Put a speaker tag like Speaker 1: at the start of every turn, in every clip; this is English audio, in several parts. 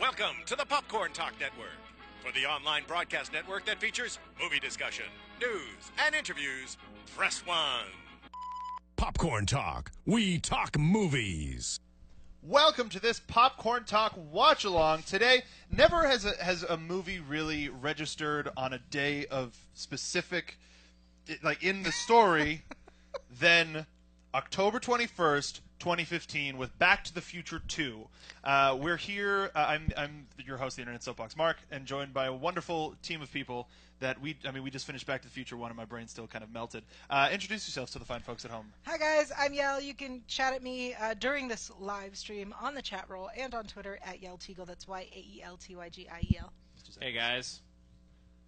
Speaker 1: Welcome to the Popcorn Talk Network, for the online broadcast network that features movie discussion, news, and interviews. Press one. Popcorn Talk. We talk movies.
Speaker 2: Welcome to this Popcorn Talk watch along. Today, never has a, has a movie really registered on a day of specific, like in the story, than October 21st, 2015, with Back to the Future 2. Uh, we're here. Uh, I'm, I'm your host, the Internet Soapbox Mark, and joined by a wonderful team of people that we, I mean, we just finished Back to the Future 1, and my brain still kind of melted. Uh, introduce yourselves to the fine folks at home.
Speaker 3: Hi guys, I'm Yell. You can chat at me uh, during this live stream on the chat roll and on Twitter at Yell Teagle. That's Y A E L T Y G I E L.
Speaker 4: Hey guys,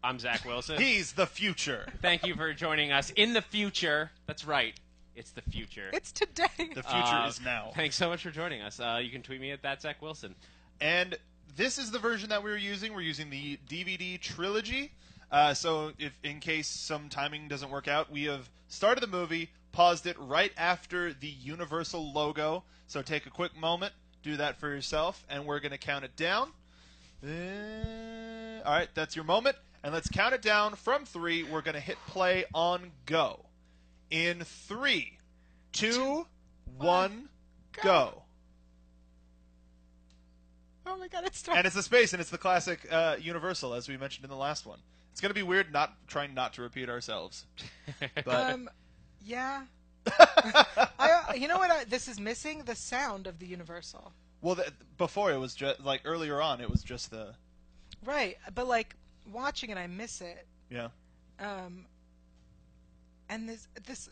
Speaker 4: I'm Zach Wilson.
Speaker 2: He's the future.
Speaker 4: Thank you for joining us in the future. That's right, it's the future.
Speaker 3: It's today.
Speaker 2: The future
Speaker 4: Uh,
Speaker 2: is now.
Speaker 4: Thanks so much for joining us. Uh, you can tweet me at that Zach Wilson.
Speaker 2: And this is the version that we were using. We're using the DVD trilogy. Uh, so, if in case some timing doesn't work out, we have started the movie, paused it right after the Universal logo. So, take a quick moment, do that for yourself, and we're going to count it down. Uh, all right, that's your moment. And let's count it down from three. We're going to hit play on go. In three, two, one, go.
Speaker 3: Oh my god, it's
Speaker 2: and
Speaker 3: starting.
Speaker 2: it's the space, and it's the classic uh, Universal, as we mentioned in the last one. It's gonna be weird not trying not to repeat ourselves, but
Speaker 3: Um, yeah. I, uh, you know what? I, this is missing the sound of the Universal.
Speaker 2: well, th- before it was just like earlier on, it was just the
Speaker 3: Right, but like watching it, I miss it.
Speaker 2: yeah.
Speaker 3: Um, and this this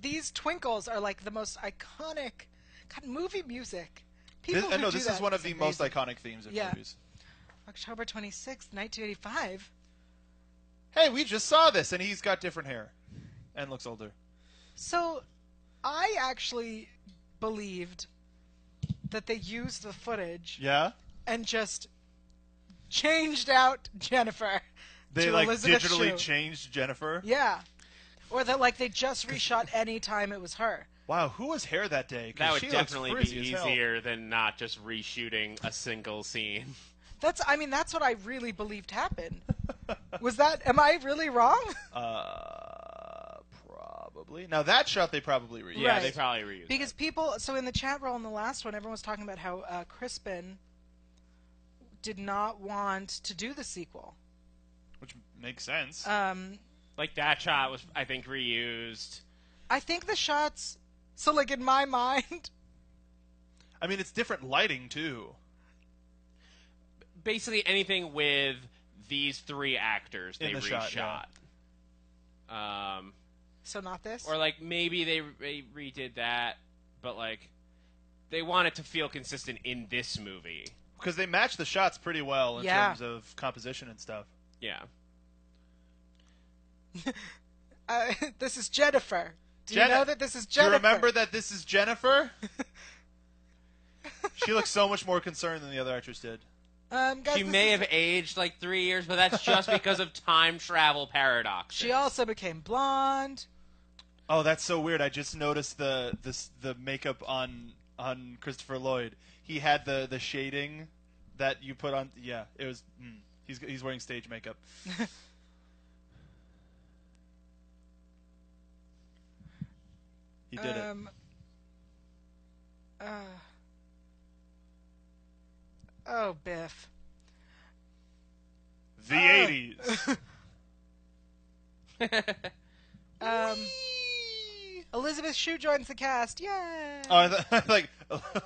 Speaker 3: these twinkles are like the most iconic. God, movie music. People
Speaker 2: This,
Speaker 3: who
Speaker 2: and no,
Speaker 3: do
Speaker 2: this
Speaker 3: that
Speaker 2: is one of the most
Speaker 3: amazing.
Speaker 2: iconic themes of
Speaker 3: Yeah.
Speaker 2: movies.
Speaker 3: October 26th, 1985.
Speaker 2: Hey, we just saw this, and he's got different hair, and looks older.
Speaker 3: So I actually believed that they used the footage
Speaker 2: Yeah,
Speaker 3: and just changed out Jennifer
Speaker 2: they
Speaker 3: to
Speaker 2: like
Speaker 3: Elizabeth
Speaker 2: digitally
Speaker 3: Shue.
Speaker 2: changed Jennifer.
Speaker 3: Yeah. Or that like they just reshot any time it was her.
Speaker 2: Wow, who was hair that day? 'Cause
Speaker 4: That would
Speaker 2: she looks
Speaker 4: definitely be
Speaker 2: frizzy as hell.
Speaker 4: easier than not just reshooting a single scene.
Speaker 3: That's I mean that's what I really believed happened. Was that am I really wrong?
Speaker 2: Uh, probably. Now that shot they probably reused.
Speaker 4: Yeah,
Speaker 3: Right.
Speaker 4: they probably reused.
Speaker 3: Because people, so in the chat roll in the last one, everyone was talking about how uh, Crispin did not want to do the sequel.
Speaker 2: which makes sense.
Speaker 3: Um,
Speaker 4: that. like that shot was, I think, reused.
Speaker 3: I think the shots. So, like in my mind,
Speaker 2: I mean, it's different lighting too.
Speaker 4: Basically, anything with these three actors,
Speaker 2: In
Speaker 4: they
Speaker 2: the
Speaker 4: reshot.
Speaker 2: shot, yeah.
Speaker 4: Um,
Speaker 3: so not this.
Speaker 4: or like maybe they, they redid that, but like they want it to feel consistent in this movie.
Speaker 2: because they match the shots pretty well in
Speaker 3: Yeah.
Speaker 2: terms of composition and stuff.
Speaker 4: Yeah.
Speaker 3: uh, this is Jennifer. Do
Speaker 2: Jenna-
Speaker 3: you know that this is
Speaker 2: Do
Speaker 3: Jennifer?
Speaker 2: you remember that this is Jennifer? she looks so much more concerned than the other actress did.
Speaker 3: Um, guys,
Speaker 4: she
Speaker 3: this
Speaker 4: may
Speaker 3: is-
Speaker 4: have aged like three years, but that's just because of time travel paradox.
Speaker 3: She also became blonde.
Speaker 2: Oh, that's so weird. I just noticed the this the makeup on on Christopher Lloyd. He had the the shading that you put on. Yeah, it was. Mm, he's he's wearing stage makeup. he did it.
Speaker 3: um, Uh, oh, Biff.
Speaker 2: The
Speaker 3: oh.
Speaker 2: '80s.
Speaker 3: Um, Elizabeth Shue joins the cast. Yay!
Speaker 2: Oh, I th- like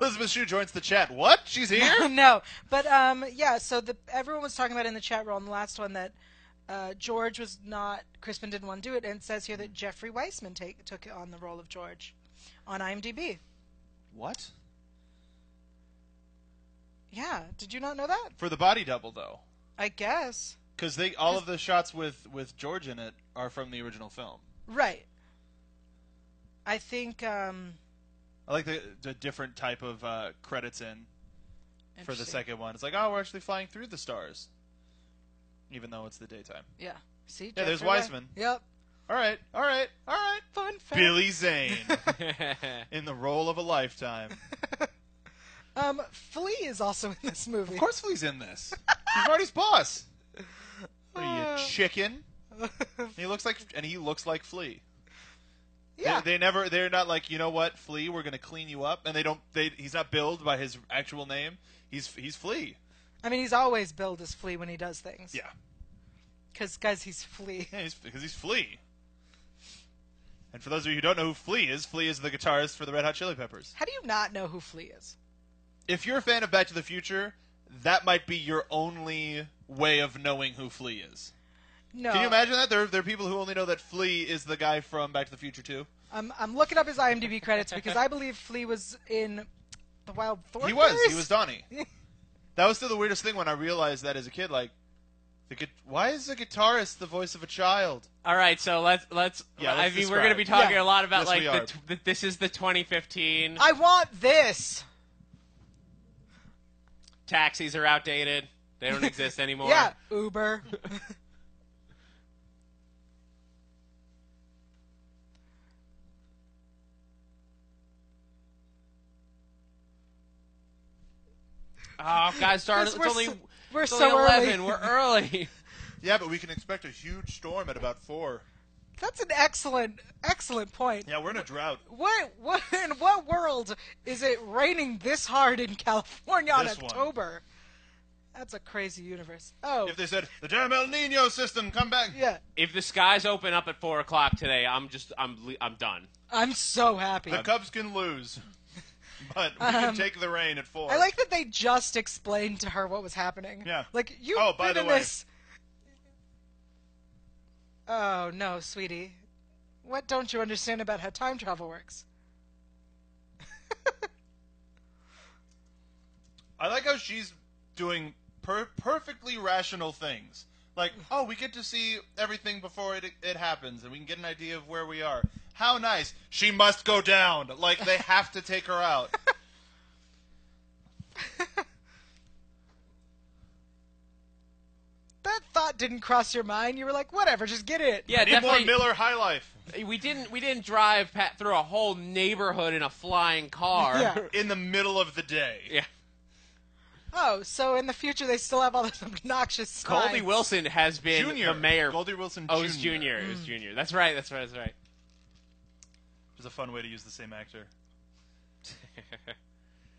Speaker 2: Elizabeth Shue joins the chat. What? She's here?
Speaker 3: no, but um, yeah. So the everyone was talking about in the chat room the last one that uh, George was not Crispin didn't want to do it, and it says here that Jeffrey Weissman take, took on the role of George on IMDb.
Speaker 2: what?
Speaker 3: Yeah, did you not know that?
Speaker 2: For the body double though,
Speaker 3: I guess
Speaker 2: because they all of the shots with with George in it are from the original film.
Speaker 3: right. I think um,
Speaker 2: I like the, the different type of uh, credits in for the
Speaker 3: interesting.
Speaker 2: second one. It's like, oh, we're actually flying through the stars, even though it's the daytime.
Speaker 3: Yeah, see,
Speaker 2: Yeah, there's
Speaker 3: Jeffrey Wei-
Speaker 2: Weissman.
Speaker 3: Yep,
Speaker 2: All right, all right, all right.
Speaker 3: fun fact.
Speaker 2: Billy Zane
Speaker 4: also.
Speaker 2: in the role of a lifetime.
Speaker 3: Um, Flea is also in this movie.
Speaker 2: Of course, Flea's in this. He's Marty's boss. What Are you chicken? He looks like, and he looks like Flea.
Speaker 3: yeah.
Speaker 2: They, they never. They're not like you know what, Flea. We're gonna clean you up, and they don't. They he's not billed by his actual name. He's he's Flea.
Speaker 3: I mean, he's always billed as Flea when he does things.
Speaker 2: Yeah,
Speaker 3: Because, guys, he's Flea.
Speaker 2: yeah. He's because he's Flea. And for those of you who don't know who Flea is, Flea is the guitarist for the Red Hot Chili Peppers.
Speaker 3: How do you not know who Flea is?
Speaker 2: If you're a fan of Back to the Future, that might be your only way of knowing who Flea is.
Speaker 3: No.
Speaker 2: Can you imagine that? There, there are people who only know that Flea is the guy from Back to the Future 2.
Speaker 3: I'm, I'm looking up his IMDb credits because I believe Flea was in The Wild Thornberrys.
Speaker 2: He was. He was Donnie. that was still the weirdest thing when I realized that as a kid. Like, the gu- why is a guitarist the voice of a child?
Speaker 4: All right, so let's let's.
Speaker 2: Yeah,
Speaker 4: I
Speaker 2: let's
Speaker 4: mean, we're going to be
Speaker 2: describe.
Speaker 4: talking
Speaker 3: Yeah.
Speaker 4: a lot about
Speaker 2: Yes, we
Speaker 4: like
Speaker 2: are.
Speaker 4: the, t- the, this is the 2015
Speaker 3: I want this.
Speaker 4: taxis are outdated. They don't exist anymore.
Speaker 3: Yeah, Uber.
Speaker 4: Oh God, darn it!
Speaker 3: Because
Speaker 4: It's
Speaker 3: we're
Speaker 4: only
Speaker 3: so- we're
Speaker 4: it's only
Speaker 3: so early.
Speaker 4: 11. We're early.
Speaker 2: Yeah, but we can expect a huge storm at about four.
Speaker 3: That's an excellent, excellent point.
Speaker 2: Yeah, we're in a drought.
Speaker 3: What, what in what world is it raining this hard in California on
Speaker 2: This one.
Speaker 3: October? That's a crazy universe. Oh,
Speaker 2: If they said the damn El Nino system, come back.
Speaker 3: yeah.
Speaker 4: if the skies open up at four o'clock today, I'm just I'm le- I'm done.
Speaker 3: I'm so happy.
Speaker 2: The Cubs can lose, but we can take the rain at four.
Speaker 3: Um, I like that they just explained to her what was happening.
Speaker 2: Yeah.
Speaker 3: Like you.
Speaker 2: Oh, by
Speaker 3: been
Speaker 2: the
Speaker 3: in
Speaker 2: way.
Speaker 3: This... Oh no, sweetie. What don't you understand about how time travel works?
Speaker 2: I like how she's doing per- perfectly rational things. Like, oh, we get to see everything before it it happens, and we can get an idea of where we are. How nice! She must go down. Like they have to take her out.
Speaker 3: That thought didn't cross your mind. You were like, whatever, just get it.
Speaker 4: Yeah,
Speaker 2: Need more
Speaker 4: definitely.
Speaker 2: Miller High Life
Speaker 4: we didn't we didn't drive pa through a whole neighborhood in a flying car.
Speaker 3: Yeah.
Speaker 2: in the middle of the day.
Speaker 4: Yeah.
Speaker 3: Oh, so in the future they still have all this obnoxious stuff.
Speaker 4: Goldie Wilson has been
Speaker 2: Junior
Speaker 4: the mayor.
Speaker 2: Goldie Wilson.
Speaker 4: oh, it was junior. It was junior. That's right. That's right. That's right.
Speaker 2: It was a fun way to use the same actor.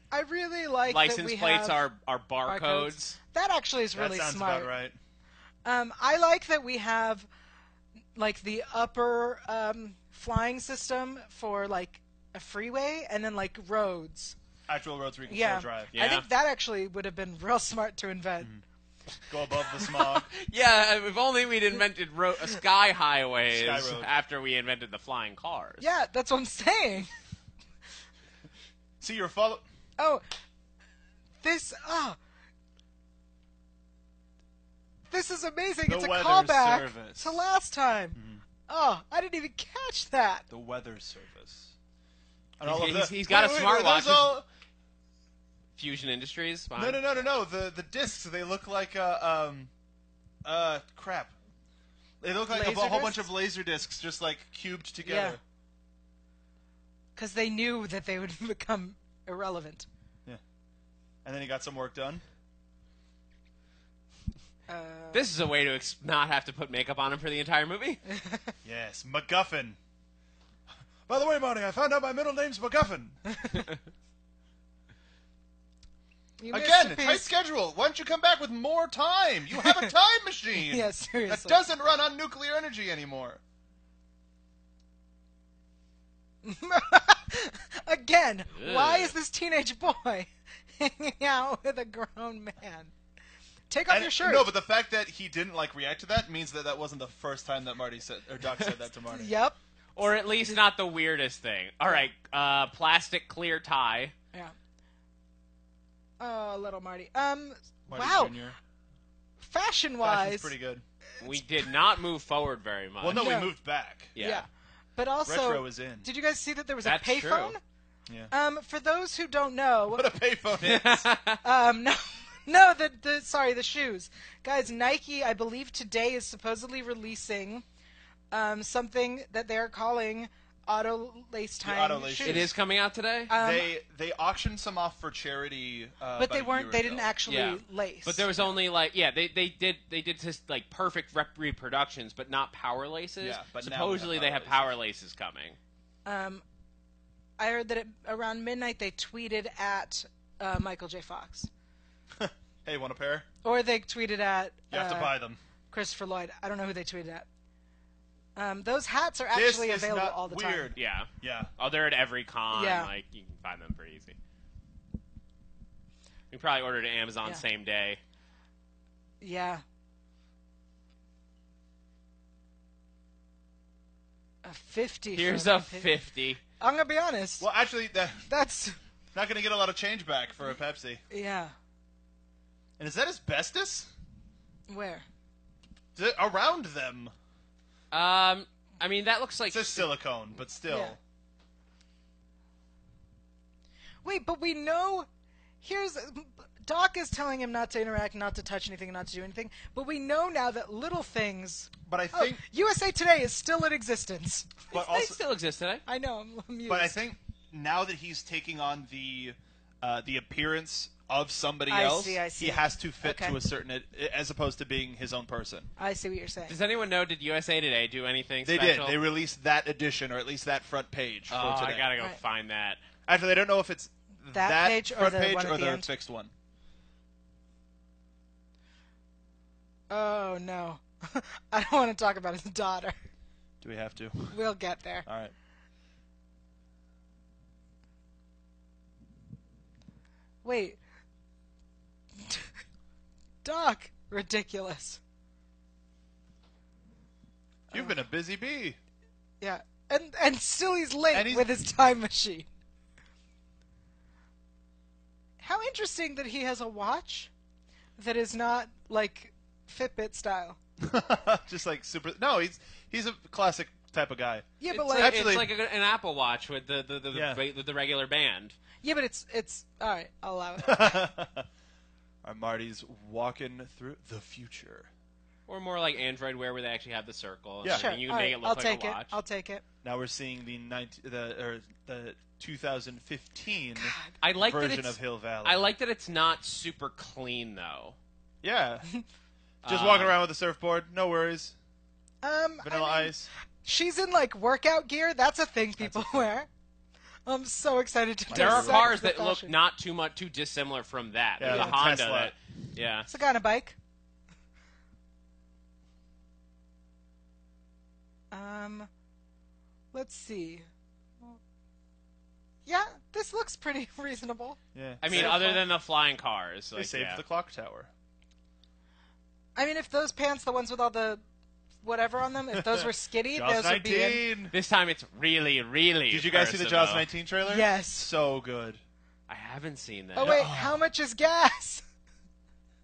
Speaker 3: I really like that
Speaker 4: License
Speaker 3: we
Speaker 4: plates
Speaker 3: have
Speaker 4: are are barcodes.
Speaker 3: That actually is really
Speaker 2: that sounds
Speaker 3: smart.
Speaker 2: about right.
Speaker 3: Um, I like that we have like the upper um, flying system for like a freeway and then like roads.
Speaker 2: Actual roads where you can
Speaker 3: Yeah.
Speaker 2: still drive. Mm-hmm.
Speaker 3: I
Speaker 4: Yeah.
Speaker 3: think that actually would have been real smart to invent.
Speaker 2: Go above the smog.
Speaker 4: Yeah, if only we'd invented ro- uh, sky highways
Speaker 2: Sky roads.
Speaker 4: after we invented the flying cars.
Speaker 3: Yeah, that's what I'm saying.
Speaker 2: see your follow.
Speaker 3: Oh, this ah. this is amazing.
Speaker 2: The
Speaker 3: it's a
Speaker 2: weather
Speaker 3: callback
Speaker 2: service. Mm-hmm.
Speaker 3: to last time. Oh, I didn't even catch that.
Speaker 2: The weather service. And all of
Speaker 4: He's-
Speaker 2: the-
Speaker 4: he's got a
Speaker 2: Wait, wait, wait, are
Speaker 4: smartwatch.
Speaker 2: those all-
Speaker 4: Fusion Industries. Fine.
Speaker 2: No, no, no, no, no. The the discs they look like uh, um uh crap. They look like a,
Speaker 3: Laser
Speaker 2: bu- whole
Speaker 3: discs?
Speaker 2: bunch of laser discs just like cubed together.
Speaker 3: Because they knew that they would become irrelevant.
Speaker 2: Yeah. And then he got some work done.
Speaker 4: This is a way to ex- not have to put makeup on him for the entire movie.
Speaker 2: Yes, MacGuffin. By the way, Marty, I found out my middle name's MacGuffin.
Speaker 3: You missed
Speaker 2: Again,
Speaker 3: a
Speaker 2: tight
Speaker 3: piece.
Speaker 2: schedule. Why don't you come back with more time? You have a time machine.
Speaker 3: Yeah,
Speaker 2: That
Speaker 3: seriously.
Speaker 2: doesn't run on nuclear energy anymore.
Speaker 3: Again, why
Speaker 4: Ugh.
Speaker 3: is this teenage boy hanging out with a grown man? Take off
Speaker 2: And-
Speaker 3: your shirt.
Speaker 2: No, but the fact that he didn't like react to that means that that wasn't the first time that Marty said or Doc said that to Marty.
Speaker 3: Yep.
Speaker 4: or at least not the weirdest thing. All right, uh, plastic clear tie.
Speaker 3: Yeah. Oh, little Marty. Um.
Speaker 2: Marty
Speaker 3: wow.
Speaker 2: Jr.
Speaker 3: Fashion
Speaker 2: Fashion's
Speaker 3: wise.
Speaker 2: pretty good.
Speaker 4: We did not move forward very much.
Speaker 2: Well, no,
Speaker 3: Yeah.
Speaker 2: we moved back.
Speaker 4: yeah.
Speaker 3: But also,
Speaker 2: Retro is in.
Speaker 3: did you guys see that there was
Speaker 4: That's
Speaker 3: a payphone?
Speaker 4: true.
Speaker 2: Yeah.
Speaker 3: Um, for those who don't know,
Speaker 2: What a payphone is.
Speaker 3: um, no, no, the the sorry, the shoes, guys. Nike, I believe today is supposedly releasing, um, something that they're calling auto lace time.
Speaker 2: auto-lace
Speaker 3: shoes.
Speaker 2: shoes.
Speaker 4: It is coming out today.
Speaker 3: Um,
Speaker 2: they they auctioned some off for charity, uh,
Speaker 3: but
Speaker 2: about
Speaker 3: they
Speaker 2: a
Speaker 3: weren't.
Speaker 2: year
Speaker 3: They
Speaker 2: ago.
Speaker 3: didn't actually
Speaker 4: Yeah.
Speaker 3: lace.
Speaker 4: But there was only like yeah they they did they did just like perfect rep- reproductions but not power laces.
Speaker 2: Yeah, but now we have
Speaker 4: supposedly they
Speaker 2: power
Speaker 4: have power laces coming.
Speaker 3: Um, I heard that it, around midnight they tweeted at uh, Michael J. Fox,
Speaker 2: Hey, want a pair?
Speaker 3: or they tweeted at
Speaker 2: You have to
Speaker 3: uh,
Speaker 2: buy them.
Speaker 3: Christopher Lloyd. I don't know who they tweeted at. Um, those hats are
Speaker 2: This
Speaker 3: actually
Speaker 2: is
Speaker 3: available
Speaker 2: not
Speaker 3: all the
Speaker 2: weird.
Speaker 3: time.
Speaker 4: Yeah.
Speaker 2: Yeah.
Speaker 4: Oh, they're at every con.
Speaker 3: Yeah.
Speaker 4: Like you can find them pretty easy. You probably ordered at Amazon
Speaker 3: Yeah.
Speaker 4: same day.
Speaker 3: Yeah. A fifty. for
Speaker 4: Here's
Speaker 3: a
Speaker 4: a
Speaker 3: Pepsi.
Speaker 4: fifty.
Speaker 3: I'm gonna be honest.
Speaker 2: Well, actually, that
Speaker 3: That's
Speaker 2: not going to get a lot of change back for a Pepsi.
Speaker 3: yeah.
Speaker 2: And is that asbestos?
Speaker 3: Where?
Speaker 2: Is it around them?
Speaker 4: Um, I mean that looks like
Speaker 2: It's just silicone, but still.
Speaker 3: Yeah. Wait, but we know. Here's Doc is telling him not to interact, not to touch anything, not to do anything. But we know now that little things.
Speaker 2: But I
Speaker 3: Oh,
Speaker 2: think.
Speaker 3: USA Today is still in existence.
Speaker 2: but
Speaker 4: they
Speaker 2: also,
Speaker 4: still exist today.
Speaker 3: I know. I'm amused.
Speaker 2: but I think now that he's taking on the uh, the appearance of somebody
Speaker 3: I
Speaker 2: else,
Speaker 3: see, I see.
Speaker 2: he has to fit
Speaker 3: Okay.
Speaker 2: to a certain, as opposed to being his own person.
Speaker 3: I see what you're saying.
Speaker 4: Does anyone know? Did USA Today do anything?
Speaker 2: They
Speaker 4: special?
Speaker 2: did. They released that edition, or at least that front page
Speaker 4: Oh,
Speaker 2: for
Speaker 4: I
Speaker 2: today.
Speaker 4: gotta go
Speaker 3: Right.
Speaker 4: find that.
Speaker 2: Actually, I don't know if it's
Speaker 3: That page or
Speaker 2: front
Speaker 3: the
Speaker 2: page
Speaker 3: one at
Speaker 2: or
Speaker 3: the
Speaker 2: the
Speaker 3: end?
Speaker 2: fixed one.
Speaker 3: Oh no, I don't want to talk about his daughter.
Speaker 2: Do we have to?
Speaker 3: We'll get there.
Speaker 2: All right.
Speaker 3: Wait, Doc, ridiculous.
Speaker 2: You've been a busy bee.
Speaker 3: Yeah, and and still he's late
Speaker 2: And he's-
Speaker 3: with his time machine. How interesting that he has a watch that is not like Fitbit style.
Speaker 2: Just like super. No, he's he's a classic type of guy.
Speaker 3: Yeah, but like,
Speaker 4: it's like,
Speaker 2: actually-
Speaker 4: it's like a, an Apple Watch with the the the, the,
Speaker 2: Yeah.
Speaker 4: re- the regular band.
Speaker 3: yeah, but it's it's all right. I'll allow it.
Speaker 2: Our Marty's walking through the future.
Speaker 4: Or more like Android Wear, where they actually have the circle. and
Speaker 2: Yeah.
Speaker 3: sure.
Speaker 4: everything. you
Speaker 3: all
Speaker 4: can make
Speaker 3: right,
Speaker 4: it look
Speaker 3: I'll
Speaker 4: like
Speaker 3: take
Speaker 4: a
Speaker 3: it.
Speaker 4: watch.
Speaker 3: I'll take it.
Speaker 2: Now we're seeing the 19, the or the 2015
Speaker 4: I like that
Speaker 2: version
Speaker 4: it's,
Speaker 2: of Hill Valley.
Speaker 4: I like that it's not super clean though.
Speaker 2: Yeah. Just
Speaker 4: Uh,
Speaker 2: walking around with a surfboard, no worries.
Speaker 3: Um,
Speaker 2: Vanilla
Speaker 3: I mean,
Speaker 2: ice.
Speaker 3: She's in like workout gear. That's a thing people wear. I'm so excited to.
Speaker 4: There are
Speaker 3: dissect
Speaker 4: cars
Speaker 3: the
Speaker 4: that look
Speaker 3: fashion.
Speaker 4: not too much too dissimilar from that.
Speaker 2: Yeah,
Speaker 4: There's a
Speaker 2: the
Speaker 4: Honda
Speaker 2: Tesla.
Speaker 4: that yeah.
Speaker 3: It's a kind of bike. Um, let's see. Yeah, this looks pretty reasonable.
Speaker 2: Yeah.
Speaker 4: I mean,
Speaker 2: Save-
Speaker 4: other than the flying cars,
Speaker 2: they
Speaker 4: like,
Speaker 2: saved
Speaker 4: yeah.
Speaker 2: the clock tower.
Speaker 3: I mean, if those pants, the ones with all the whatever on them, if those were skitty, those would be. In.
Speaker 4: this time it's really, really.
Speaker 2: Did you guys see the
Speaker 4: personal.
Speaker 2: Jaws 19 trailer?
Speaker 3: Yes.
Speaker 2: So good.
Speaker 4: I haven't seen that.
Speaker 3: Oh wait, how much is gas?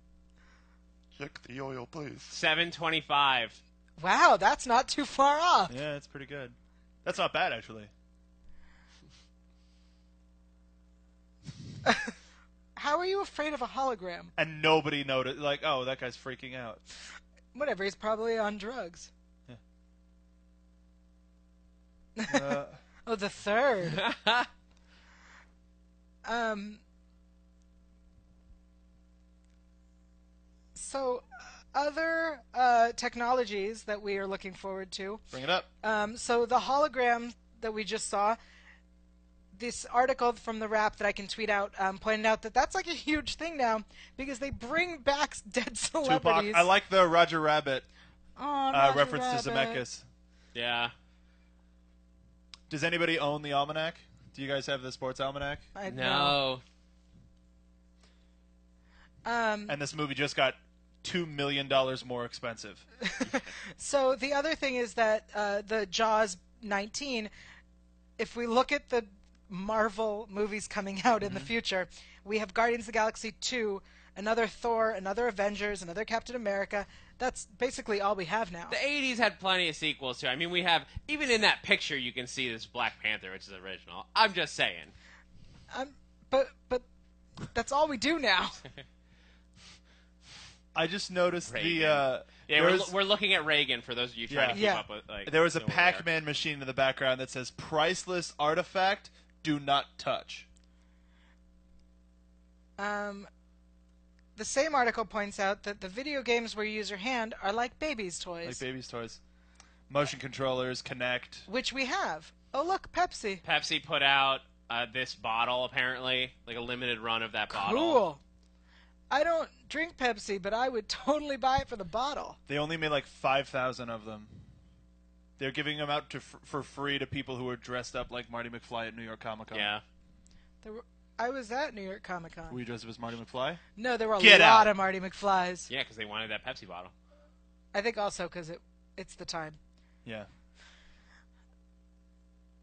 Speaker 5: Check the oil, please.
Speaker 4: Seven twenty-five.
Speaker 3: Wow, that's not too far off.
Speaker 2: Yeah, it's pretty good. That's not bad actually.
Speaker 3: How are you afraid of a hologram?
Speaker 2: And nobody noticed. Like, oh, that guy's freaking out.
Speaker 3: Whatever, he's probably on drugs.
Speaker 2: Uh,
Speaker 3: Oh, the third. Um. So, other uh, technologies that we are looking forward to.
Speaker 2: bring it up.
Speaker 3: Um, so the hologram that we just saw. This article from the wrap that I can tweet out um, pointed out that that's like a huge thing now because they bring back dead
Speaker 2: Tupac.
Speaker 3: celebrities.
Speaker 2: I like the Roger Rabbit
Speaker 3: Aw,
Speaker 2: uh,
Speaker 3: Roger
Speaker 2: reference to
Speaker 3: Rabbit.
Speaker 2: Zemeckis.
Speaker 4: yeah.
Speaker 2: Does anybody own the almanac? Do you guys have the sports almanac?
Speaker 3: I know.
Speaker 4: No.
Speaker 3: Um,
Speaker 2: And this movie just got two million dollars more expensive.
Speaker 3: So the other thing is that uh, the Jaws 19, if we look at the Marvel movies coming out in the future, we have Guardians of the Galaxy 2, another Thor, another Avengers, another Captain America. That's basically all we have now.
Speaker 4: The '80s had plenty of sequels too. I mean, we have even in that picture you can see this Black Panther, which is original. I'm just saying.
Speaker 3: Um, but but that's all we do now.
Speaker 2: I just noticed
Speaker 4: Reagan.
Speaker 2: the uh,
Speaker 4: Yeah,
Speaker 2: There
Speaker 4: we're,
Speaker 2: was-
Speaker 4: lo- we're looking at Reagan for those of you trying to keep
Speaker 3: Yeah.
Speaker 4: up with. Like,
Speaker 2: There was a
Speaker 4: knowing where we are.
Speaker 2: Pac Man machine in the background that says priceless artifact, do not touch.
Speaker 3: Um, the same article points out that the video games where you use your hand are like babies' toys,
Speaker 2: Like baby's toys. Motion controllers, connect.
Speaker 3: which we have. Oh look, Pepsi.
Speaker 4: Pepsi put out uh, this bottle apparently, like a limited run of that bottle.
Speaker 3: Cool. I don't drink Pepsi, but I would totally buy it for the bottle.
Speaker 2: They only made like 5,000 of them. They're giving them out to, f- for free to people who are dressed up like Marty McFly at New York Comic Con.
Speaker 4: Yeah.
Speaker 3: There were, I was at New York Comic Con.
Speaker 2: Were you dressed up as Marty McFly?
Speaker 3: no, there were a
Speaker 2: Get
Speaker 3: lot
Speaker 2: out.
Speaker 3: of Marty McFlys.
Speaker 4: Yeah, because they wanted that Pepsi bottle.
Speaker 3: I think also because it, it's the time.
Speaker 2: Yeah.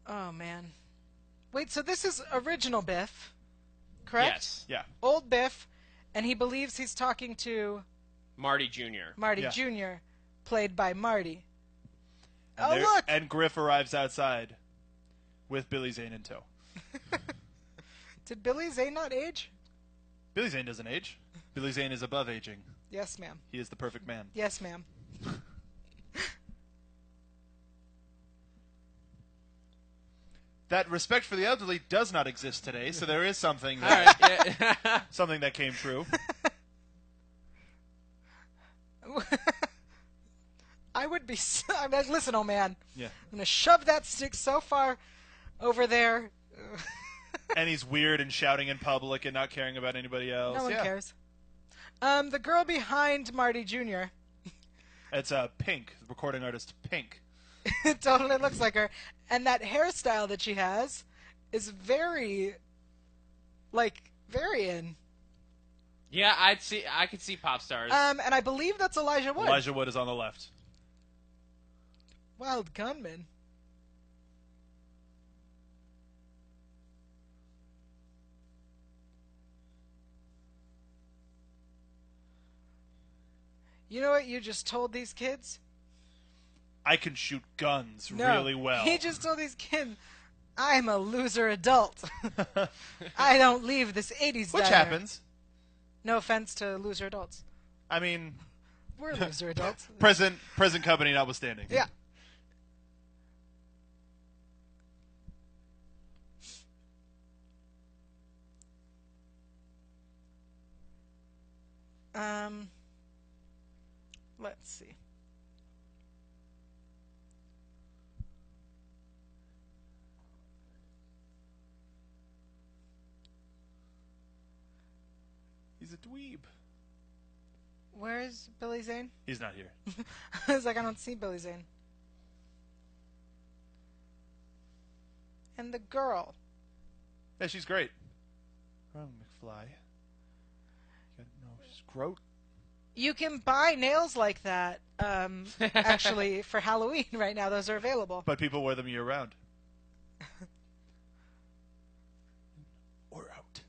Speaker 3: Oh man. Wait, so this is original Biff, correct?
Speaker 4: Yes.
Speaker 2: Yeah.
Speaker 3: Old Biff, and he believes he's talking to
Speaker 4: Marty Jr.
Speaker 3: Marty
Speaker 2: Yeah.
Speaker 3: Jr., played by Marty.
Speaker 2: And
Speaker 3: oh
Speaker 2: there-
Speaker 3: look,
Speaker 2: And Griff arrives outside with Billy Zane in tow.
Speaker 3: did Billy Zane not age?
Speaker 2: Billy Zane doesn't age. Billy Zane is above aging.
Speaker 3: Yes, ma'am.
Speaker 2: He is the perfect man.
Speaker 3: Yes, ma'am.
Speaker 2: That respect for the elderly does not exist today, so there is something
Speaker 4: All
Speaker 2: that,
Speaker 4: right. Yeah.
Speaker 2: something that came true.
Speaker 3: I would be. So, I'm like, listen, old man.
Speaker 2: Yeah.
Speaker 3: I'm gonna shove that stick so far over there.
Speaker 2: And he's weird and shouting in public and not caring about anybody else.
Speaker 3: No one
Speaker 2: yeah.
Speaker 3: cares. Um, the girl behind Marty Jr.
Speaker 2: It's uh, Pink, the recording artist Pink.
Speaker 3: it totally looks like her, and that hairstyle that she has is very, like, very in.
Speaker 4: yeah, I'd see. I could see pop stars.
Speaker 3: Um, and I believe that's Elijah Wood.
Speaker 2: Elijah Wood is on the left.
Speaker 3: Wild gunman. You know what you just told these kids?
Speaker 2: I can shoot guns
Speaker 3: No.
Speaker 2: really well.
Speaker 3: He just told these kids, I'm a loser adult. I don't leave this 80s
Speaker 2: Which
Speaker 3: diner."
Speaker 2: happens.
Speaker 3: No offense to loser adults.
Speaker 2: I mean,
Speaker 3: We're loser adults.
Speaker 2: present present company notwithstanding.
Speaker 3: Yeah. Um, let's see.
Speaker 2: He's a dweeb.
Speaker 3: Where's Billy Zane?
Speaker 2: He's not here.
Speaker 3: I was like, I don't see Billy Zane. And the girl.
Speaker 2: Yeah, she's great. Wrong, McFly. You got no scrote.
Speaker 3: You can buy nails like that, um, actually, for Halloween right now. Those are available.
Speaker 2: But people wear them year round. or out.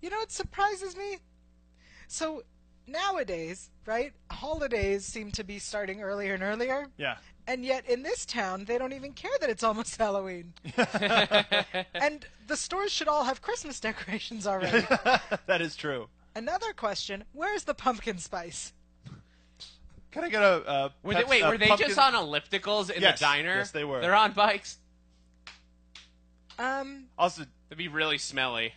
Speaker 3: You know what surprises me? So nowadays, right, holidays seem to be starting earlier and earlier.
Speaker 2: Yeah.
Speaker 3: And yet in this town, they don't even care that it's almost Halloween. and the stores should all have Christmas decorations already.
Speaker 2: that is true.
Speaker 3: Another question where's the pumpkin spice?
Speaker 2: Can I get a. Uh,
Speaker 4: were they,
Speaker 2: Peps-
Speaker 4: wait,
Speaker 2: uh,
Speaker 4: were they
Speaker 2: pumpkin-
Speaker 4: just on ellipticals in
Speaker 2: Yes.
Speaker 4: the diner?
Speaker 2: Yes, they were.
Speaker 4: They're on bikes.
Speaker 3: Um,
Speaker 2: Also,
Speaker 4: They'd be really smelly.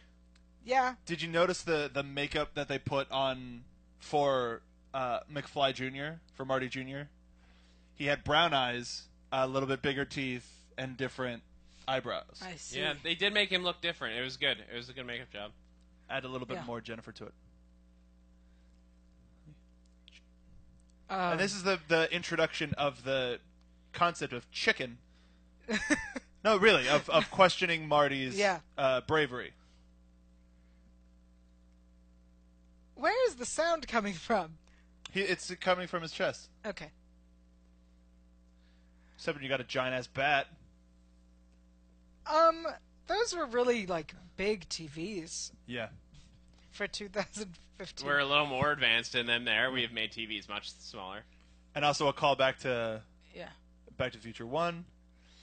Speaker 3: yeah.
Speaker 2: did you notice the, the makeup that they put on for uh, McFly Jr., for Marty Jr.? He had brown eyes, a little bit bigger teeth, and different eyebrows.
Speaker 3: I see.
Speaker 4: Yeah, they did make him look different. It was good. It was a good makeup job.
Speaker 2: Add a little bit
Speaker 3: Yeah.
Speaker 2: more Jennifer to it.
Speaker 3: Um,
Speaker 2: And this is the the introduction of the concept of chicken. no, really, of, of questioning Marty's
Speaker 3: Yeah.
Speaker 2: uh, bravery.
Speaker 3: where is the sound coming from?
Speaker 2: He, it's coming from his chest.
Speaker 3: Okay.
Speaker 2: Except when you got a giant ass bat.
Speaker 3: Um, those were really like big TVs
Speaker 2: Yeah.
Speaker 3: for 2015.
Speaker 4: We're a little more advanced in them. There, we have made TVs much smaller.
Speaker 2: And also a callback to
Speaker 3: yeah.
Speaker 2: Back to the Future One.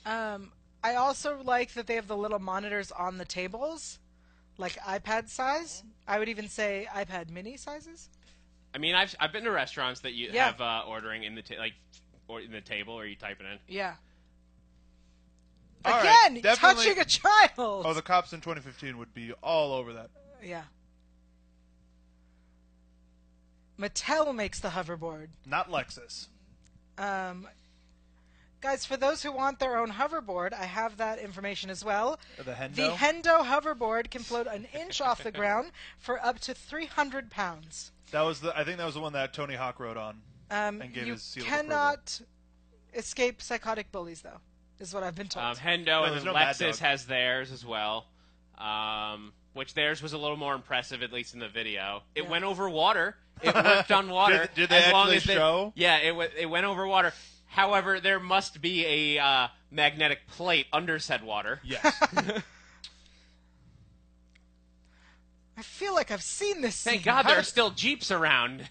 Speaker 3: Um, I also like that they have the little monitors on the tables, like iPad size. I would even say iPad mini sizes.
Speaker 4: I mean, I've I've been to restaurants that you
Speaker 3: Yeah.
Speaker 4: have uh, ordering in the ta- like or in the table, or you type it in.
Speaker 3: Yeah.
Speaker 2: All right,
Speaker 3: Again,
Speaker 2: definitely-
Speaker 3: touching a child.
Speaker 2: Oh, the cops in 2015 would be all over that.
Speaker 3: yeah. Mattel makes the hoverboard.
Speaker 2: Not Lexus.
Speaker 3: Um, guys, for those who want their own hoverboard, I have that information as well.
Speaker 2: The Hendo?
Speaker 3: The Hendo hoverboard can float an inch off the ground for up to 300 pounds.
Speaker 2: That was the. I think that was the one that Tony Hawk rode on.
Speaker 3: Um,
Speaker 2: And gave
Speaker 3: you
Speaker 2: his seal of approval.
Speaker 3: cannot escape psychotic bullies, though, is what I've been told.
Speaker 4: Um, Hendo and
Speaker 2: there's
Speaker 4: then
Speaker 2: no Mad Dog.
Speaker 4: Lexus has theirs as well, um, which theirs was a little more impressive, at least in the video. It
Speaker 3: Yeah.
Speaker 4: went over water. It worked on water.
Speaker 2: Did- did they
Speaker 4: as long
Speaker 2: actually
Speaker 4: as they-
Speaker 2: show?
Speaker 4: Yeah, it w- it went over water. However, there must be a uh, magnetic plate under said water.
Speaker 2: Yes.
Speaker 3: I feel like I've seen this.
Speaker 4: Thank
Speaker 3: scene.
Speaker 4: God there are
Speaker 3: How-
Speaker 4: still jeeps around.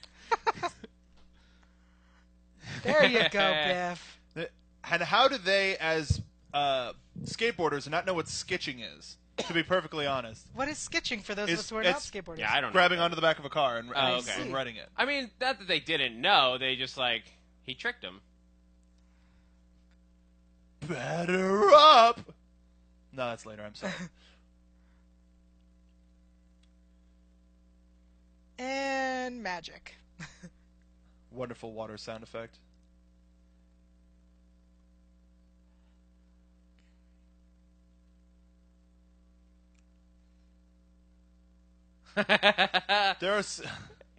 Speaker 3: There you go, Biff.
Speaker 2: and how do they, as uh, skateboarders, not know what sketching is? To be perfectly honest,
Speaker 3: What is sketching for those of
Speaker 2: It's-
Speaker 3: us who are not
Speaker 2: it's-
Speaker 3: skateboarders?
Speaker 4: Yeah, I don't know.
Speaker 2: grabbing onto the back of a car and,
Speaker 4: Oh,
Speaker 2: and-
Speaker 4: okay.
Speaker 2: and running it.
Speaker 4: I mean, not that they didn't know. They just like he tricked them.
Speaker 2: Better up. No, that's later. I'm sorry.
Speaker 3: And magic.
Speaker 2: Wonderful water sound effect. There's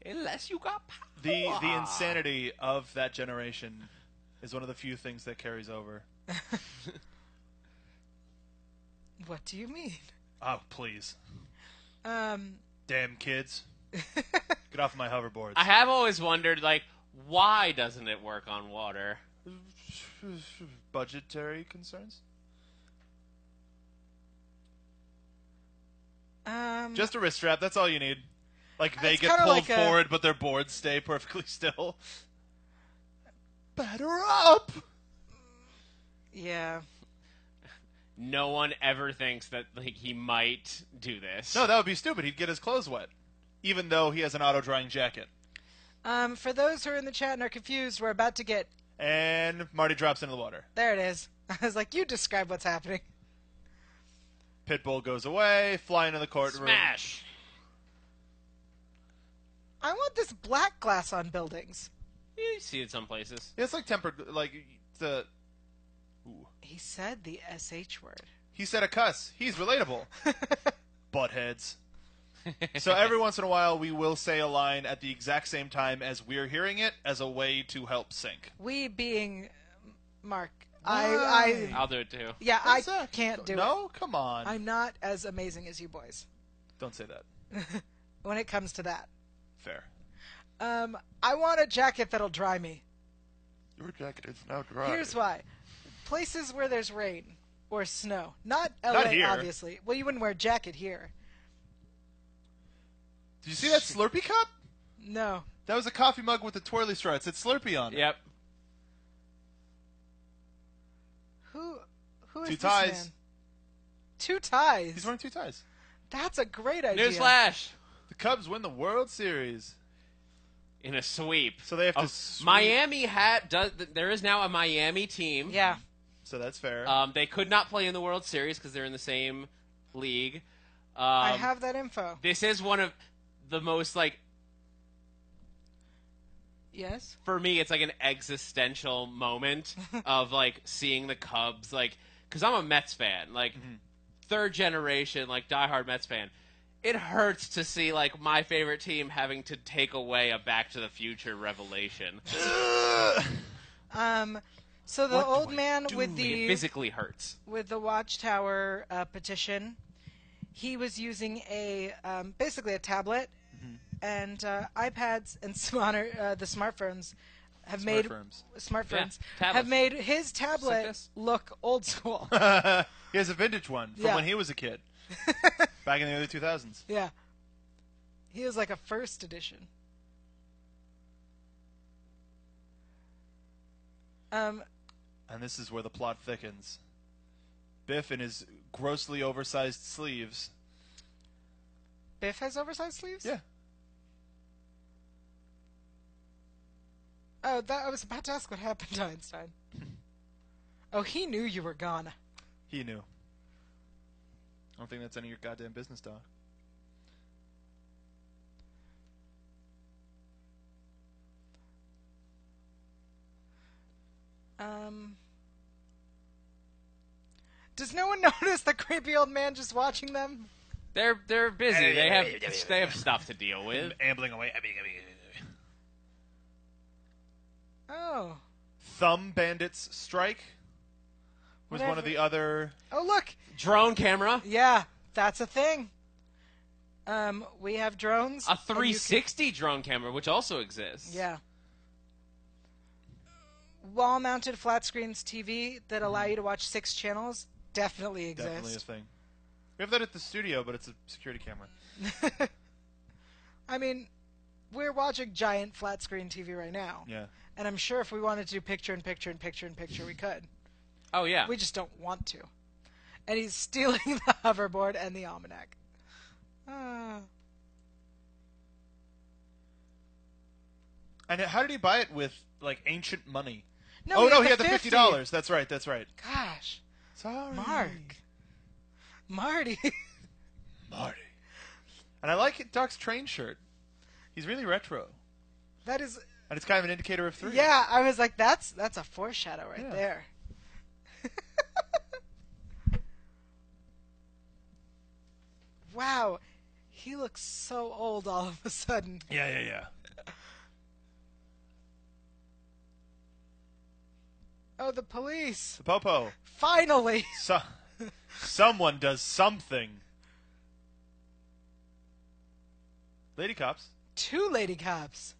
Speaker 4: Unless you got power.
Speaker 2: the the insanity of that generation is one of the few things that carries over.
Speaker 3: What do you mean?
Speaker 2: Oh, please.
Speaker 3: Um,
Speaker 2: Damn kids. Get off my hoverboards.
Speaker 4: I have always wondered, like, why doesn't it work on water?
Speaker 2: Budgetary concerns?
Speaker 3: um,
Speaker 2: Just a wrist strap, that's all you need. Like they
Speaker 3: It's
Speaker 2: get
Speaker 3: kinda
Speaker 2: pulled
Speaker 3: like a-
Speaker 2: forward but their boards stay perfectly still. Better up.
Speaker 3: yeah.
Speaker 4: No one ever thinks that like he might do this.
Speaker 2: No, that would be stupid. He'd get his clothes wet. Even though he has an auto drying jacket.
Speaker 3: Um, for those who are in the chat and are confused, we're about to get
Speaker 2: And Marty drops into the water.
Speaker 3: there. It is. I was like, you describe what's happening.
Speaker 2: Pitbull goes away, fly into the courtroom.
Speaker 4: smash.
Speaker 3: I want this black glass on buildings.
Speaker 4: You see it some places.
Speaker 2: Yeah, It's like temper like the Ooh.
Speaker 3: He said the sh word.
Speaker 2: He said a cuss. He's relatable. Buttheads. so every once in a while, we will say a line at the exact same time as we're hearing it as a way to help sync.
Speaker 3: We being Mark. I, I,
Speaker 4: I'll do it too.
Speaker 3: yeah,
Speaker 2: That's
Speaker 3: I
Speaker 2: a-
Speaker 3: can't do it.
Speaker 2: No, come on.
Speaker 3: I'm not as amazing as you boys
Speaker 2: Don't say that.
Speaker 3: when it comes to that.
Speaker 2: Fair.
Speaker 3: Um, I want a jacket that'll dry me.
Speaker 2: Your jacket is now dry.
Speaker 3: Here's why: places where there's rain or snow, not LA,
Speaker 2: Not here.
Speaker 3: obviously. Well, you wouldn't wear a jacket here.
Speaker 2: Did you see that Slurpee cup?
Speaker 3: No,
Speaker 2: That was a coffee mug with the twirly straw. It said Slurpee on it.
Speaker 4: Yep.
Speaker 3: who, who is
Speaker 2: Two
Speaker 3: this
Speaker 2: ties.
Speaker 3: man? Two ties.
Speaker 2: He's wearing two ties.
Speaker 3: That's a great idea.
Speaker 4: Newsflash.
Speaker 2: The Cubs win the World Series.
Speaker 4: In a sweep.
Speaker 2: So they have to
Speaker 4: Oh,
Speaker 2: sweep-
Speaker 4: Miami had does. There is now a Miami team.
Speaker 3: Yeah,
Speaker 2: So that's fair.
Speaker 3: Uh,
Speaker 4: Um, they could not play in the World Series because they're in the same league. Um,
Speaker 3: I have that info.
Speaker 4: This is one of the most like
Speaker 3: Yes.
Speaker 4: for me, it's like an existential moment of like seeing the Cubs, like, because I'm a Mets fan, like,
Speaker 3: Mm-hmm.
Speaker 4: third generation, like, diehard Mets fan. It hurts to see like my favorite team having to take away a Back to the Future revelation.
Speaker 3: Um, so the
Speaker 2: What do
Speaker 3: old
Speaker 2: I
Speaker 3: man
Speaker 2: do?
Speaker 3: with
Speaker 4: It
Speaker 3: the
Speaker 4: physically hurts.
Speaker 3: with the Watchtower uh, petition, he was using a um, basically a tablet, and uh, iPads and smarter uh, the smartphones have made
Speaker 2: Smartphones.
Speaker 3: smartphones
Speaker 4: Yeah,
Speaker 3: have
Speaker 4: tablets.
Speaker 3: made his tablet
Speaker 4: this.
Speaker 3: look old school.
Speaker 2: he has a vintage one from
Speaker 3: Yeah.
Speaker 2: when he was a kid. Back in the early 2000s.
Speaker 3: yeah, he was like a first edition. Um,
Speaker 2: And this is where the plot thickens. Biff in his grossly oversized sleeves.
Speaker 3: Biff has oversized sleeves.
Speaker 2: Yeah.
Speaker 3: Oh, that I was about to ask what happened to Einstein. Oh, he knew you were gone.
Speaker 2: He knew. I don't think that's any of your goddamn business, Doc.
Speaker 3: Um. Does no one notice the creepy old man just watching them?
Speaker 4: They're they're busy. They have they have stuff to deal with.
Speaker 2: Ambling away.
Speaker 3: Oh.
Speaker 2: Thumb Bandits Strike was one of
Speaker 3: Whatever.
Speaker 2: the other.
Speaker 3: Oh, look.
Speaker 4: Drone camera,
Speaker 3: Yeah, that's a thing. Um, we have drones.
Speaker 4: a
Speaker 3: and Oh, you can-
Speaker 4: 360 drone camera, which also exists.
Speaker 3: Yeah. Wall-mounted flat screens TV that allow you to watch six channels definitely exist.
Speaker 2: Definitely a thing. We have that at the studio, but it's a security camera.
Speaker 3: I mean, we're watching giant flat screen TV right now.
Speaker 2: Yeah.
Speaker 3: And I'm sure if we wanted to do picture in picture and picture in picture, we could.
Speaker 4: Oh yeah.
Speaker 3: We just don't want to. And he's stealing the hoverboard and the almanac. Uh,
Speaker 2: And how did he buy it with like ancient money?
Speaker 3: no,
Speaker 2: oh
Speaker 3: he
Speaker 2: no, he had the fifty
Speaker 3: 50.
Speaker 2: dollars. That's right. That's right.
Speaker 3: Gosh,
Speaker 2: Sorry,
Speaker 3: Mark, Marty.
Speaker 2: Marty. And I like Doc's train shirt. He's really retro,
Speaker 3: that is.
Speaker 2: and it's kind of an indicator of three.
Speaker 3: Yeah, I was like, that's that's a foreshadow right
Speaker 2: Yeah.
Speaker 3: there. wow, he looks so old all of a sudden.
Speaker 2: Yeah. Yeah. Yeah.
Speaker 3: Oh, the police!
Speaker 2: The popo.
Speaker 3: Finally.
Speaker 2: So- someone does something. Lady cops.
Speaker 3: two lady cops.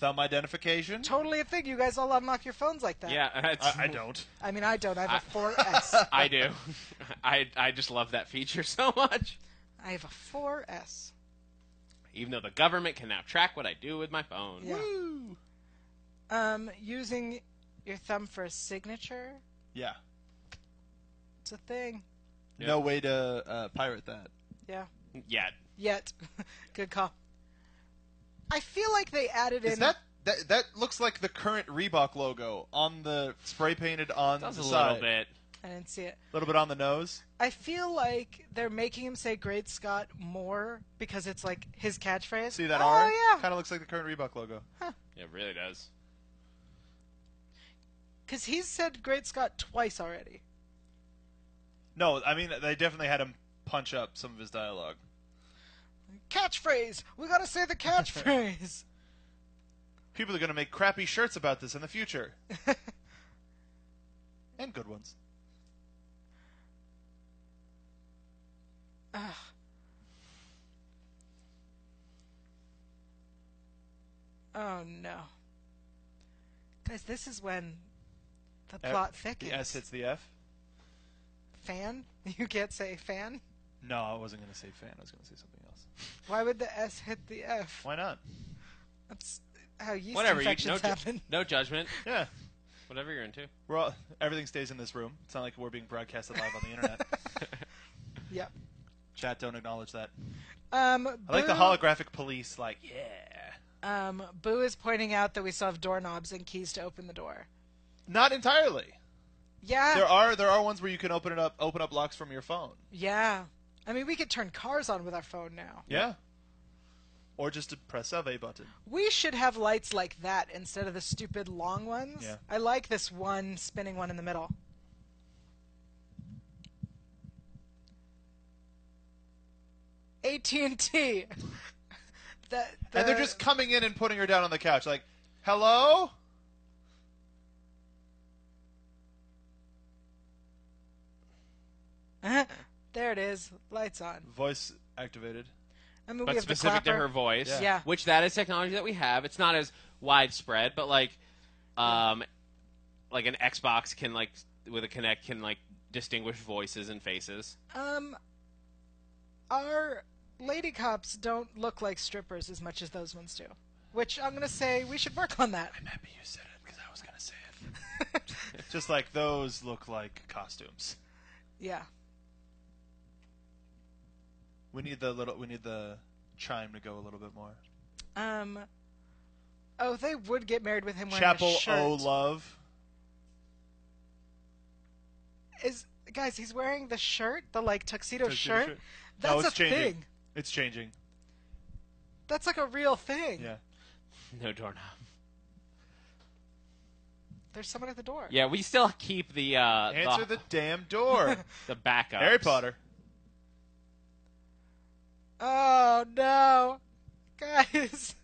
Speaker 2: Thumb identification.
Speaker 3: Totally a thing. You guys all unlock your phones like that.
Speaker 4: yeah.
Speaker 2: I,
Speaker 4: That's,
Speaker 2: I don't.
Speaker 3: I mean, I don't. I have a 4S.
Speaker 4: I do. I I just love that feature so much.
Speaker 3: I have a 4S.
Speaker 4: Even though the government can now track what I do with my phone.
Speaker 3: Yeah.
Speaker 2: Woo.
Speaker 3: Um, using your thumb for a signature.
Speaker 2: Yeah.
Speaker 3: It's a thing.
Speaker 2: No way to uh, pirate that.
Speaker 3: Yeah.
Speaker 4: Yet.
Speaker 3: Yet. Good call. I feel like they added
Speaker 2: Is
Speaker 3: in.
Speaker 2: that, that that looks like the current Reebok logo on the spray painted on
Speaker 4: Does
Speaker 2: the
Speaker 4: a
Speaker 2: side,
Speaker 4: little bit.
Speaker 3: I didn't see it.
Speaker 2: a little bit on the nose.
Speaker 3: I feel like they're making him say "Great Scott" more because it's like his catchphrase.
Speaker 2: See that
Speaker 3: oh,
Speaker 2: R?
Speaker 3: Oh yeah,
Speaker 2: Kind of looks like the current Reebok logo.
Speaker 4: It really does.
Speaker 3: because he's said "Great Scott" twice already.
Speaker 2: No, I mean they definitely had him punch up some of his dialogue.
Speaker 3: Catchphrase. We gotta say the catchphrase.
Speaker 2: People are going to make crappy shirts about this in the future, and good ones.
Speaker 3: Ugh. Oh no. Guys, this is when the
Speaker 2: Uh,
Speaker 3: plot thickens.
Speaker 2: The S hits the F.
Speaker 3: Fan? You can't say fan?
Speaker 2: No, I wasn't going to say fan. I was going to say something else.
Speaker 3: Why would the S hit the F?
Speaker 2: Why not?
Speaker 3: That's how yeast
Speaker 4: Whatever. You, no,
Speaker 3: infections
Speaker 4: ju-
Speaker 3: happen.
Speaker 4: no judgment.
Speaker 2: Yeah,
Speaker 4: Whatever you're into.
Speaker 2: we're all, everything stays in this room. It's not like we're being broadcasted live on the internet.
Speaker 3: Yep.
Speaker 2: Chat, don't acknowledge that.
Speaker 3: Um,
Speaker 2: I like the
Speaker 3: Boo-
Speaker 2: holographic police. Like, yeah.
Speaker 3: Um, Boo is pointing out that we still have doorknobs and keys to open the door.
Speaker 2: Not entirely.
Speaker 3: Yeah.
Speaker 2: There are there are ones where you can open it up open up locks from your phone.
Speaker 3: yeah. I mean, we could turn cars on with our phone now.
Speaker 2: Yeah. Or just to press of a button.
Speaker 3: We should have lights like that instead of the stupid long ones.
Speaker 2: Yeah.
Speaker 3: I like this one spinning one in the middle. AT and T.
Speaker 2: And they're just coming in and putting her down on the couch like, "Hello?"
Speaker 3: there. It is. Lights on.
Speaker 2: Voice activated.
Speaker 3: I mean, we
Speaker 4: but
Speaker 3: have
Speaker 4: specific
Speaker 3: the
Speaker 4: to
Speaker 3: clapper.
Speaker 4: her voice.
Speaker 2: Yeah.
Speaker 3: Yeah.
Speaker 4: Which that is technology that we have. It's not as widespread, but like, um, like an Xbox can like with a Kinect can like distinguish voices and faces.
Speaker 3: Um, our lady cops don't look like strippers as much as those ones do. Which I'm gonna say we should work on that.
Speaker 2: Happy you said it because I was going to say it. just like those look like costumes.
Speaker 3: Yeah.
Speaker 2: We need the little we need the chime to go a little bit more.
Speaker 3: Um. Oh, they would get married with him wearing
Speaker 2: Chapel
Speaker 3: a shirt.
Speaker 2: O Love.
Speaker 3: Is guys, he's wearing the shirt, the like tuxedo,
Speaker 2: Tuxedo
Speaker 3: shirt.
Speaker 2: shirt.
Speaker 3: That's
Speaker 2: no, Oh, it's
Speaker 3: a
Speaker 2: changing.
Speaker 3: thing.
Speaker 2: It's changing.
Speaker 3: That's like a real thing.
Speaker 2: Yeah.
Speaker 4: No doorknob.
Speaker 3: There's someone at the door.
Speaker 4: Yeah, we still keep the uh,
Speaker 2: Answer the damn door.
Speaker 4: the backup.
Speaker 2: Harry Potter.
Speaker 3: Oh no, guys!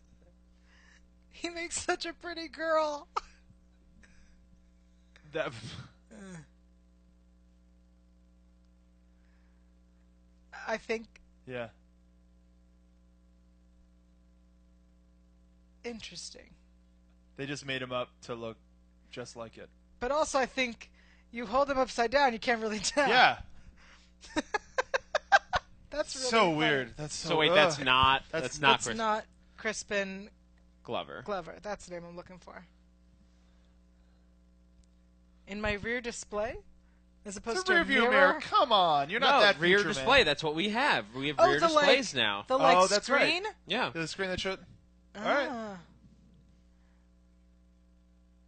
Speaker 3: He makes such a pretty girl.
Speaker 2: That,
Speaker 3: I think
Speaker 2: yeah.
Speaker 3: interesting,
Speaker 2: They just made him up to look just like it.
Speaker 3: but also I think you hold him upside down, you can't really tell.
Speaker 2: Yeah.
Speaker 3: that's really
Speaker 2: so
Speaker 3: funny.
Speaker 2: weird. That's so.
Speaker 4: So wait,
Speaker 2: ugh.
Speaker 4: that's not
Speaker 2: That's-
Speaker 4: that's, not
Speaker 3: That's
Speaker 4: Chris
Speaker 3: not Crispin
Speaker 4: Glover.
Speaker 3: Glover. That's the name I'm looking for. In my rear display, as opposed
Speaker 2: It's a
Speaker 3: to
Speaker 2: rear
Speaker 3: a
Speaker 2: view mirror. Come on, you're not
Speaker 4: no,
Speaker 2: that
Speaker 4: rear
Speaker 2: future, man.
Speaker 4: display. That's what we have. We have
Speaker 3: Oh,
Speaker 4: rear
Speaker 3: the, like,
Speaker 4: displays now.
Speaker 3: The like
Speaker 2: Oh, that's right.
Speaker 3: screen.
Speaker 4: yeah.
Speaker 2: The screen that showed.
Speaker 3: All
Speaker 2: right.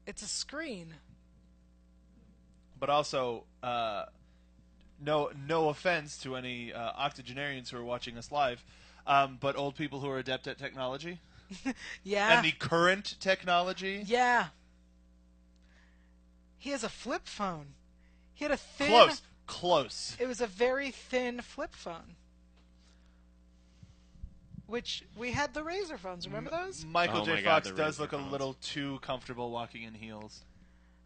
Speaker 3: It's a screen.
Speaker 2: but also uh, no no offense to any uh, octogenarians who are watching us live, um, but old people who are adept at technology
Speaker 3: Yeah.
Speaker 2: and the current technology.
Speaker 3: yeah. He has a flip phone. He had a thin.
Speaker 2: Close, close.
Speaker 3: It was a very thin flip phone. Which we had the razor phones. Remember those?
Speaker 2: Michael
Speaker 4: Oh
Speaker 2: J.
Speaker 4: my God,
Speaker 2: Fox
Speaker 4: the
Speaker 2: does
Speaker 4: razor
Speaker 2: look a
Speaker 4: phones.
Speaker 2: little too comfortable walking in heels.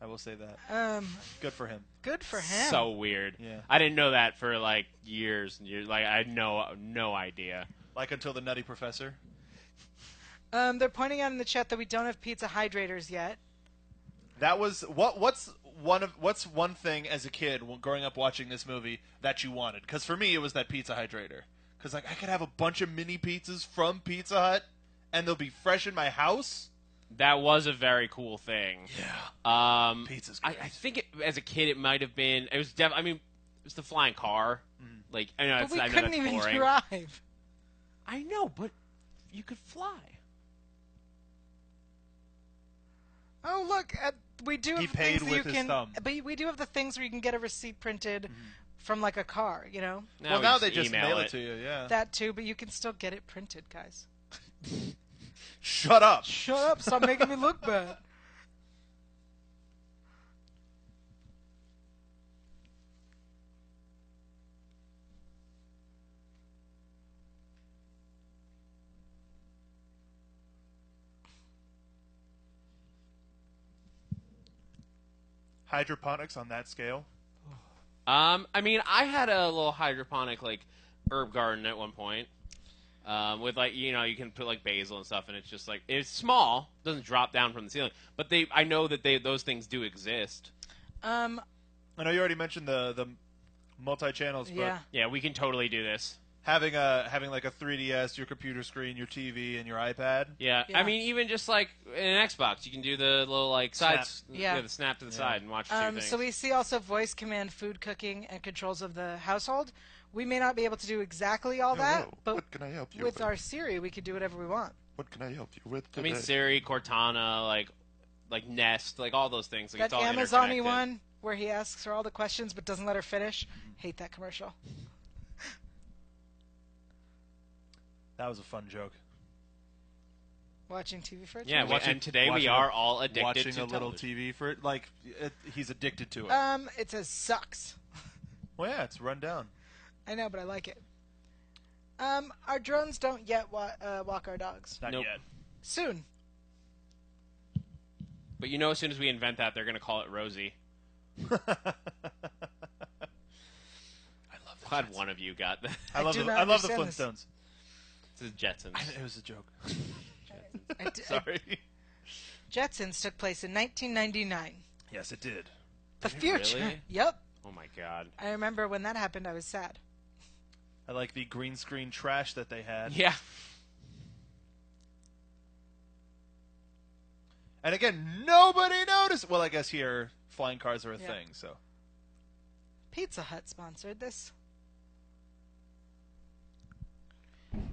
Speaker 2: I will say that.
Speaker 3: Um,
Speaker 2: Good for him.
Speaker 3: good for him.
Speaker 4: So weird.
Speaker 2: Yeah.
Speaker 4: I didn't know that for like years and years. Like I had no no idea.
Speaker 2: Like until the Nutty Professor.
Speaker 3: um, they're pointing out in the chat that we don't have pizza hydrators yet.
Speaker 2: That was what. What's one of what's one thing as a kid when growing up watching this movie that you wanted? Because for me, it was that pizza hydrator. Because like I could have a bunch of mini pizzas from Pizza Hut, and they'll be fresh in my house.
Speaker 4: That was a very cool thing. Yeah. Um,
Speaker 2: Pizza's
Speaker 4: I,
Speaker 2: great.
Speaker 4: I think it, as a kid it might have been. It was def. I mean, it was the flying car.
Speaker 2: Mm-hmm.
Speaker 4: Like I know.
Speaker 3: But
Speaker 4: It's,
Speaker 3: we
Speaker 4: I know
Speaker 3: couldn't
Speaker 4: that's
Speaker 3: even
Speaker 4: boring.
Speaker 3: drive.
Speaker 4: I know, but you could fly.
Speaker 3: Oh look, uh, we do have
Speaker 2: He
Speaker 3: the things
Speaker 2: paid
Speaker 3: that you
Speaker 2: with his
Speaker 3: can.
Speaker 2: thumb.
Speaker 3: But we do have the things where you can get a receipt printed from like a car, you know
Speaker 4: Now
Speaker 2: well,
Speaker 4: we
Speaker 2: now they just
Speaker 4: email
Speaker 2: mail it. to you. Yeah.
Speaker 3: that too. But you can still get it printed, guys.
Speaker 2: Shut up.
Speaker 3: Shut up! Stop making me look bad.
Speaker 2: Hydroponics on that scale.
Speaker 4: Um, I mean, I had a little hydroponic like herb garden at one point. Um, with like you know you can put like basil and stuff and it's just like it's small doesn't drop down from the ceiling but they I know that they those things do exist
Speaker 3: Um,
Speaker 2: I know you already mentioned the the multi channels, but
Speaker 3: yeah.
Speaker 4: yeah we can totally do this
Speaker 2: having a having like a 3ds, your computer screen, your TV, and your iPad.
Speaker 4: yeah,
Speaker 3: Yeah.
Speaker 4: I mean even just like in an Xbox you can do the little like side
Speaker 2: Snap.
Speaker 3: Yeah.
Speaker 4: the snap to the side and watch two
Speaker 3: Um,
Speaker 4: things
Speaker 3: so we see also voice command, food cooking, and controls of the household. We may not be able to do exactly all that,
Speaker 5: Hello.
Speaker 3: but
Speaker 5: What can I help you
Speaker 3: with
Speaker 5: with?
Speaker 3: our Siri, we could do whatever we want.
Speaker 5: What can I help you with
Speaker 4: I
Speaker 5: today?
Speaker 4: mean Siri Cortana like like Nest like all those things like
Speaker 3: that
Speaker 4: it's all
Speaker 3: Amazon
Speaker 4: interconnected.
Speaker 3: one where he asks her all the questions but doesn't let her finish. Hate that commercial.
Speaker 2: That was a fun joke.
Speaker 3: Watching TV for a
Speaker 4: yeah
Speaker 3: change.
Speaker 4: we- and today we
Speaker 2: watching a-
Speaker 4: are all addicted
Speaker 2: watching a
Speaker 4: to
Speaker 2: little
Speaker 4: television.
Speaker 2: TV for it. Like it, he's addicted to it.
Speaker 3: Um, it says sucks.
Speaker 2: well, yeah, it's run down.
Speaker 3: I know, but I like it. Um, our drones don't yet wa- uh, walk our dogs.
Speaker 2: Not
Speaker 4: Nope.
Speaker 2: yet.
Speaker 3: Soon.
Speaker 4: But you know, as soon as we invent that, they're going to call it Rosie.
Speaker 2: I love the
Speaker 4: Glad one of you got that.
Speaker 2: I love
Speaker 3: do
Speaker 2: the,
Speaker 3: not
Speaker 2: I love the
Speaker 3: understand
Speaker 2: Flintstones.
Speaker 4: This is Jetsons.
Speaker 2: It was a joke.
Speaker 3: I d-
Speaker 2: Sorry.
Speaker 3: uh, Jetsons took place in 1999.
Speaker 2: yes, it did.
Speaker 3: The future.
Speaker 4: really?
Speaker 3: Yep.
Speaker 4: Oh my god.
Speaker 3: I remember when that happened, I was sad.
Speaker 2: I like the green screen trash that they had.
Speaker 4: Yeah.
Speaker 2: And again, nobody noticed. Well, I guess here flying cars are a
Speaker 3: Yeah.
Speaker 2: thing. So
Speaker 3: Pizza Hut sponsored this.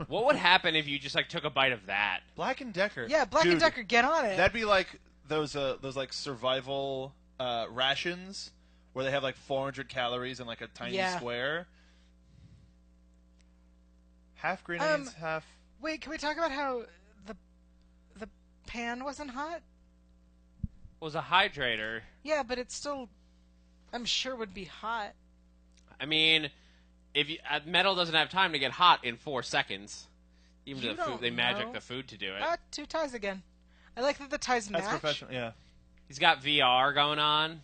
Speaker 4: what would happen if you just like took a bite of that?
Speaker 2: Black and Decker.
Speaker 3: Yeah, Black
Speaker 2: Dude,
Speaker 3: and Decker, get on it.
Speaker 2: That'd be like those uh those like survival uh rations where they have like 400 calories in like a tiny
Speaker 3: Yeah.
Speaker 2: square. Half grenades,
Speaker 3: Um,
Speaker 2: half.
Speaker 3: Wait, can we talk about how the the pan wasn't hot?
Speaker 4: was a hydrator.
Speaker 3: Yeah, but it still, I'm sure, would be hot.
Speaker 4: I mean, if you, uh, metal doesn't have time to get hot in four seconds, even
Speaker 3: You
Speaker 4: the food,
Speaker 3: don't
Speaker 4: they magic
Speaker 3: know.
Speaker 4: the food to do it.
Speaker 3: Ah, two ties again. I like that the ties match.
Speaker 2: That's professional. Yeah.
Speaker 4: He's got VR going on.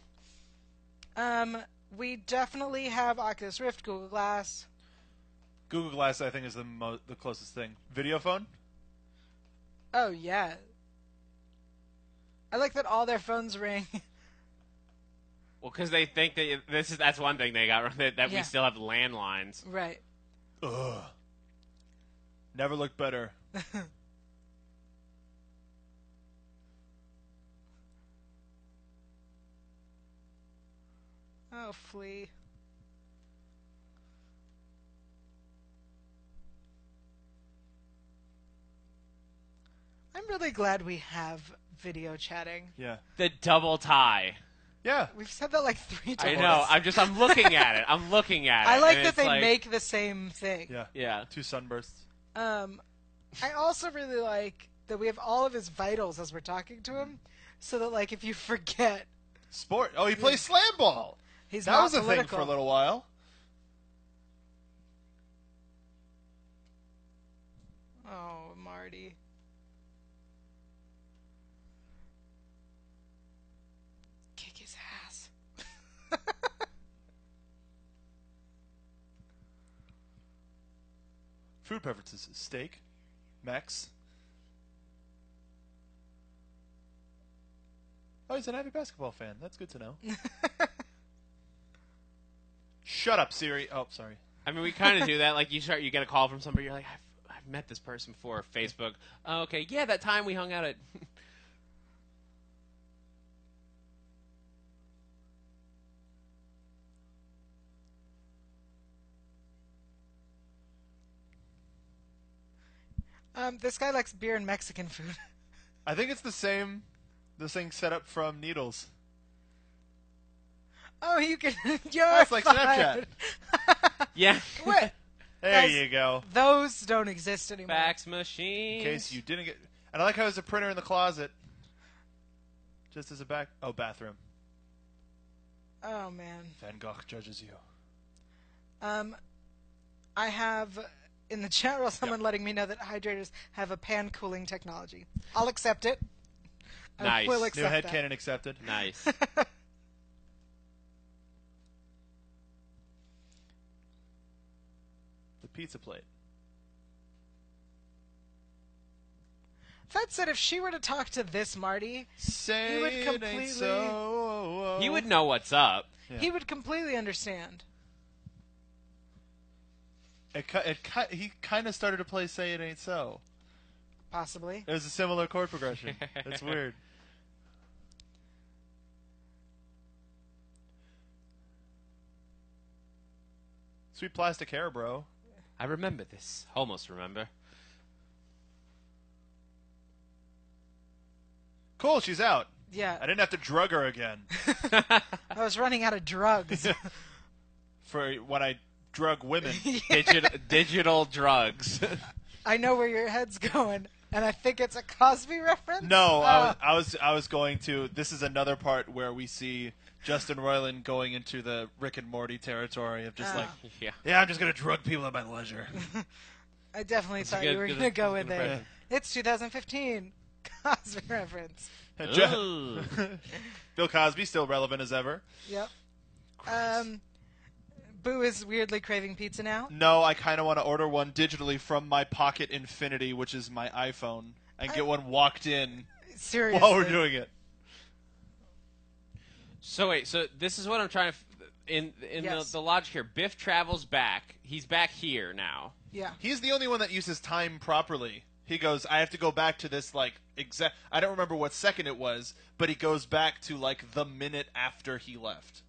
Speaker 3: Um, we definitely have Oculus Rift, Google Glass.
Speaker 2: Google Glass, I think, is the mo- the closest thing. Video phone.
Speaker 3: Oh yeah. I like that all their phones ring.
Speaker 4: Well, because they think that this is that's one thing they got wrong, that, that
Speaker 3: Yeah.
Speaker 4: we still have landlines.
Speaker 3: right.
Speaker 2: Ugh. Never looked better.
Speaker 3: Oh, flea. I'm really glad we have video chatting.
Speaker 2: Yeah.
Speaker 4: The double tie.
Speaker 2: Yeah.
Speaker 3: We've said that like three
Speaker 4: I
Speaker 3: times.
Speaker 4: know. I'm just I'm looking at it. I'm looking at it.
Speaker 3: I like
Speaker 4: and
Speaker 3: that
Speaker 4: it's
Speaker 3: they make the same thing.
Speaker 2: Yeah.
Speaker 4: Yeah.
Speaker 2: Two sunbursts.
Speaker 3: Um, I also really like that we have all of his vitals as we're talking to him, so that like if you forget,
Speaker 2: Sport. Oh, he plays slam ball.
Speaker 3: he's
Speaker 2: that
Speaker 3: not
Speaker 2: was a
Speaker 3: political.
Speaker 2: thing for a little while.
Speaker 3: Oh, Marty. Kick his ass.
Speaker 2: Food preferences: steak, Max. Oh, he's an avid basketball fan. That's good to know. Shut up, Siri. Oh, sorry.
Speaker 4: I mean, we kind of do that. Like you start, you get a call from somebody. You're like, I've, I've met this person before. Facebook. Oh, okay. Yeah, that time we hung out at.
Speaker 3: Um, this guy likes beer and Mexican food.
Speaker 2: I think it's the same, the same setup from Needles.
Speaker 3: oh, you can. You're
Speaker 2: That's like
Speaker 3: fired.
Speaker 4: yeah.
Speaker 3: Wait,
Speaker 2: There
Speaker 3: Guys,
Speaker 2: you go.
Speaker 3: those don't exist anymore.
Speaker 4: Fax machine.
Speaker 2: In case you didn't get, and I like how there's a printer in the closet, just as a back. Oh, bathroom.
Speaker 3: Oh man.
Speaker 2: Van Gogh judges you.
Speaker 3: Um, I have in the chat room someone letting me know that hydrators have a pan cooling technology. I'll accept it.
Speaker 4: Nice.
Speaker 3: I will
Speaker 4: New
Speaker 2: New head
Speaker 3: accept that.
Speaker 2: cannon accepted.
Speaker 4: Nice.
Speaker 2: The pizza plate.
Speaker 3: That said, if she were to talk to this Marty,
Speaker 2: Say
Speaker 3: He would
Speaker 2: it ain't
Speaker 3: completely-
Speaker 2: so.
Speaker 4: He would know what's up.
Speaker 2: Yeah.
Speaker 3: he would completely understand.
Speaker 2: It, ki- it, ki- he kind of started to play "Say It Ain't So."
Speaker 3: Possibly.
Speaker 2: It was a similar chord progression. It's weird. Sweet plastic hair, bro.
Speaker 4: I remember this. Almost remember.
Speaker 2: Cool, she's out.
Speaker 3: Yeah.
Speaker 2: I didn't have to drug her again
Speaker 3: I was running out of drugs.
Speaker 2: for when I drug women.
Speaker 4: Digital digital drugs.
Speaker 3: I know where your head's going, and I think it's a Cosby reference.
Speaker 2: No, I, was,
Speaker 3: Oh.
Speaker 2: I was I was going to. This is another part where we see Justin Roiland going into the Rick and Morty territory of just
Speaker 3: Oh.
Speaker 2: like,
Speaker 4: yeah.
Speaker 2: yeah, I'm just gonna drug people at my leisure.
Speaker 3: I definitely thought
Speaker 4: good-
Speaker 3: you were
Speaker 4: good-
Speaker 3: going to go
Speaker 4: good
Speaker 3: in there.
Speaker 4: impression.
Speaker 3: It's 2015. Cosby reference.
Speaker 2: Je-
Speaker 4: Ooh.
Speaker 2: Bill Cosby still relevant as ever.
Speaker 3: Yep. Um, Boo is weirdly craving pizza now.
Speaker 2: No, I kind of want to order one digitally from my Pocket Infinity, which is my iPhone, and get one walked in
Speaker 3: Seriously.
Speaker 2: while we're doing it.
Speaker 4: So wait, so this is what I'm trying to f- in in
Speaker 3: Yes.
Speaker 4: the, the logic here. Biff travels back. He's back here now.
Speaker 3: Yeah.
Speaker 2: He's the only one that uses time properly. He goes, I have to go back to this like exact. I don't remember what second it was, but he goes back to like the minute after he left,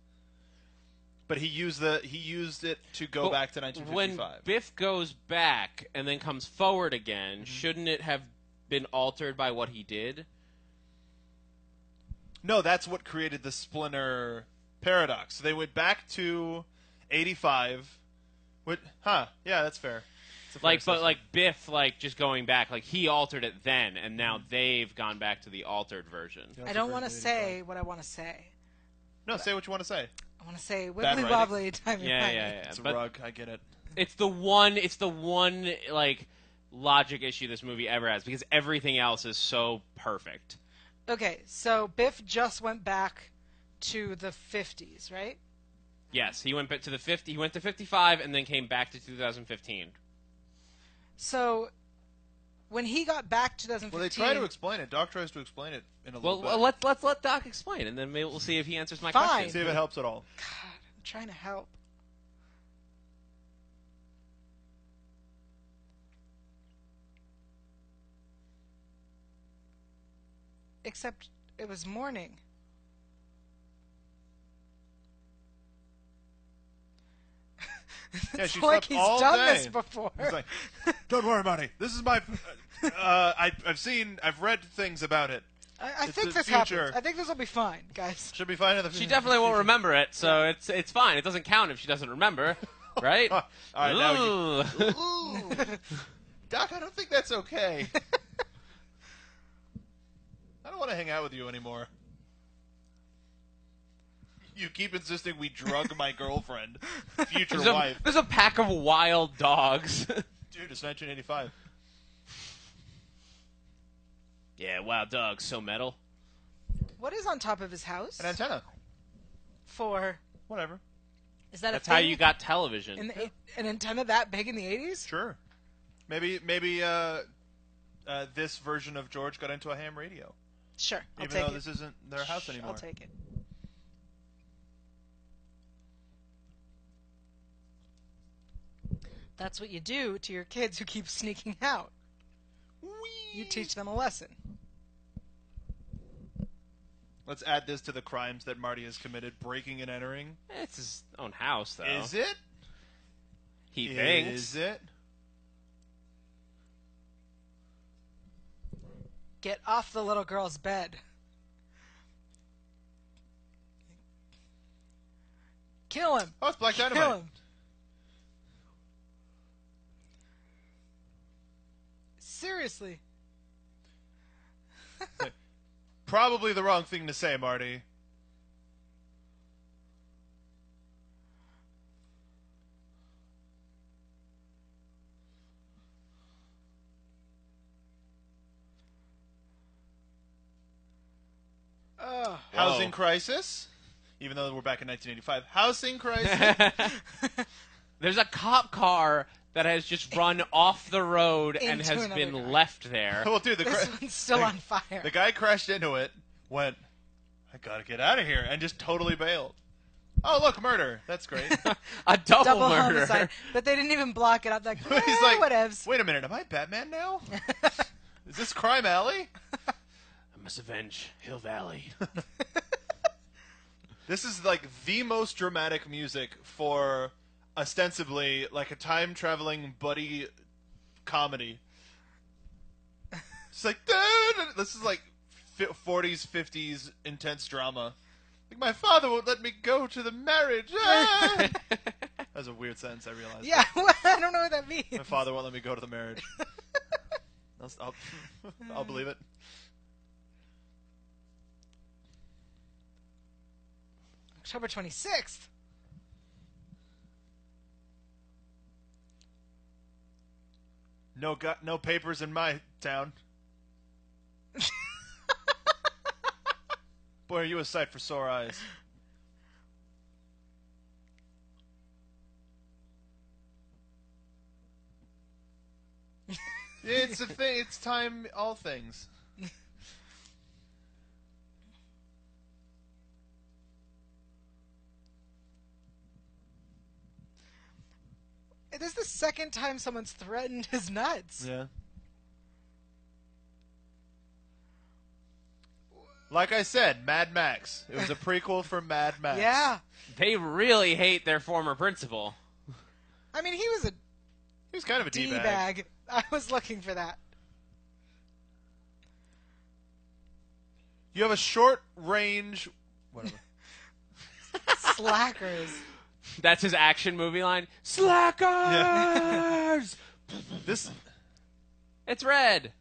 Speaker 2: But he used the he used it to go
Speaker 4: But
Speaker 2: back to
Speaker 4: When
Speaker 2: 1955.
Speaker 4: Biff goes back and then comes forward again,
Speaker 2: Mm-hmm.
Speaker 4: shouldn't it have been altered by what he did?
Speaker 2: No, that's what created the Splinter paradox. So they went back to 85. What? Huh? Yeah, that's fair. It's a fair
Speaker 4: Like, but
Speaker 2: assessment.
Speaker 4: like Biff, like just going back, like he altered it then, and now they've gone back to the altered version.
Speaker 2: Mm-hmm. Yeah,
Speaker 3: I
Speaker 2: that's a
Speaker 3: don't
Speaker 2: version
Speaker 3: want to
Speaker 2: of 85.
Speaker 3: say what I want to say.
Speaker 2: No, say what you want to say.
Speaker 3: I want to say
Speaker 2: Bad
Speaker 3: wibbly
Speaker 2: writing.
Speaker 3: wobbly timey
Speaker 4: Yeah, yeah,
Speaker 3: wimey.
Speaker 4: yeah.
Speaker 2: It's a
Speaker 4: But
Speaker 2: rug. I get it.
Speaker 4: it's the one, it's the one like logic issue this movie ever has because everything else is so perfect.
Speaker 3: Okay, so Biff just went back to the 50s, right?
Speaker 4: Yes, he went back to the fifty. He went to fifty-five and then came back to 2015.
Speaker 3: So when he got back to 2015,
Speaker 2: Well, they try to explain it. Doc tries to explain it in a
Speaker 4: Well,
Speaker 2: little
Speaker 4: well,
Speaker 2: bit.
Speaker 4: let's let's let Doc explain, and then maybe we'll see if he answers my
Speaker 3: Fine.
Speaker 4: question.
Speaker 2: see if it helps at all.
Speaker 3: I'm trying to help. Except it was morning.
Speaker 2: Yeah,
Speaker 3: It's
Speaker 2: she
Speaker 3: like
Speaker 2: slept
Speaker 3: he's
Speaker 2: all
Speaker 3: done
Speaker 2: day.
Speaker 3: this before.
Speaker 2: He's like, "Don't worry about it. This is my. Uh, I, I've seen. I've read things about it.
Speaker 3: I, I
Speaker 2: it's
Speaker 3: think
Speaker 2: the
Speaker 3: this happens.
Speaker 2: future.
Speaker 3: I think this will be fine, guys.
Speaker 2: Should be fine in the
Speaker 4: She definitely won't remember it, so it's it's fine. It doesn't count if she doesn't remember, right?
Speaker 2: All right, now
Speaker 4: Ooh.
Speaker 2: Ooh, Doc, I don't think that's okay. I don't want to hang out with you anymore. You keep insisting we drug my girlfriend, future
Speaker 4: there's, a,
Speaker 2: wife.
Speaker 4: there's a pack of wild dogs.
Speaker 2: Dude, it's 1985.
Speaker 4: yeah, wild dogs, so metal.
Speaker 3: What is on top of his house?
Speaker 2: An antenna.
Speaker 3: For
Speaker 2: Whatever.
Speaker 3: is that
Speaker 4: That's
Speaker 3: a thing?
Speaker 4: how you got
Speaker 3: in
Speaker 4: television.
Speaker 3: the, eight- an antenna that big in the 80s?
Speaker 2: Sure. Maybe maybe uh, uh, this version of George got into a ham radio,
Speaker 3: Sure, I'll
Speaker 2: even though
Speaker 3: take it.
Speaker 2: this isn't their house
Speaker 3: Shh,
Speaker 2: anymore.
Speaker 3: I'll take it. That's what you do to your kids who keep sneaking out. You teach them a lesson.
Speaker 2: Let's add this to the crimes that Marty has committed: breaking and entering.
Speaker 4: It's his own house,
Speaker 3: Oh.
Speaker 4: though.
Speaker 2: Is it?
Speaker 4: He
Speaker 2: Is
Speaker 4: thinks.
Speaker 2: it?
Speaker 3: Get off the little girl's bed. Kill him.
Speaker 2: Oh, it's Black
Speaker 3: Kill
Speaker 2: Dynamite.
Speaker 3: him. Seriously.
Speaker 2: Probably the wrong thing to say, Marty.
Speaker 3: Ugh.
Speaker 2: Housing crisis. Even though we're back in 1985, housing crisis.
Speaker 4: There's a cop car that has just run off the road and
Speaker 3: Into
Speaker 4: has
Speaker 3: another
Speaker 4: been
Speaker 3: guy.
Speaker 4: left there.
Speaker 2: well, dude, the,
Speaker 3: This
Speaker 2: cra-
Speaker 3: one's still on fire.
Speaker 2: the guy crashed into it, went, "I gotta get out of here," and just totally bailed. Oh, look, murder. That's great.
Speaker 4: A double,
Speaker 3: double
Speaker 4: murder.
Speaker 3: homicide. But they didn't even block it up. Like,
Speaker 2: But he's
Speaker 3: "Eh,
Speaker 2: like,
Speaker 3: whatevs.
Speaker 2: wait a minute, am I Batman now? Is this Crime Alley?
Speaker 4: I must avenge Hill Valley.
Speaker 2: This is like the most dramatic music for ostensibly like a time traveling buddy comedy. It's like "Dude," this is like forties, fifties intense drama. Like my father won't let me go to the marriage. ah!" that was a weird sentence. I realized.
Speaker 3: Yeah, I don't know what that means.
Speaker 2: My father won't let me go to the marriage. I'll, I'll, I'll believe it.
Speaker 3: October 26th.
Speaker 2: No, gu- no papers in my town. Boy, are you a sight for sore eyes. it's a thing. It's time. All things.
Speaker 3: This is the second time someone's threatened his nuts.
Speaker 2: Yeah. Like I said, Mad Max. It was a prequel for Mad Max.
Speaker 3: Yeah.
Speaker 4: They really hate their former principal.
Speaker 3: I mean, he was a
Speaker 2: He was kind of a
Speaker 3: D
Speaker 2: D-bag.
Speaker 3: bag. I was looking for that.
Speaker 2: You have a short range. Whatever.
Speaker 3: Slackers.
Speaker 4: That's his action movie line. Slackers.
Speaker 2: this
Speaker 4: It's red.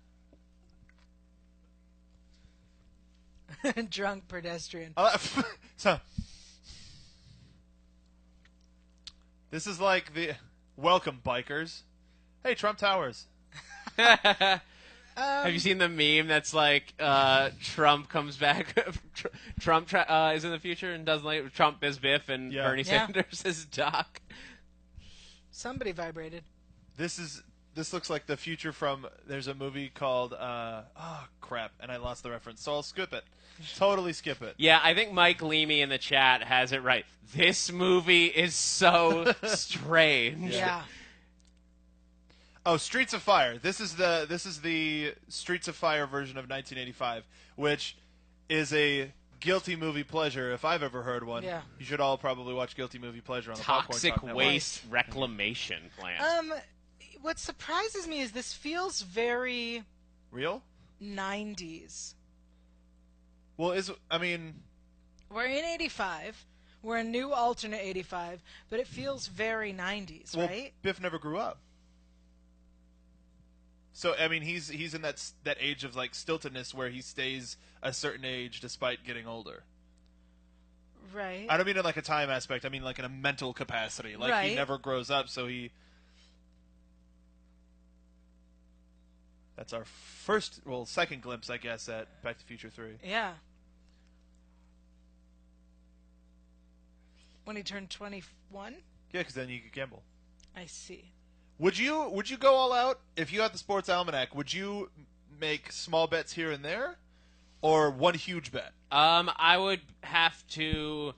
Speaker 3: Drunk pedestrian.
Speaker 2: I li- uh, so, this is like the welcome bikers. Hey, Trump Towers.
Speaker 3: Uh, Um,
Speaker 4: Have you seen the meme that's like uh, Trump comes back, Tr- Trump tra- uh, is in the future and doesn't like Trump is Biff and
Speaker 2: Yeah.
Speaker 4: Bernie
Speaker 3: Yeah.
Speaker 4: Sanders is Doc.
Speaker 3: Somebody vibrated.
Speaker 2: This is this looks like the future from. There's a movie called uh, oh crap, and I lost the reference, so I'll skip it. Totally skip it.
Speaker 4: Yeah, I think Mike Leamy in the chat has it right. This movie is so strange.
Speaker 3: Yeah.
Speaker 2: Oh, Streets of Fire. This is the this is the Streets of Fire version of 1985, which is a guilty movie pleasure if I've ever heard one.
Speaker 3: Yeah.
Speaker 2: You should all probably watch Guilty Movie Pleasure on the Popcorn
Speaker 4: Toxic
Speaker 2: Talk Network.
Speaker 4: waste reclamation plan.
Speaker 3: Um, what surprises me is this feels very
Speaker 2: Real?
Speaker 3: 90s.
Speaker 2: Well, is I mean,
Speaker 3: We're in 85. We're in new alternate 85, but it feels very 90s,
Speaker 2: well,
Speaker 3: right?
Speaker 2: Biff never grew up. So I mean, he's he's in that s- that age of like stiltedness where he stays a certain age despite getting older.
Speaker 3: Right.
Speaker 2: I don't mean in like a time aspect. I mean like in a mental capacity. Like he
Speaker 3: Right.
Speaker 2: never grows up, so he. That's our first, well, second glimpse, I guess, at Back to the Future Three.
Speaker 3: Yeah. When he turned 21?
Speaker 2: Yeah, because then you could gamble.
Speaker 3: I see.
Speaker 2: Would you would you go all out if you had the sports almanac? Would you make small bets here and there, or one huge bet?
Speaker 4: Um, I would have to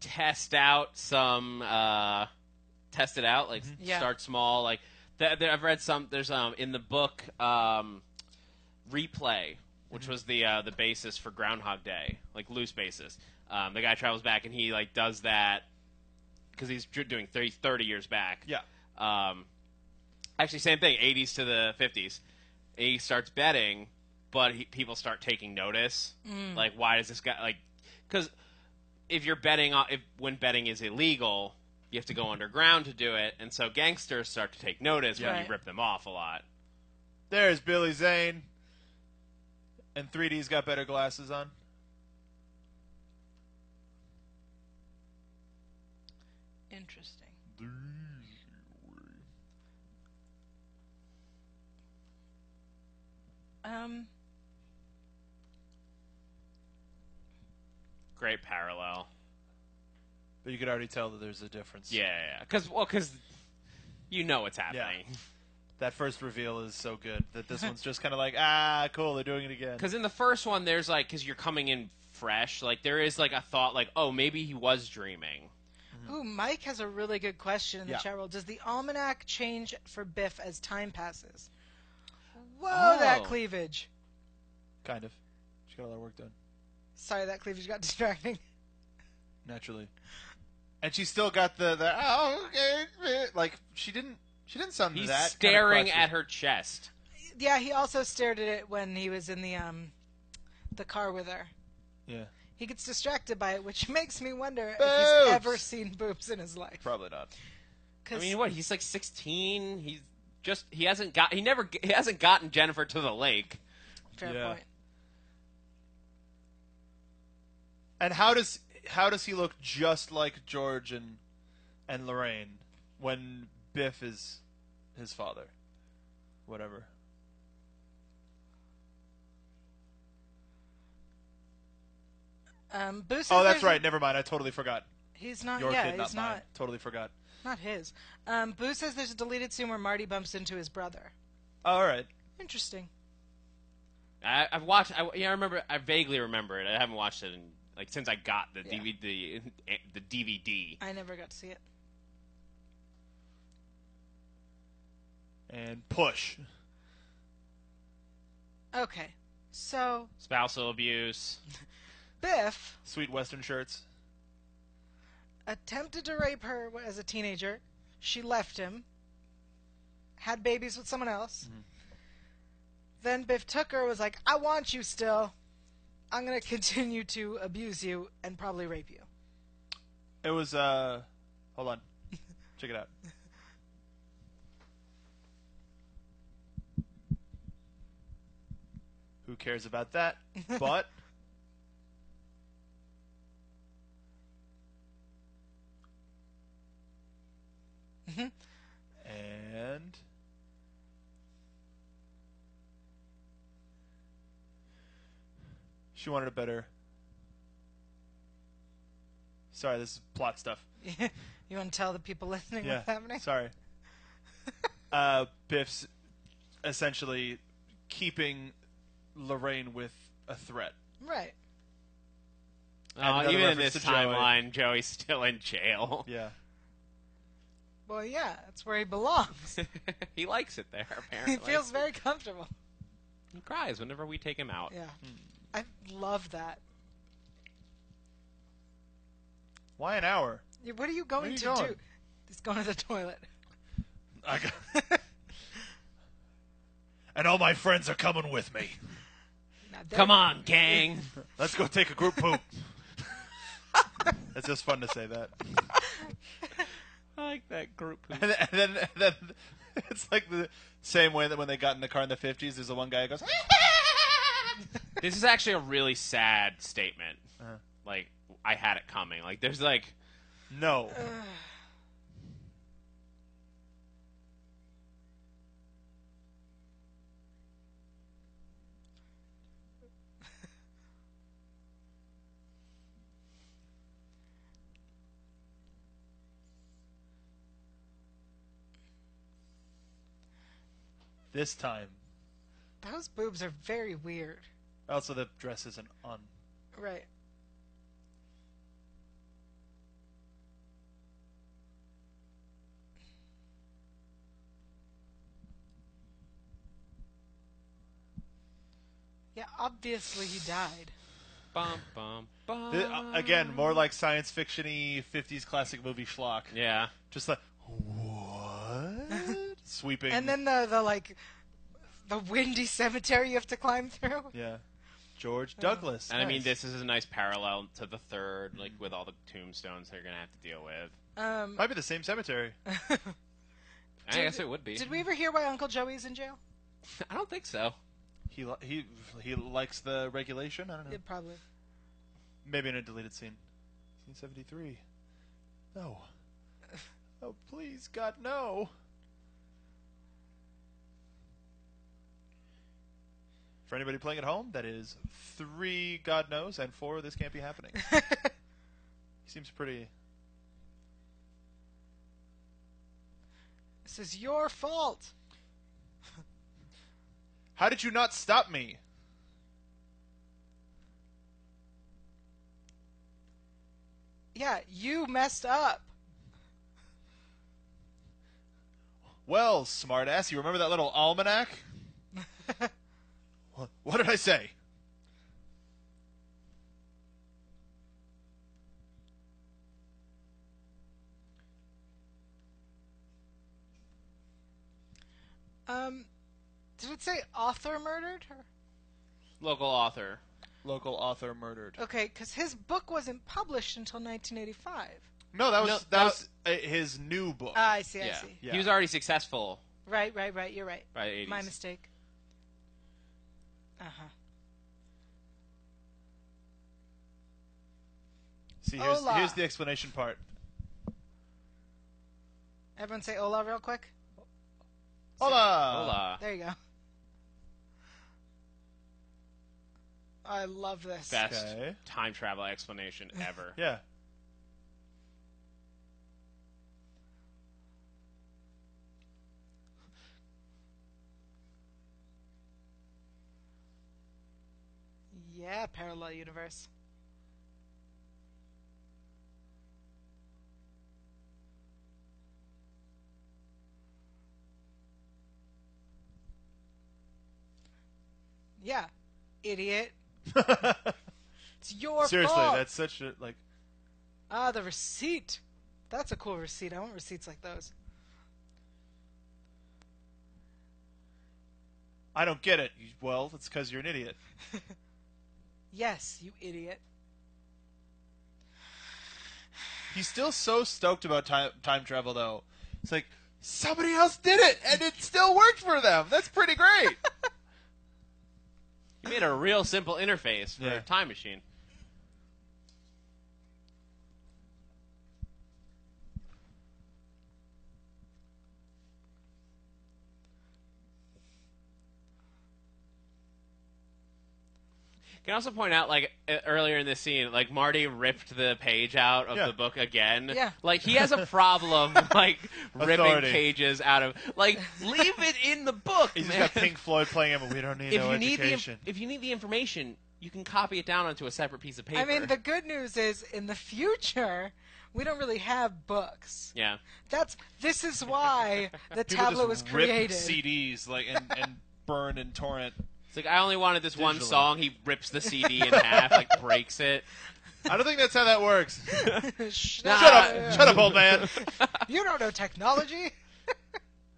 Speaker 4: test out some, uh, test it out, like
Speaker 3: Yeah.
Speaker 4: start small. Like th- there, I've read some. There's um in the book, um, replay, which was the uh, the basis for Groundhog Day, like loose basis. Um, the guy travels back and he like does that because he's dr- doing 30, 30 years back.
Speaker 2: Yeah.
Speaker 4: Um, actually, same thing, 80s to the 50s. He starts betting, but he, people start taking notice. Like, why does this guy like? Because if you're betting on if when betting is illegal, you have to go underground to do it, and so gangsters start to take notice when
Speaker 3: Right.
Speaker 4: you rip them off a lot.
Speaker 2: There's Billy Zane, and 3D's got better glasses on.
Speaker 3: Interesting. Um,
Speaker 4: Great parallel.
Speaker 2: But you could already tell that there's a difference.
Speaker 4: Yeah, yeah, because well, because you know what's happening.
Speaker 2: That first reveal is so good that this one's just kind of like, ah, cool, they're doing it again.
Speaker 4: Because in the first one, there's like because you're coming in fresh, like there is like a thought like, oh, maybe he was dreaming.
Speaker 3: ooh, Mike has a really good question in the
Speaker 2: Yeah.
Speaker 3: chat roll. Does the almanac change for Biff as time passes? Whoa,
Speaker 4: Oh.
Speaker 3: that cleavage.
Speaker 2: Kind of. She got a lot of work done.
Speaker 3: Sorry, that cleavage got distracting.
Speaker 2: Naturally. And she still got the, the oh, okay. eh," Like, she didn't. She didn't sound
Speaker 4: He's
Speaker 2: that. kind of
Speaker 4: staring
Speaker 2: crushed.
Speaker 4: at her chest.
Speaker 3: Yeah, he also stared at it when he was in the um, the car with her.
Speaker 2: Yeah.
Speaker 3: He gets distracted by it, which makes me wonder if
Speaker 2: Boobs.
Speaker 3: he's ever seen boobs in his life.
Speaker 2: Probably not.
Speaker 3: 'Cause-
Speaker 4: I mean, what? He's like 16. He's just he hasn't got he never he hasn't gotten Jennifer to the lake.
Speaker 3: fair
Speaker 2: Yeah.
Speaker 3: point.
Speaker 2: And how does how does he look just like George and and Lorraine when Biff is his father? Whatever.
Speaker 3: Um, Boo says
Speaker 2: Oh, that's
Speaker 3: there's-
Speaker 2: right. Never mind. I totally forgot.
Speaker 3: He's not.
Speaker 2: Your
Speaker 3: yeah,
Speaker 2: kid,
Speaker 3: he's
Speaker 2: not, mine.
Speaker 3: not.
Speaker 2: Totally forgot.
Speaker 3: Not his. Um, Boo says there's a deleted scene where Marty bumps into his brother.
Speaker 2: Oh, all right.
Speaker 3: Interesting.
Speaker 4: I, I've watched. I, yeah, I remember. I vaguely remember it. I haven't watched it in like since I got the
Speaker 3: Yeah.
Speaker 4: DVD. eh, The DVD.
Speaker 3: I never got to see it.
Speaker 2: And push.
Speaker 3: Okay. So
Speaker 4: spousal abuse.
Speaker 3: Biff
Speaker 2: Sweet Western shirts.
Speaker 3: attempted to rape her as a teenager. She left him. Had babies with someone else. Then Biff took her. Was like, I want you still. I'm gonna continue to abuse you and probably rape you.
Speaker 2: It was uh, hold on, check it out. Who cares about that? But and she wanted a better. Sorry, this is plot stuff.
Speaker 3: you want to tell the people listening what's happening?
Speaker 2: Sorry. uh, Biff's essentially keeping Lorraine with a threat.
Speaker 3: Right.
Speaker 4: Uh,
Speaker 2: another
Speaker 4: even in
Speaker 2: reference
Speaker 4: this
Speaker 2: to Joey.
Speaker 4: timeline, Joey's still in jail.
Speaker 2: Yeah.
Speaker 3: Well, yeah, that's where he belongs.
Speaker 4: he likes it there.
Speaker 3: he
Speaker 4: Apparently,
Speaker 3: feels very comfortable.
Speaker 4: He cries whenever we take him out.
Speaker 3: Yeah. I love that.
Speaker 2: Why an hour?
Speaker 3: Yeah, What are you going
Speaker 2: you
Speaker 3: to
Speaker 2: going?
Speaker 3: do? He's going to the toilet.
Speaker 2: I got- and all my friends are coming with me.
Speaker 3: Now, there-
Speaker 4: Come on, gang.
Speaker 2: Let's go take a group poop. it's just fun to say that.
Speaker 4: I like that group. who-
Speaker 2: And then, and then, and then it's like the same way that when they got in the car in the 50s, there's the one guy who goes,
Speaker 4: this is actually a really sad statement.
Speaker 2: Uh-huh.
Speaker 4: Like I had it coming. Like there's like
Speaker 2: no. This time.
Speaker 3: Those boobs are very weird.
Speaker 2: Also, the dress isn't on.
Speaker 3: Right. Yeah, obviously he died.
Speaker 4: bum bum bum.
Speaker 2: Th- uh, again, more like science fiction-y 50s classic movie schlock.
Speaker 4: yeah.
Speaker 2: Just like, what? Sweeping.
Speaker 3: And then the, the like the windy cemetery you have to climb through.
Speaker 2: Yeah. George Douglas.
Speaker 4: And I
Speaker 2: nice.
Speaker 4: mean,
Speaker 2: Mm-hmm.
Speaker 4: this is a nice parallel to the third, like with all the tombstones they're gonna have to deal with.
Speaker 3: Um,
Speaker 2: Might be the same cemetery.
Speaker 4: I guess it would be.
Speaker 3: did we ever hear why Uncle Joey's in jail?
Speaker 4: I don't think so.
Speaker 2: He li- he he likes the regulation. I don't know.
Speaker 3: Yeah, probably.
Speaker 2: Maybe in a deleted scene. Scene seventy three. No. Oh please, God, no. For anybody playing at home, that is three God knows and four this can't be happening. he seems pretty.
Speaker 3: This is your fault.
Speaker 2: How did you not stop me?
Speaker 3: Yeah, you messed up.
Speaker 2: Well, smartass, you remember that little almanac? Wha- what did I say?
Speaker 3: Um, did it say author murdered her?
Speaker 4: Local author.
Speaker 2: Local author murdered.
Speaker 3: Okay, because his book wasn't published until 1985.
Speaker 2: No, that was
Speaker 4: No,
Speaker 2: that,
Speaker 4: that-
Speaker 2: was uh, his new book.
Speaker 3: Ah, I see, I
Speaker 4: Yeah.
Speaker 3: see.
Speaker 2: Yeah.
Speaker 4: He was already successful
Speaker 3: Right, right, right. You're right.
Speaker 4: by the 80s.
Speaker 3: My mistake. Uh huh.
Speaker 2: See, here's,
Speaker 3: Hola.
Speaker 2: here's the explanation part.
Speaker 3: Everyone say hola real quick.
Speaker 2: Hola.
Speaker 4: Hola.
Speaker 3: There you go. I love this.
Speaker 4: Best
Speaker 2: Okay.
Speaker 4: time travel explanation ever.
Speaker 2: Yeah.
Speaker 3: Yeah, parallel universe. Yeah. idiot.
Speaker 2: Seriously,
Speaker 3: It's your fault.
Speaker 2: that's such a like.
Speaker 3: Ah, the receipt. That's a cool receipt. I want receipts like those.
Speaker 2: I don't get it. You- Well, it's because you're an idiot.
Speaker 3: Yes, you idiot.
Speaker 2: He's still so stoked about time time travel though. It's like somebody else did it, and it still worked for them. That's pretty great.
Speaker 4: You made a real simple interface for
Speaker 2: Yeah.
Speaker 4: a time machine. Can I also point out, like e- earlier in this scene, like Marty ripped the page out of
Speaker 2: Yeah.
Speaker 4: the book again.
Speaker 3: Yeah.
Speaker 4: Like he has a problem, like ripping
Speaker 2: Authority.
Speaker 4: pages out of, like leave it in the book.
Speaker 2: He's just
Speaker 4: man
Speaker 2: got Pink Floyd playing him, but we don't need
Speaker 4: if
Speaker 2: no
Speaker 4: you need the
Speaker 2: education.
Speaker 4: inf- if you need the information, you can copy it down onto a separate piece of paper.
Speaker 3: I mean, the good news is in the future, we don't really have books.
Speaker 4: yeah,
Speaker 3: That's this is why the
Speaker 2: People just
Speaker 3: tablet was
Speaker 2: rip
Speaker 3: created.
Speaker 2: CDs like and, and burn and torrent.
Speaker 4: it's like I only wanted this one
Speaker 2: Digitally.
Speaker 4: song. He rips the CD in half, like breaks it.
Speaker 2: I don't think that's how that works.
Speaker 3: Shut
Speaker 4: Nah.
Speaker 2: Shut up,
Speaker 4: Yeah.
Speaker 2: shut up, old man.
Speaker 3: You don't know technology.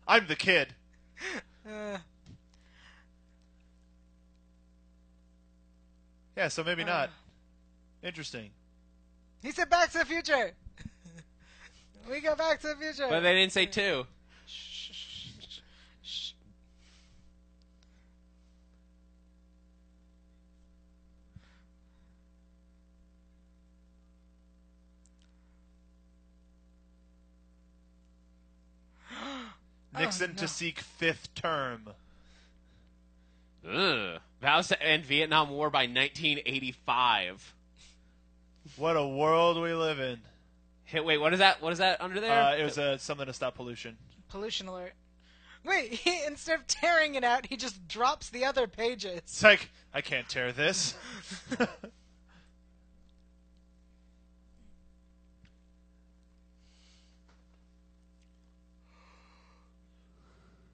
Speaker 2: I'm the kid.
Speaker 3: Uh,
Speaker 2: Yeah, so maybe not. Interesting.
Speaker 3: he said, "Back to the future." we go back to the future.
Speaker 4: But they didn't say two.
Speaker 2: Nixon
Speaker 3: no.
Speaker 2: to seek fifth term.
Speaker 4: Ugh. Vows to end Vietnam War by 1985.
Speaker 2: What a world we live in.
Speaker 4: Hey, wait, what is that? What is that under there?
Speaker 2: Uh, it was uh, something to stop pollution.
Speaker 3: Pollution alert. Wait, he, instead of tearing it out, he just drops the other pages.
Speaker 2: It's like I can't tear this.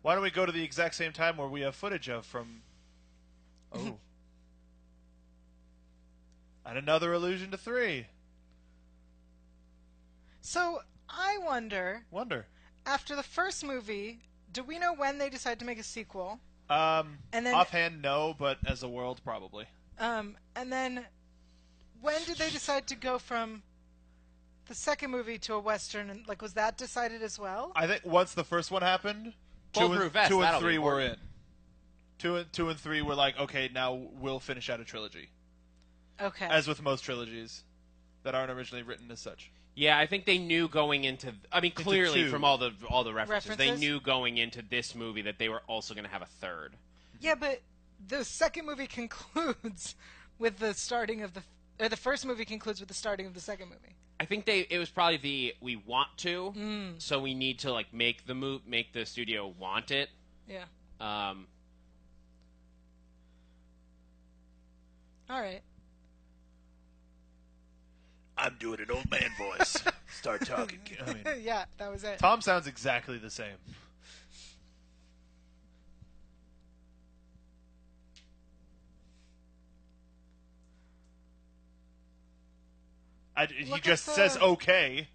Speaker 2: Why don't we go to the exact same time where we have footage of from?
Speaker 3: Mm-hmm.
Speaker 2: Oh, and another allusion to three.
Speaker 3: So I wonder,
Speaker 2: Wonder.
Speaker 3: after the first movie, do we know when they decide to make a sequel?
Speaker 2: Um,
Speaker 3: And then-
Speaker 2: offhand, no, but as a world, probably.
Speaker 3: Um, and then, when did they decide to go from the second movie to a western? And like, was that decided as well?
Speaker 2: I think once the first one happened,
Speaker 4: Both
Speaker 2: two
Speaker 4: were
Speaker 2: and,
Speaker 4: vets,
Speaker 2: two and
Speaker 4: that'll be
Speaker 2: three were in.
Speaker 4: important.
Speaker 2: Two and two and three were like, okay, now we'll finish out a trilogy.
Speaker 3: Okay.
Speaker 2: As with most trilogies that aren't originally written as such.
Speaker 4: yeah, I think they knew going into. I mean, clearly
Speaker 2: two.
Speaker 4: from all the all the references,
Speaker 3: References?
Speaker 4: they knew going into this movie that they were also going to have a third.
Speaker 3: yeah, but the second movie concludes with the starting of the. Or the first movie concludes with the starting of the second movie.
Speaker 4: I think they it was probably the we want to,
Speaker 3: Hmm.
Speaker 4: so we need to like make the move, make the studio want it.
Speaker 3: Yeah.
Speaker 4: Um,
Speaker 3: All right.
Speaker 2: I'm doing an old man voice. Start talking. I mean,
Speaker 3: yeah, that was it.
Speaker 2: Tom sounds exactly the same. I, he
Speaker 3: Look at
Speaker 2: just
Speaker 3: the-
Speaker 2: says okay,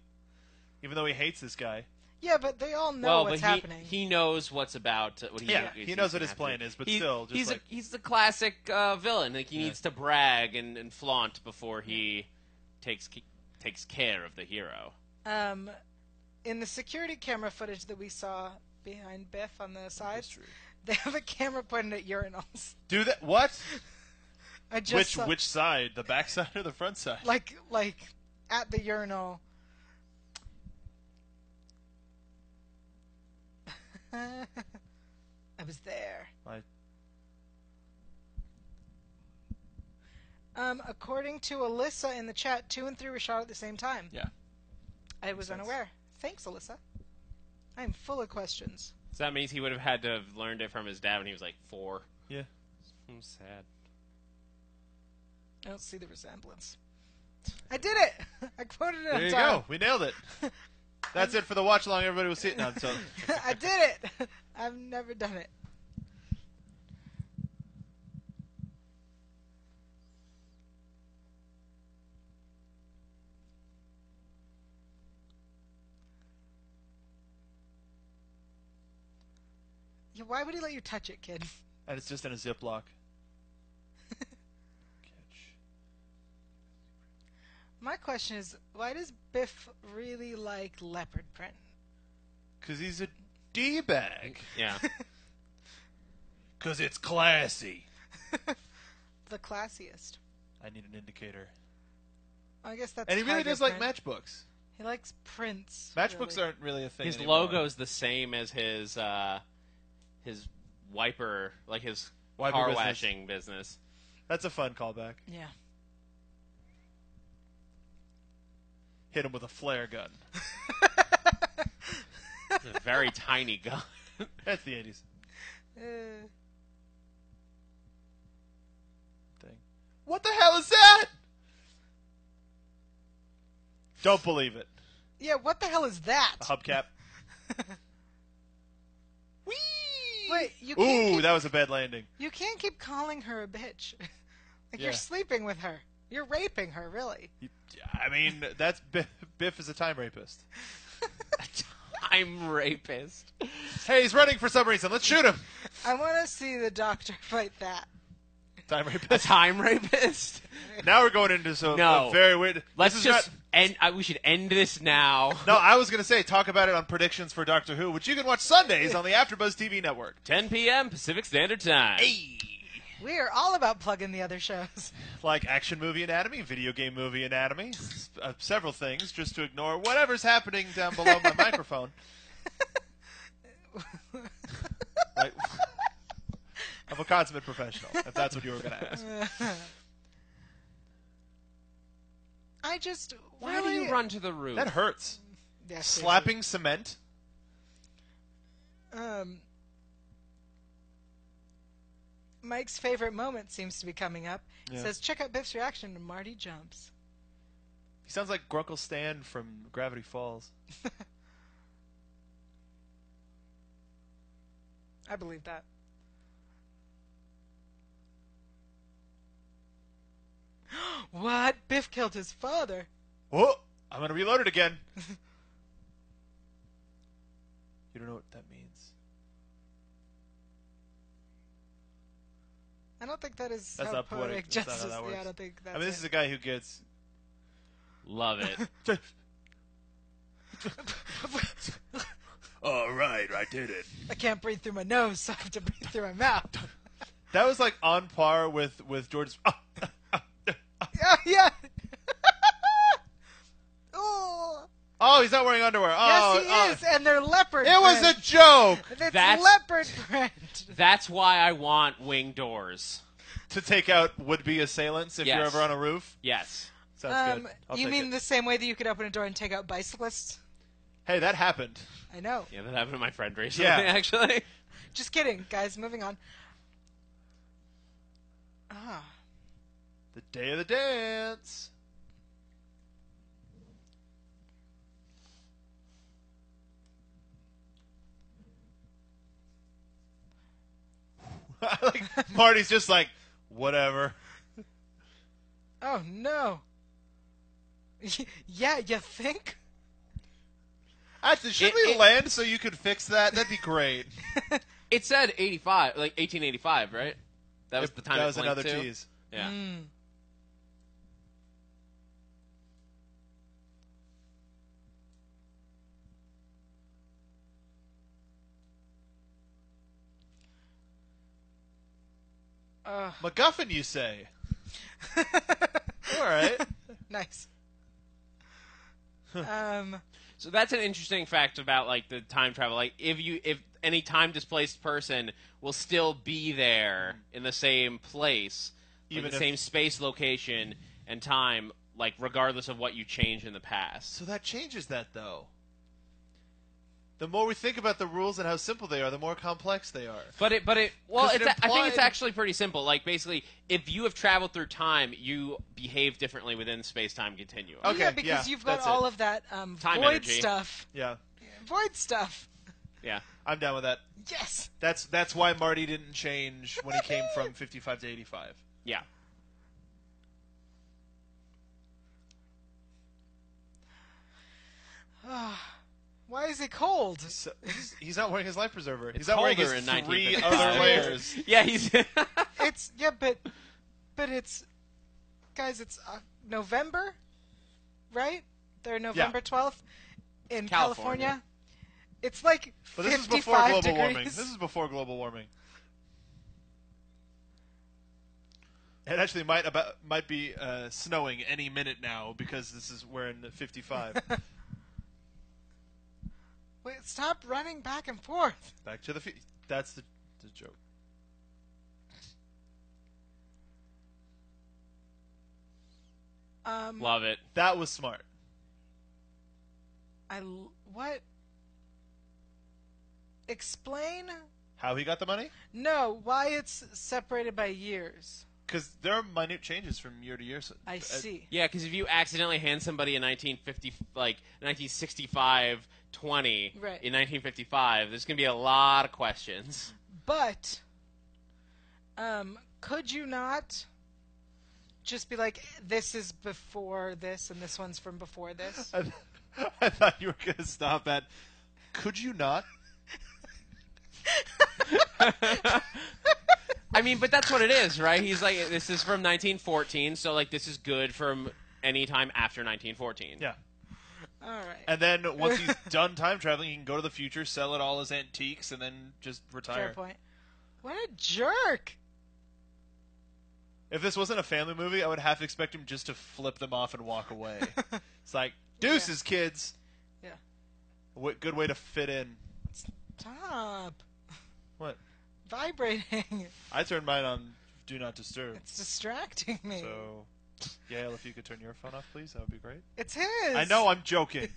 Speaker 2: even though he hates this guy.
Speaker 3: Yeah, but they all know
Speaker 4: well,
Speaker 3: what's
Speaker 4: but he,
Speaker 3: happening.
Speaker 4: he knows what's about. What he,
Speaker 2: Yeah,
Speaker 4: he's
Speaker 2: he knows what his
Speaker 4: gonna have
Speaker 2: plan
Speaker 4: to-
Speaker 2: is, but
Speaker 4: He-
Speaker 2: still, just
Speaker 4: he's
Speaker 2: like-
Speaker 4: a, he's the classic uh, villain. Like he needs to brag and, and flaunt before he takes ca- takes care of the hero.
Speaker 3: um, in the security camera footage that we saw behind Biff on the side, they have a camera pointed at urinals.
Speaker 2: Do that? What?
Speaker 3: I just
Speaker 2: Which
Speaker 3: saw-
Speaker 2: which side? The back side or the front side?
Speaker 3: like like at the urinal. I was there.
Speaker 2: Like,
Speaker 3: Um, according to Alyssa in the chat, two and three were shot at the same time.
Speaker 2: yeah.
Speaker 3: I was unaware. Thanks, Alyssa. I am full of questions.
Speaker 4: So that means he would have had to have learned it from his dad when he was like four.
Speaker 2: Yeah.
Speaker 4: I'm sad.
Speaker 3: I don't see the resemblance. I did it. I quoted it. on
Speaker 2: There you
Speaker 3: time.
Speaker 2: go. We nailed it. That's it for the watch along. Everybody was sitting on. So
Speaker 3: I did it. I've never done it. Yeah, why would he let you touch it, kid?
Speaker 2: and it's just in a Ziploc. Catch.
Speaker 3: My question is, why does Biff really like leopard print?
Speaker 2: Cause he's a d bag.
Speaker 4: Yeah.
Speaker 2: Cause it's classy.
Speaker 3: The classiest.
Speaker 2: I need an indicator.
Speaker 3: I guess that's.
Speaker 2: And he really
Speaker 3: tiger
Speaker 2: does like
Speaker 3: print.
Speaker 2: matchbooks.
Speaker 3: He likes prints.
Speaker 2: Matchbooks
Speaker 3: really.
Speaker 2: aren't really a thing.
Speaker 4: his
Speaker 2: anymore.
Speaker 4: logo's the same as his uh, his wiper, like his
Speaker 2: Wiper
Speaker 4: car
Speaker 2: business.
Speaker 4: washing business.
Speaker 2: That's a fun callback.
Speaker 3: Yeah.
Speaker 2: Hit him with a flare gun.
Speaker 4: It's a very tiny gun.
Speaker 2: That's the '80s
Speaker 3: Uh,
Speaker 2: thing. What the hell is that? Don't believe it.
Speaker 3: yeah. What the hell is that?
Speaker 2: A hubcap. Whee!
Speaker 3: Wait, you can't.
Speaker 2: Ooh,
Speaker 3: keep,
Speaker 2: that was a bad landing.
Speaker 3: You can't keep calling her a bitch. like
Speaker 2: Yeah.
Speaker 3: you're sleeping with her. You're raping her, really.
Speaker 2: You- I mean, that's Biff, Biff is a time rapist.
Speaker 4: I'm rapist.
Speaker 2: Hey, he's running for some reason. Let's shoot him.
Speaker 3: I want to see the doctor fight that.
Speaker 2: Time
Speaker 4: A
Speaker 2: rapist.
Speaker 4: time rapist.
Speaker 2: Now we're going into some
Speaker 4: No.
Speaker 2: a very weird.
Speaker 4: Let's
Speaker 2: this is
Speaker 4: just
Speaker 2: not-
Speaker 4: end. I, we should end this now.
Speaker 2: no, I was going to say talk about it on predictions for Doctor Who, which you can watch Sundays on the AfterBuzz TV network.
Speaker 4: 10 p.m. Pacific Standard Time.
Speaker 3: We are all about plugging the other shows.
Speaker 2: Like action movie anatomy, video game movie anatomy, s- uh, several things just to ignore whatever's happening down below my microphone. Like, I'm a consummate professional. If that's what you were going to ask.
Speaker 3: I just
Speaker 4: Why
Speaker 3: really,
Speaker 4: do you run to the roof?
Speaker 2: That hurts.
Speaker 3: Yeah, seriously.
Speaker 2: Slapping cement.
Speaker 3: Um, Mike's favorite moment seems to be coming up. It
Speaker 2: Yeah.
Speaker 3: Says check out Biff's reaction to Marty jumps.
Speaker 2: He sounds like Grunkle Stan from Gravity Falls.
Speaker 3: I believe that. what? Biff killed his father.
Speaker 2: Whoa! I'm gonna reload it again. you don't know what that means.
Speaker 3: I don't think that is
Speaker 2: That's
Speaker 3: how
Speaker 2: not poetic. That's not
Speaker 3: justice.
Speaker 2: how that
Speaker 3: Yeah, I
Speaker 2: works.
Speaker 3: don't think that's.
Speaker 2: I mean, this is a guy who gets.
Speaker 4: Love it.
Speaker 2: All right, I did it.
Speaker 3: I can't breathe through my nose, so I have to breathe through my mouth.
Speaker 2: That was like on par with with George's.
Speaker 3: yeah, yeah. oh,
Speaker 2: Oh, he's not wearing underwear. Oh,
Speaker 3: yes, he is, and they're leopard.
Speaker 2: oh. It was a joke
Speaker 3: It's
Speaker 4: That's-
Speaker 3: leopard print.
Speaker 4: That's why I want wing doors.
Speaker 2: to take out would-be assailants if you're
Speaker 4: Yes.
Speaker 2: ever on a roof.
Speaker 4: Yes.
Speaker 2: Sounds
Speaker 3: Um,
Speaker 2: good. I'll
Speaker 3: you
Speaker 2: take
Speaker 3: mean
Speaker 2: it.
Speaker 3: the same way that you could open a door and take out bicyclists?
Speaker 2: Hey, that happened.
Speaker 3: I know.
Speaker 4: Yeah, that happened to my friend recently,
Speaker 2: Yeah.
Speaker 4: actually.
Speaker 3: Just kidding, guys. Moving on. Ah,
Speaker 2: The day of the dance. like Marty's just like whatever.
Speaker 3: oh no. yeah, you think?
Speaker 2: Actually, should
Speaker 4: It-
Speaker 2: we
Speaker 4: it-
Speaker 2: land so you could fix that? That'd be great.
Speaker 4: It said 85, like 1885, right? That was the time
Speaker 2: That
Speaker 4: it
Speaker 2: was
Speaker 4: blinked
Speaker 2: another
Speaker 4: to.
Speaker 2: tease.
Speaker 4: Yeah.
Speaker 2: Mm.
Speaker 3: Ugh.
Speaker 2: MacGuffin, you say? All right.
Speaker 3: nice. um,
Speaker 4: So that's an interesting fact about like the time travel. Like if you if any time displaced person will still be there in the same place, like,
Speaker 2: Mm. Even
Speaker 4: the
Speaker 2: if-
Speaker 4: same space, location, and time, like regardless of what you change in the past.
Speaker 2: So that changes that though. The more we think about the rules and how simple they are, the more complex they are.
Speaker 4: But it, but it, well,
Speaker 2: 'Cause it
Speaker 4: it's, I think it's
Speaker 2: implied-
Speaker 4: actually pretty simple. Like basically, if you have traveled through time, you behave differently within space-time continuum.
Speaker 2: Okay,
Speaker 3: yeah, because
Speaker 2: yeah,
Speaker 3: you've got
Speaker 2: that's it.
Speaker 3: all of that um,
Speaker 4: Time
Speaker 3: void
Speaker 4: energy.
Speaker 3: stuff.
Speaker 2: Yeah,
Speaker 3: Void stuff.
Speaker 4: Yeah,
Speaker 2: I'm down with that.
Speaker 3: Yes.
Speaker 2: That's that's why Marty didn't change when he came from 55 to 85.
Speaker 4: yeah.
Speaker 3: Why is he cold?
Speaker 2: So, he's, he's not wearing his life preserver.
Speaker 4: It's
Speaker 2: he's not wearing his
Speaker 4: colder in
Speaker 2: three
Speaker 4: 1955.
Speaker 2: other layers.
Speaker 4: yeah, he's
Speaker 2: Oh.
Speaker 3: It's yeah, but but it's guys, it's uh, November, right? They're November twelfth in California.
Speaker 4: California.
Speaker 3: It's like
Speaker 2: But this is before
Speaker 3: 55
Speaker 2: global
Speaker 3: degrees.
Speaker 2: warming. This is before global warming. It actually might about might be uh, snowing any minute now because this is we're in 55.
Speaker 3: Wait, stop running back and forth.
Speaker 2: Back to the feet. That's the, the joke.
Speaker 3: Um,
Speaker 4: love it.
Speaker 2: That was smart.
Speaker 3: I l- what? Explain?
Speaker 2: How he got the money?
Speaker 3: No, why it's separated by years.
Speaker 2: Because there are minute changes from year to year. So,
Speaker 3: I
Speaker 2: uh,
Speaker 3: see.
Speaker 4: Yeah, because if you accidentally hand somebody a 1950, like 1965, 20 in
Speaker 3: Right.
Speaker 4: 1955, there's gonna be a lot of questions.
Speaker 3: But um, could you not just be like, this is before this, and this one's from before this?
Speaker 2: I, I thought you were going to stop at. Could you not?
Speaker 4: I mean, but that's what it is, right? He's like, this is from 1914, so like this is good from any time after 1914.
Speaker 2: Yeah.
Speaker 3: All right.
Speaker 2: And then once he's done time traveling, he can go to the future, sell it all as antiques, and then just
Speaker 3: Fair
Speaker 2: retire.
Speaker 3: point. What a jerk!
Speaker 2: If this wasn't a family movie, I would half expect him just to flip them off and walk away. it's like deuces, kids.
Speaker 3: Yeah.
Speaker 2: What good way to fit in?
Speaker 3: Stop
Speaker 2: What?
Speaker 3: vibrating.
Speaker 2: I turned mine on Do Not Disturb.
Speaker 3: It's distracting me.
Speaker 2: So, Yale, if you could turn your phone off, please, that would be great.
Speaker 3: It's his.
Speaker 2: I know I'm joking.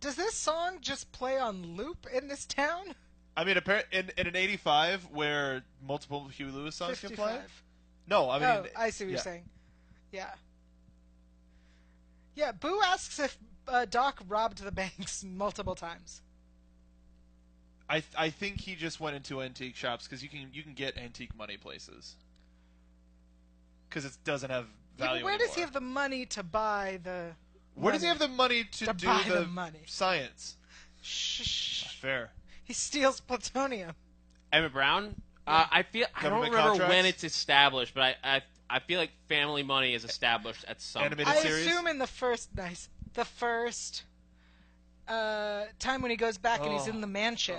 Speaker 3: Does this song just play on loop in this town?
Speaker 2: I mean, appar- in, in an '85 where multiple Huey Lewis songs can play.
Speaker 3: 55.
Speaker 2: No, I mean,
Speaker 3: oh, I see what you're
Speaker 2: yeah.
Speaker 3: saying. Yeah. Yeah, Boo asks if uh, Doc robbed the banks multiple times.
Speaker 2: I th- I think he just went into antique shops because you can you can get antique money places because it doesn't have
Speaker 3: Yeah, but
Speaker 2: value.
Speaker 3: where does he
Speaker 2: anymore.
Speaker 3: have the money to buy the.
Speaker 2: Where does he have
Speaker 3: money?
Speaker 2: the money to,
Speaker 3: To
Speaker 2: do
Speaker 3: buy
Speaker 2: the,
Speaker 3: the money.
Speaker 2: science?
Speaker 3: Shh.
Speaker 2: Fair.
Speaker 3: He steals plutonium.
Speaker 4: Emmett Brown. Uh, I feel I don't
Speaker 2: Government
Speaker 4: remember
Speaker 2: contracts?
Speaker 4: when it's established, but I, I I feel like Family Money is established at some.
Speaker 2: Animated
Speaker 3: I
Speaker 2: series?
Speaker 3: assume in the first. Nice. The first uh, time when he goes back and
Speaker 2: Oh.
Speaker 3: he's in the mansion.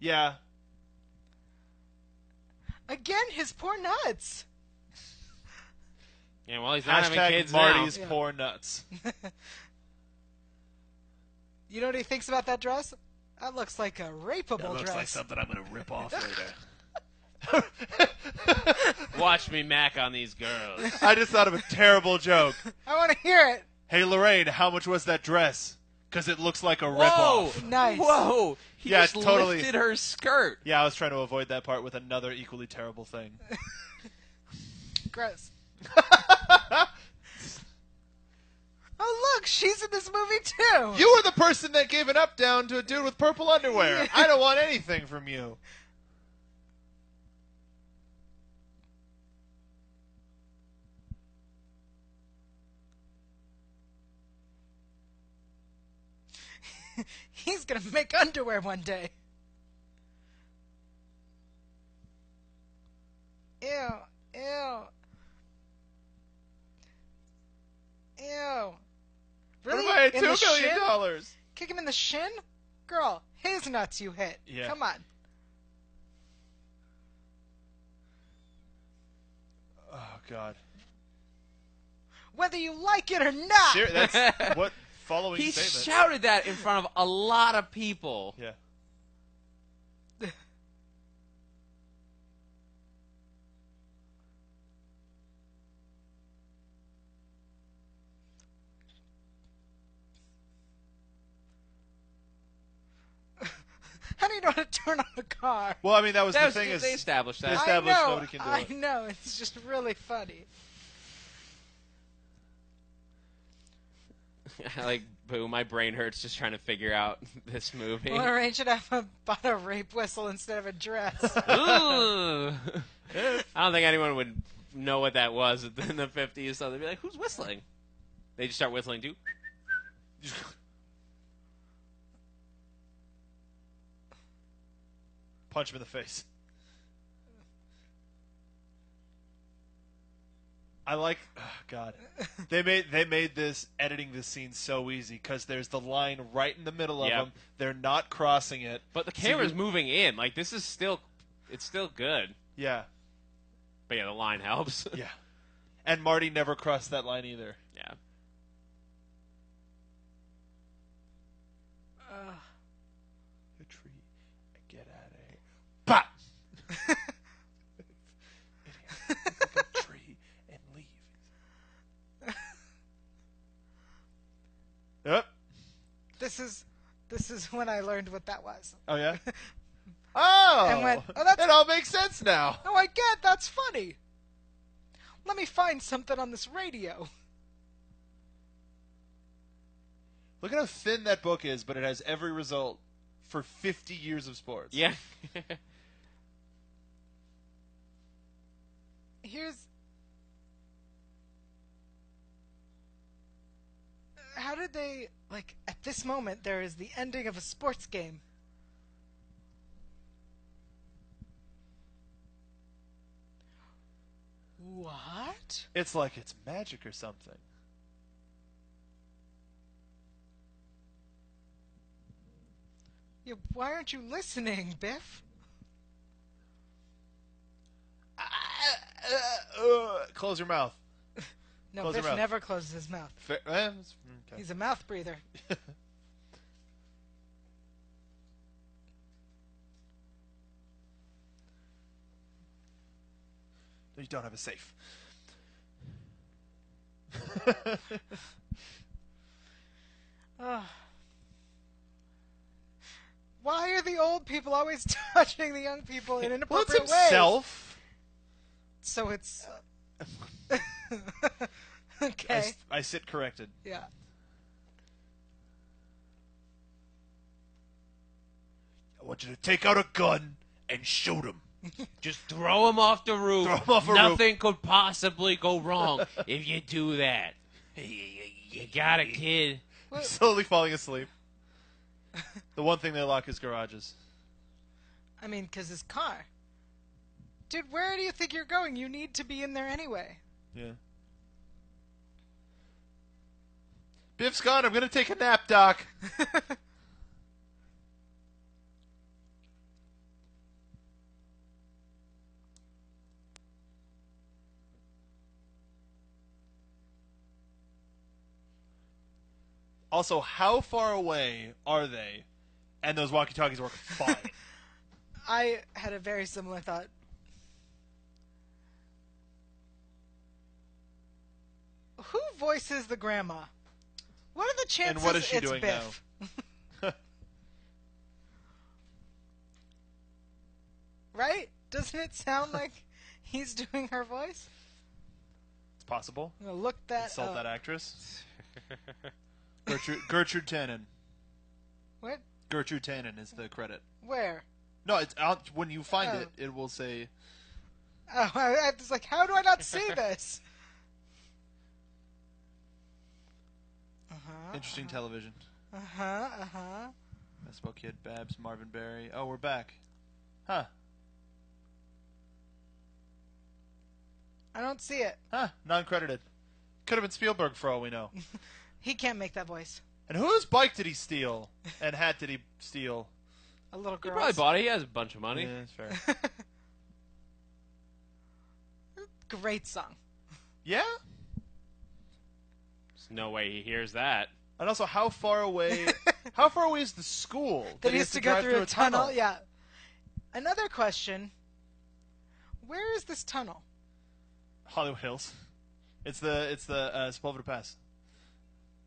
Speaker 2: Yeah.
Speaker 3: Again, his poor nuts.
Speaker 4: Yeah, well, he's not having
Speaker 2: Hashtag
Speaker 4: kids
Speaker 2: Marty's
Speaker 4: now.
Speaker 3: Yeah.
Speaker 2: poor nuts.
Speaker 3: You know what he thinks about that dress? That looks like a rapeable dress.
Speaker 2: I'm gonna rip off later.
Speaker 4: Watch me mac on these girls.
Speaker 2: I just thought of a terrible joke.
Speaker 3: I want to hear it.
Speaker 2: Hey Lorraine, how much was that dress? Because it looks like a
Speaker 4: Whoa!
Speaker 2: ripoff.
Speaker 3: Nice.
Speaker 4: Whoa! He
Speaker 2: Yeah,
Speaker 4: just
Speaker 2: totally.
Speaker 4: lifted her skirt.
Speaker 2: Yeah, I was trying to avoid that part with another equally terrible thing.
Speaker 3: Gross. oh look, she's in this movie too.
Speaker 2: You were the person that gave an up down to a dude with purple underwear. I don't want anything from you.
Speaker 3: He's gonna make underwear one day. Ew, ew, ew.
Speaker 2: What
Speaker 3: Really?
Speaker 2: am I at
Speaker 3: in
Speaker 2: two
Speaker 3: the
Speaker 2: million
Speaker 3: shin?
Speaker 2: dollars?
Speaker 3: Kick him in the shin, girl. His nuts you hit.
Speaker 2: Yeah.
Speaker 3: Come on.
Speaker 2: Oh God.
Speaker 3: Whether you like it or not.
Speaker 2: Ser- that's what following
Speaker 4: He
Speaker 2: statement.
Speaker 4: shouted that in front of a lot of people.
Speaker 2: yeah.
Speaker 3: How do you know how to turn on the car?
Speaker 2: Well, I mean, that was
Speaker 4: That
Speaker 2: the
Speaker 4: was-
Speaker 2: thing is
Speaker 4: they established that.
Speaker 2: Yes. established
Speaker 3: I know,
Speaker 2: nobody can do
Speaker 3: I
Speaker 2: it.
Speaker 3: know. It's just really funny.
Speaker 4: like, boo! My brain hurts just trying to figure out this movie.
Speaker 3: Lorraine should have a, bought a rape whistle instead of a dress.
Speaker 4: Ooh. I don't think anyone would know what that was in the 50s, so they'd be like, who's whistling? They just start whistling too.
Speaker 2: Punch him in the face. I like oh God. They made they made this editing this scene so easy because there's the line right in the middle of
Speaker 4: Yeah.
Speaker 2: them. They're not crossing it.
Speaker 4: But the
Speaker 2: So you-
Speaker 4: camera's moving in. Like this is still, it's still good.
Speaker 2: yeah,
Speaker 4: But yeah, the line helps.
Speaker 2: yeah. And Marty never crossed that line either.
Speaker 4: yeah.
Speaker 2: A tree. Get out of here. Bah! Idiot. Pick up a tree and leave. Yep.
Speaker 3: This is this is when I learned what that was.
Speaker 2: Oh yeah. Oh.
Speaker 3: And went, "Oh, that's-
Speaker 2: It all makes sense now.
Speaker 3: Oh, I get that's funny. Let me find something on this radio.
Speaker 2: Look at how thin that book is, but it has every result for 50 years of sports.
Speaker 4: Yeah.
Speaker 3: Here's how did they like at this moment there is the ending of a sports game. What?
Speaker 2: It's like it's magic or something.
Speaker 3: Yeah, why aren't you listening, Biff?
Speaker 2: Ah, Uh, close your mouth.
Speaker 3: No,
Speaker 2: Close your
Speaker 3: Biff
Speaker 2: mouth.
Speaker 3: never closes his mouth.
Speaker 2: Fair, eh, it's- okay.
Speaker 3: He's a mouth breather.
Speaker 2: You don't have a safe.
Speaker 3: Ugh. Why are the old people always touching the young people in
Speaker 2: Well, it's
Speaker 3: inappropriate ways?
Speaker 2: himself.
Speaker 3: So it's
Speaker 2: I
Speaker 3: okay.
Speaker 2: s- I sit corrected.
Speaker 3: Yeah.
Speaker 2: I want you to take out a gun and shoot him.
Speaker 4: Just throw him off the roof.
Speaker 2: Throw 'em off a
Speaker 4: Nothing could possibly go wrong if you do that. You got a kid.
Speaker 2: Slowly falling asleep. The one thing they lock is garages.
Speaker 3: I mean, because his car. Dude, where do you think you're going? You need to be in there anyway.
Speaker 2: Yeah. Biff's gone. I'm gonna take a nap, Doc. also, how far away are they? And those walkie-talkies work fine.
Speaker 3: I had a very similar thought. Who voices the grandma? What are the chances
Speaker 2: And what is she
Speaker 3: it's
Speaker 2: doing
Speaker 3: Biff? right? Doesn't it sound like he's doing her voice?
Speaker 2: it's possible.
Speaker 3: I'm gonna look that
Speaker 2: Insult
Speaker 3: up.
Speaker 2: that actress. Gertrude, Gertrude Tannen.
Speaker 3: What?
Speaker 2: Gertrude Tannen is the credit.
Speaker 3: Where?
Speaker 2: No, it's out when you find
Speaker 3: Oh.
Speaker 2: it. It will say
Speaker 3: Oh, I, I was like, how do I not see this? Uh-huh.
Speaker 2: interesting television.
Speaker 3: Uh-huh. Uh-huh.
Speaker 2: Mespo Kid, Babs, Marvin Berry. Oh, we're back. Huh?
Speaker 3: I don't see it.
Speaker 2: Huh? Non-credited. Could have been Spielberg for all we know.
Speaker 3: He can't make that voice.
Speaker 2: And whose bike did he steal? And hat did he steal?
Speaker 3: A little
Speaker 4: He
Speaker 3: girl.
Speaker 4: probably bought it. He has a bunch of money.
Speaker 2: Yeah, that's fair.
Speaker 3: Hmm, Great song.
Speaker 2: yeah.
Speaker 4: There's no way he hears that.
Speaker 2: And also, how far away? how far away is the school?
Speaker 3: That
Speaker 2: he
Speaker 3: he
Speaker 2: has
Speaker 3: has to go
Speaker 2: drive
Speaker 3: through, a tunnel. Yeah. Another question. Where is this tunnel?
Speaker 2: Hollywood Hills. It's the it's the uh, Sepulveda Pass.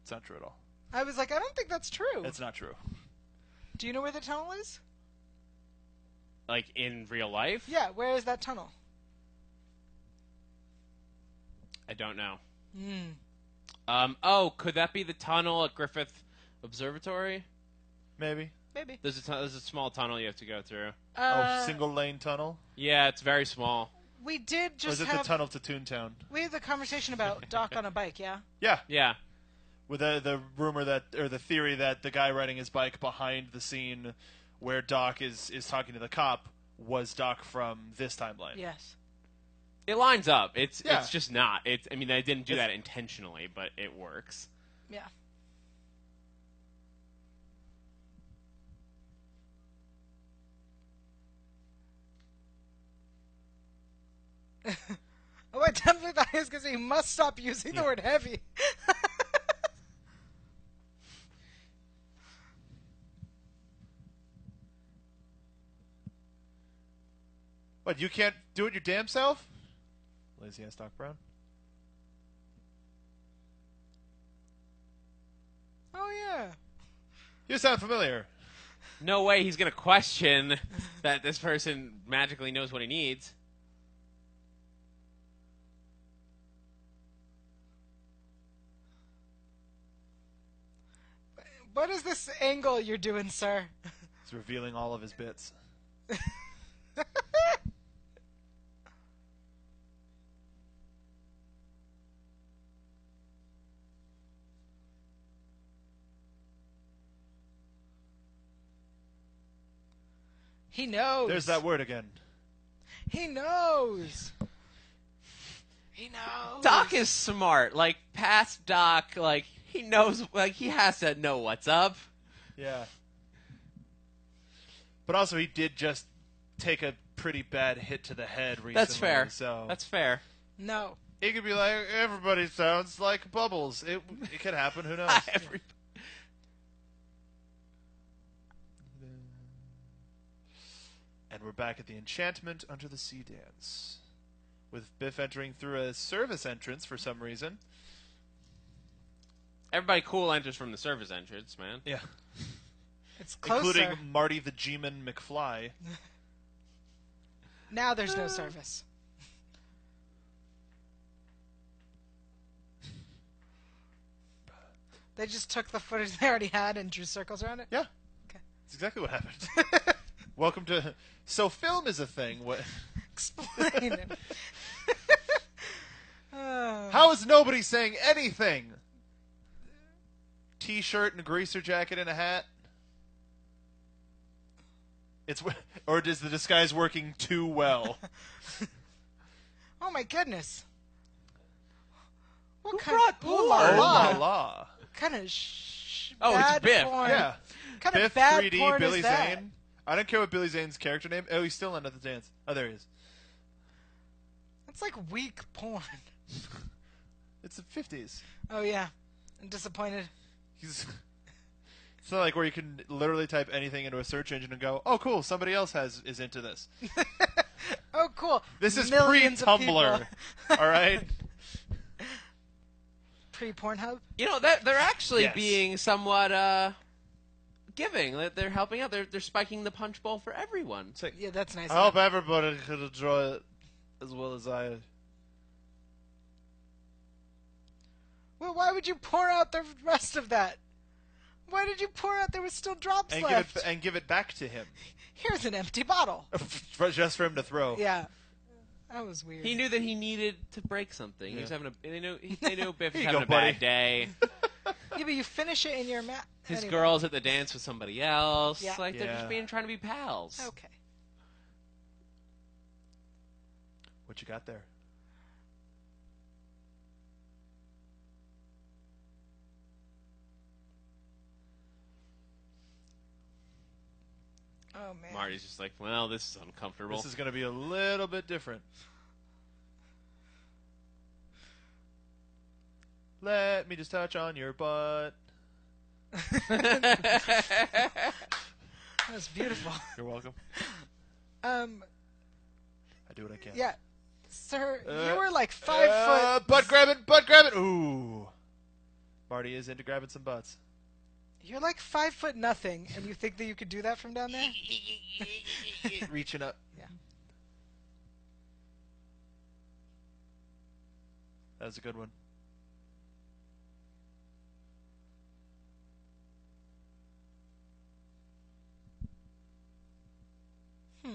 Speaker 2: It's not true at all.
Speaker 3: I was like, I don't think that's true.
Speaker 2: It's not true.
Speaker 3: Do you know where the tunnel is?
Speaker 4: Like in real life.
Speaker 3: Yeah, where is that tunnel?
Speaker 4: I don't know. Hmm. Um. Oh, could that be the tunnel at Griffith Observatory?
Speaker 2: Maybe.
Speaker 3: Maybe.
Speaker 4: There's a tu- there's a small tunnel you have to go through.
Speaker 2: oh,
Speaker 3: Uh,
Speaker 2: single lane tunnel.
Speaker 4: Yeah, it's very small.
Speaker 3: we did
Speaker 2: Or is
Speaker 3: just
Speaker 2: it
Speaker 3: have
Speaker 2: the tunnel to Toontown?
Speaker 3: we had the conversation about Doc on a bike, yeah?
Speaker 2: Yeah.
Speaker 4: Yeah.
Speaker 2: with the the rumor that or the theory that the guy riding his bike behind the scene where Doc is is talking to the cop was Doc from this timeline.
Speaker 3: Yes.
Speaker 4: It lines up. It's
Speaker 2: Yeah.
Speaker 4: it's just not. It's I mean they didn't do
Speaker 2: It's-
Speaker 4: that intentionally, but it works.
Speaker 3: Yeah. oh, I definitely thought he was going to say, "You must stop using the word heavy."
Speaker 2: What you can't do it your damn self? Lazy ass Doc Brown.
Speaker 3: oh yeah.
Speaker 2: You sound familiar.
Speaker 4: No way he's gonna question that this person magically knows what he needs.
Speaker 3: What is this angle you're doing, sir?
Speaker 2: He's revealing all of his bits.
Speaker 3: He knows.
Speaker 2: There's that word again.
Speaker 3: He knows. He knows.
Speaker 4: Doc is smart. Like past Doc, like he knows like he has to know what's up.
Speaker 2: Yeah. But also, he did just take a pretty bad hit to the head recently.
Speaker 4: That's fair.
Speaker 2: So
Speaker 4: That's fair.
Speaker 3: No.
Speaker 2: it could be like everybody sounds like bubbles. It it could happen. Who knows?
Speaker 4: Every-
Speaker 2: and we're back at the enchantment under the sea dance, with Biff entering through a service entrance for some reason.
Speaker 4: Everybody cool enters from the service entrance, man.
Speaker 2: Yeah,
Speaker 3: It's closer. Mm-hmm.
Speaker 2: including Marty the G-man McFly.
Speaker 3: now there's no service. They just took the footage they already had and drew circles around it.
Speaker 2: Yeah,
Speaker 3: Okay.
Speaker 2: that's exactly what happened. Welcome to. So film is a thing. What?
Speaker 3: Explain it. Uh,
Speaker 2: How is nobody saying anything? T-shirt and greaser jacket and a hat. It's w- or is the disguise working too well?
Speaker 3: oh my goodness. What
Speaker 4: brought
Speaker 3: kind, ooh,
Speaker 4: porn?
Speaker 2: oh la
Speaker 3: la, la.
Speaker 2: la!
Speaker 3: kind of sh-
Speaker 4: Oh, it's
Speaker 3: bad
Speaker 4: Biff.
Speaker 3: porn.
Speaker 2: Yeah,
Speaker 3: Kind of
Speaker 2: Biff
Speaker 3: bad
Speaker 2: 3D
Speaker 3: porn
Speaker 2: Billy
Speaker 3: is that?
Speaker 2: Zane. I don't care what Billy Zane's character name. Oh, he's still in at the dance. Oh, there he is.
Speaker 3: It's like weak porn.
Speaker 2: It's the fifties.
Speaker 3: Oh yeah, I'm disappointed.
Speaker 2: He's. It's not like where you can literally type anything into a search engine and go, "Oh, cool, somebody else has is into this."
Speaker 3: Oh cool.
Speaker 2: This is pre
Speaker 3: Millions
Speaker 2: Tumblr,
Speaker 3: of people.
Speaker 2: all right?
Speaker 3: pre Pornhub.
Speaker 4: You know, they're, they're actually
Speaker 2: Yes.
Speaker 4: being somewhat uh, giving. They're- They're helping out. They're, they're spiking the punch bowl for everyone.
Speaker 2: It's like,
Speaker 3: Yeah, that's nice.
Speaker 2: I hope everybody could enjoy it as well as I.
Speaker 3: Well, why would you pour out the rest of that? Why did you pour out? There was still drops
Speaker 2: And give, it,
Speaker 3: left.
Speaker 2: and give it back to him.
Speaker 3: Here's an empty bottle.
Speaker 2: For- Just for him to throw.
Speaker 3: Yeah, that was weird.
Speaker 4: He knew that he needed to break something. He was
Speaker 2: Yeah.
Speaker 4: having a. They knew. He, they knew Biff was
Speaker 2: Here you
Speaker 4: having
Speaker 2: go,
Speaker 4: a
Speaker 2: buddy.
Speaker 4: bad day.
Speaker 3: Yeah, but you finish it in your mouth.
Speaker 4: His
Speaker 3: anyway.
Speaker 4: girl's at the dance with somebody else.
Speaker 3: Yeah.
Speaker 4: Like they're
Speaker 2: Yeah.
Speaker 4: just being trying to be pals.
Speaker 3: Okay.
Speaker 2: What you got there?
Speaker 3: Oh man.
Speaker 4: Marty's just like, well, this is uncomfortable.
Speaker 2: This is going to be a little bit different. Let me just touch on your butt.
Speaker 3: That was beautiful.
Speaker 2: You're welcome.
Speaker 3: um.
Speaker 2: I do what I can.
Speaker 3: Yeah, sir,
Speaker 2: Uh,
Speaker 3: you were like five
Speaker 2: Uh,
Speaker 3: foot.
Speaker 2: Butt grab it, butt grab it. Ooh. Marty is into grabbing some butts.
Speaker 3: You're like five foot nothing, and you think that you could do that from down there?
Speaker 2: Reaching up.
Speaker 3: Yeah.
Speaker 2: That was a good one. Hmm.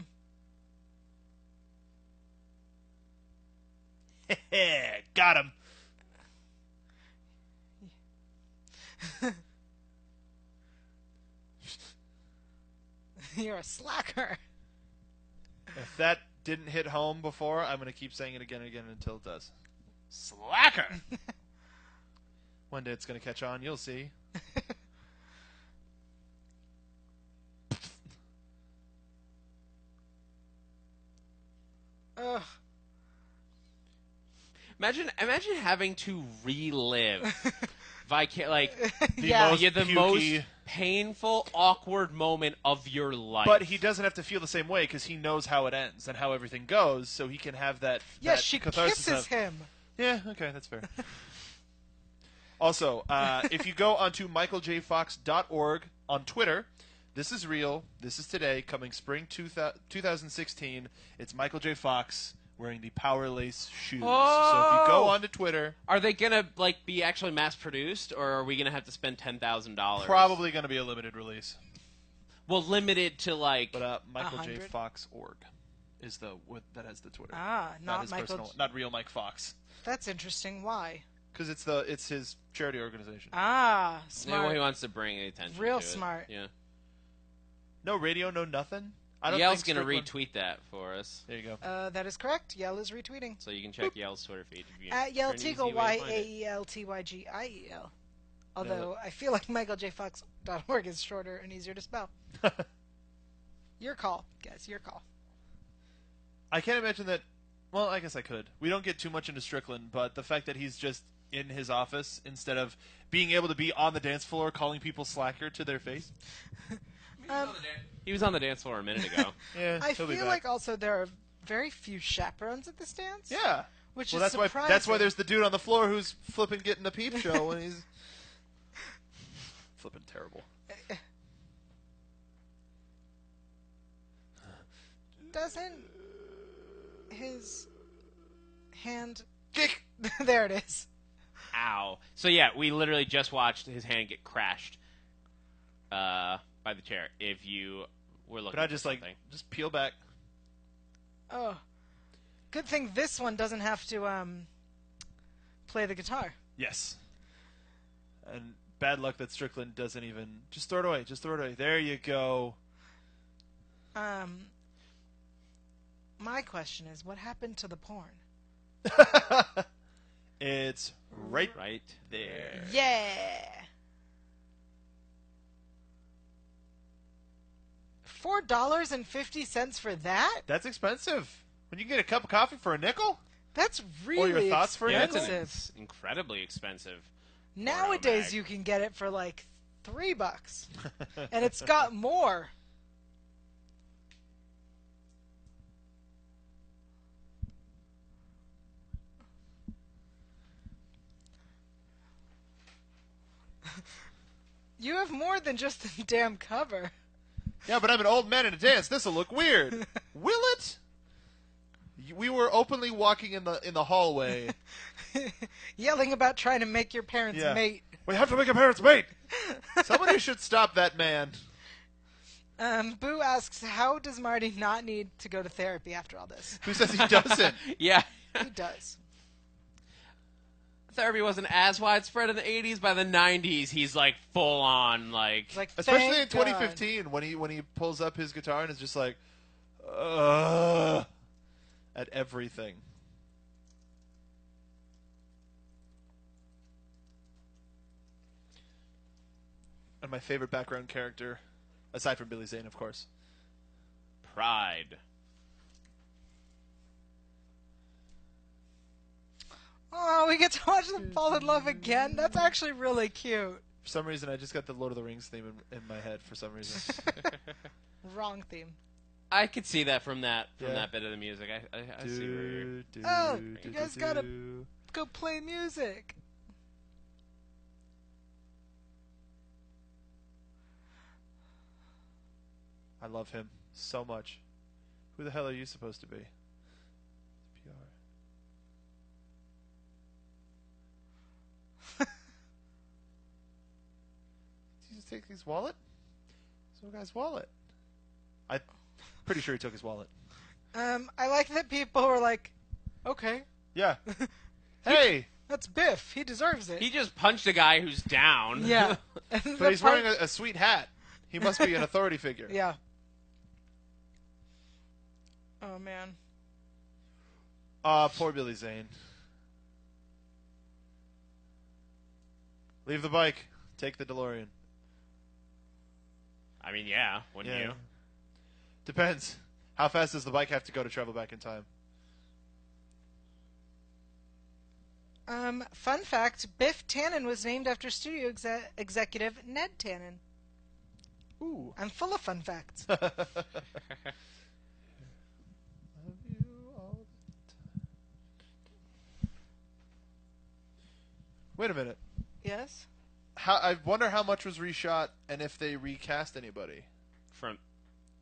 Speaker 2: Got him.
Speaker 3: You're a slacker.
Speaker 2: If that didn't hit home before, I'm going to keep saying it again and again until it does.
Speaker 4: Slacker.
Speaker 2: One day it's going to catch on. You'll see.
Speaker 3: Ugh.
Speaker 4: Imagine imagine having to relive vica- like
Speaker 3: yeah.
Speaker 2: most-
Speaker 4: yeah, the
Speaker 2: Pukey.
Speaker 4: most painful, awkward moment of your life.
Speaker 2: But he doesn't have to feel the same way because he knows how it ends and how everything goes, so he can have that.
Speaker 3: yeah,
Speaker 2: that
Speaker 3: she
Speaker 2: catharsis
Speaker 3: kisses
Speaker 2: of-
Speaker 3: him.
Speaker 2: Yeah, okay, that's fair. also, uh, if you go onto michaeljfox.org on Twitter, this is real. This is today, coming spring 2000, 2016. It's Michael J. Fox wearing the power lace shoes. So if you go
Speaker 4: Oh!
Speaker 2: onto Twitter,
Speaker 4: Are they gonna like be actually mass produced, or are we gonna have to spend ten thousand dollars?
Speaker 2: probably going to be a limited release.
Speaker 4: Well, limited to like.
Speaker 2: But uh, Michael J.
Speaker 3: 100?
Speaker 2: Fox org is the what, that has the Twitter.
Speaker 3: Ah,
Speaker 2: not
Speaker 3: not
Speaker 2: his
Speaker 3: Michael.
Speaker 2: personal, not real Mike Fox,
Speaker 3: That's interesting. Why?
Speaker 2: because it's the it's his charity organization.
Speaker 3: Ah,
Speaker 4: you know,
Speaker 3: smart.
Speaker 4: he wants to bring attention.
Speaker 3: Real
Speaker 4: to it.
Speaker 3: smart.
Speaker 4: Yeah.
Speaker 2: No radio, no nothing. I don't.
Speaker 4: Yell's
Speaker 2: think
Speaker 4: gonna
Speaker 2: Strickland-
Speaker 4: retweet that for us,
Speaker 2: There you go.
Speaker 3: Uh, that is correct. Yell is retweeting.
Speaker 4: so you can check Yell's Twitter feed. If you
Speaker 3: At Yell
Speaker 4: for an easy
Speaker 3: Teagle,
Speaker 4: way
Speaker 3: Y
Speaker 4: to find
Speaker 3: A
Speaker 4: it.
Speaker 3: E L T Y G I E L. Although I feel like MichaelJFox.org is shorter and easier to spell. your call, guys. Your call.
Speaker 2: I can't imagine that. Well, I guess I could. We don't get too much into Strickland, but the fact that he's just in his office instead of being able to be on the dance floor calling people slacker to their face.
Speaker 4: He was on the dance floor a minute ago.
Speaker 2: Yeah,
Speaker 3: I
Speaker 2: he'll
Speaker 3: feel
Speaker 2: be back.
Speaker 3: like also there are very few chaperones at this dance.
Speaker 2: yeah.
Speaker 3: Which
Speaker 2: well,
Speaker 3: is
Speaker 2: that's why that's why
Speaker 3: surprising.
Speaker 2: there's the dude on the floor who's flipping getting a peep show when he's flipping terrible.
Speaker 3: Doesn't his hand?
Speaker 2: Kick.
Speaker 3: there it is.
Speaker 4: Ow. So yeah, we literally just watched his hand get crashed uh, by the chair. If you were looking,
Speaker 2: But I
Speaker 4: for
Speaker 2: just like
Speaker 4: something.
Speaker 2: just peel back.
Speaker 3: Oh, good thing this one doesn't have to um play the guitar.
Speaker 2: Yes. And bad luck that Strickland doesn't even just throw it away. Just throw it away. There you go.
Speaker 3: Um, my question is, what happened to the porn?
Speaker 2: It's right
Speaker 4: right there.
Speaker 3: Yeah. Four dollars and fifty cents for that?
Speaker 2: That's expensive. When you can get a cup of coffee for a nickel?
Speaker 3: That's really
Speaker 2: or your thoughts for a
Speaker 4: Yeah,
Speaker 2: nickel?
Speaker 4: it's, an,
Speaker 3: expensive.
Speaker 4: it's incredibly expensive.
Speaker 3: Nowadays,
Speaker 4: mag.
Speaker 3: you can get it for like three bucks, and it's got more. You have more than just the damn cover.
Speaker 2: Yeah, but I'm an old man in a dance. This'll look weird. Will it? Y- We were openly walking in the in the hallway.
Speaker 3: Yelling about trying to make your parents
Speaker 2: Yeah.
Speaker 3: mate.
Speaker 2: we have to make a parents wait. Somebody should stop that man.
Speaker 3: Um, Boo asks, "How does Marty not need to go to therapy after all this?"
Speaker 2: Who says he doesn't?
Speaker 4: Yeah.
Speaker 3: He does.
Speaker 4: Therapy wasn't as widespread in the 80s. By the 90s, he's like full on, like,
Speaker 3: It's like,
Speaker 2: Especially
Speaker 3: "Thank
Speaker 2: in
Speaker 3: God."
Speaker 2: 2015 when he when he pulls up his guitar and is just like Ugh, at everything. And my favorite background character, aside from Billy Zane, of course.
Speaker 4: pride.
Speaker 3: Oh, we get to watch them fall in love again. That's actually really cute.
Speaker 2: For some reason, I just got the Lord of the Rings theme in, in my head. For some reason,
Speaker 3: Wrong theme.
Speaker 4: I could see that from that from
Speaker 2: Yeah.
Speaker 4: that bit of the music. I, I, I see where you're.
Speaker 2: Do, do,
Speaker 3: Oh,
Speaker 2: do,
Speaker 3: you
Speaker 2: do,
Speaker 3: guys
Speaker 2: do.
Speaker 3: gotta- Go play music.
Speaker 2: I love him so much. Who the hell are you supposed to be? PR. Did you just take his wallet? Some guy's wallet. I'm pretty sure he took his wallet.
Speaker 3: Um, I like that people were like, okay.
Speaker 2: Yeah. hey,
Speaker 3: That's Biff. He deserves it.
Speaker 4: He just punched a guy who's down.
Speaker 3: yeah.
Speaker 2: But he's wearing a, a sweet hat. He must be an authority figure.
Speaker 3: Yeah. Oh man.
Speaker 2: Ah, poor Billy Zane. Leave the bike. Take the DeLorean.
Speaker 4: I mean, yeah, wouldn't
Speaker 2: Yeah.
Speaker 4: you?
Speaker 2: Depends. How fast does the bike have to go to travel back in time?
Speaker 3: Um, fun fact: Biff Tannen was named after studio exe- executive Ned Tannen.
Speaker 2: Ooh.
Speaker 3: I'm full of fun facts.
Speaker 2: Wait a minute.
Speaker 3: yes.
Speaker 2: How, I wonder how much was reshot and if they recast anybody.
Speaker 4: From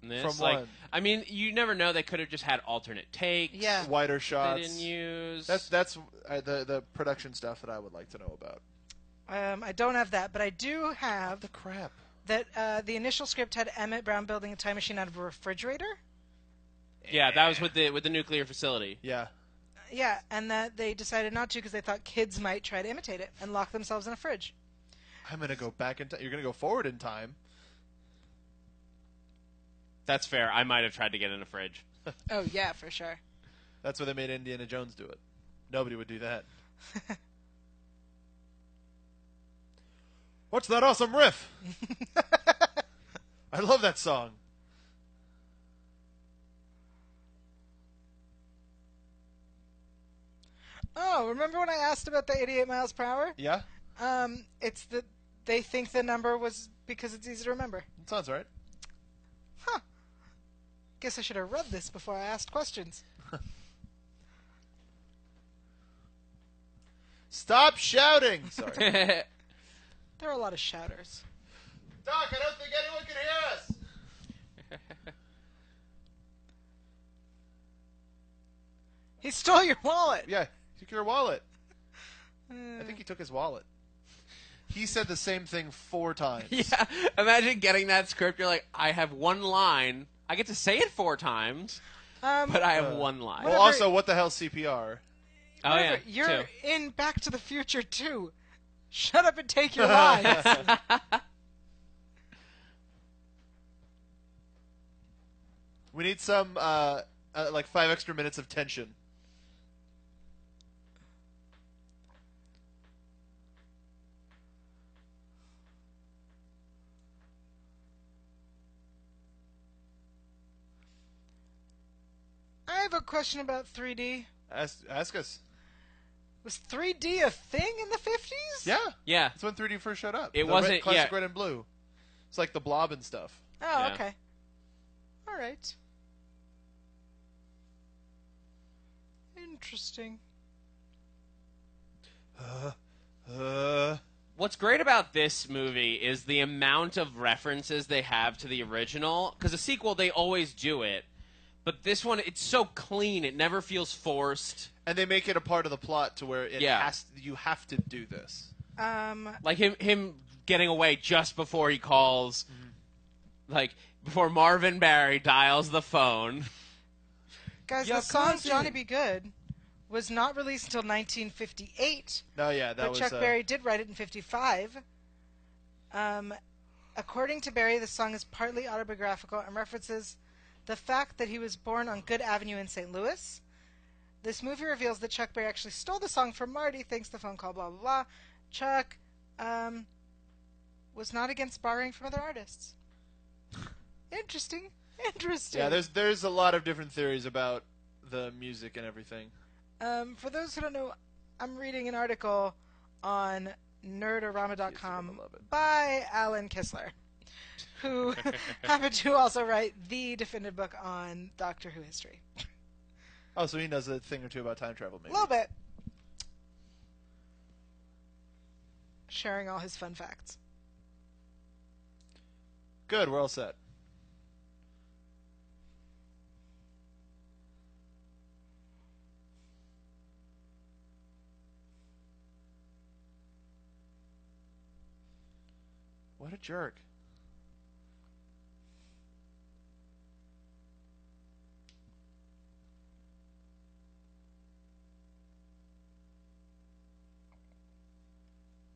Speaker 4: this,
Speaker 2: From
Speaker 4: like,
Speaker 2: one.
Speaker 4: I mean, you never know. They could have just had alternate takes.
Speaker 3: Yeah.
Speaker 2: Wider
Speaker 4: They
Speaker 2: shots.
Speaker 4: didn't use.
Speaker 2: That's that's uh, the the production stuff that I would like to know about.
Speaker 3: Um, I don't have that, but I do have
Speaker 2: The crap.
Speaker 3: that uh, the initial script had Emmett Brown building a time machine out of a refrigerator.
Speaker 4: yeah, that was with the with the nuclear facility.
Speaker 2: Yeah.
Speaker 3: Yeah, and that they decided not to because they thought kids might try to imitate it and lock themselves in a fridge.
Speaker 2: I'm gonna go back in time. You're gonna go forward in time.
Speaker 4: That's fair. I might have tried to get in a fridge.
Speaker 3: Oh yeah, for sure.
Speaker 2: That's why they made Indiana Jones do it. Nobody would do that. What's that awesome riff? I love that song.
Speaker 3: Oh, remember when I asked about the 88 miles per hour?
Speaker 2: Yeah,
Speaker 3: Um, it's the they think the number was because it's easy to remember.
Speaker 2: it sounds right.
Speaker 3: Guess I should have read this before I asked questions.
Speaker 2: Stop shouting. Sorry,
Speaker 3: There are a lot of shouters.
Speaker 2: Doc. I don't think anyone can hear us.
Speaker 3: He stole your wallet.
Speaker 2: Yeah, he took your wallet. I think he took his wallet. He said the same thing four times.
Speaker 4: yeah. Imagine getting that script. You're like, I have one line. I get to say it four times,
Speaker 3: Um,
Speaker 4: but I have one line.
Speaker 2: Well,
Speaker 3: Whatever-
Speaker 2: also, uh, what the hell CPR?
Speaker 4: oh yeah,
Speaker 3: Remember, You're
Speaker 4: too.
Speaker 3: in Back to the Future too. Shut up and take your lines.
Speaker 2: We need some uh, uh, like five extra minutes of tension.
Speaker 3: I have a question about 3D.
Speaker 2: Ask, ask us.
Speaker 3: Was 3D a thing in the 50s?
Speaker 2: Yeah,
Speaker 4: Yeah.
Speaker 2: that's when 3D first showed up.
Speaker 4: It
Speaker 2: The
Speaker 4: wasn't-
Speaker 2: red, classic
Speaker 4: yeah.
Speaker 2: red and blue. It's like the blob and stuff.
Speaker 3: Oh,
Speaker 4: Yeah.
Speaker 3: okay. All right. Interesting.
Speaker 2: Uh,
Speaker 4: What's great about this movie is the amount of references they have to the original. Because a sequel, they always do it, but this one, it's so clean. It never feels forced.
Speaker 2: and they make it a part of the plot to where it
Speaker 4: Yeah.
Speaker 2: has you have to do this.
Speaker 3: Um,
Speaker 4: Like him, him getting away just before he calls, like before Marvin Barry dials the phone.
Speaker 3: guys,
Speaker 4: Your
Speaker 3: the song
Speaker 4: cousin.
Speaker 3: "Johnny Be Good" was not released until 1958,
Speaker 2: No, yeah, that
Speaker 3: but
Speaker 2: was
Speaker 3: Chuck
Speaker 2: uh,
Speaker 3: Berry did write it in '55. Um, according to Berry, the song is partly autobiographical and references the fact that he was born on Good Avenue in St. Louis. This movie reveals that Chuck Berry actually stole the song from Marty thanks to the phone call, blah, blah, blah. Chuck um, was not against borrowing from other artists. Interesting. Interesting.
Speaker 2: Yeah, there's there's a lot of different theories about the music and everything.
Speaker 3: Um, for those who don't know, I'm reading an article on nerdorama.com
Speaker 2: gonna love it.
Speaker 3: by Alan Kistler, who happened to also write the definitive book on Doctor Who history.
Speaker 2: Oh, so he knows a thing or two about time travel,
Speaker 3: A
Speaker 2: maybe.
Speaker 3: little bit. Sharing all his fun facts.
Speaker 2: Good, we're all set. What a jerk.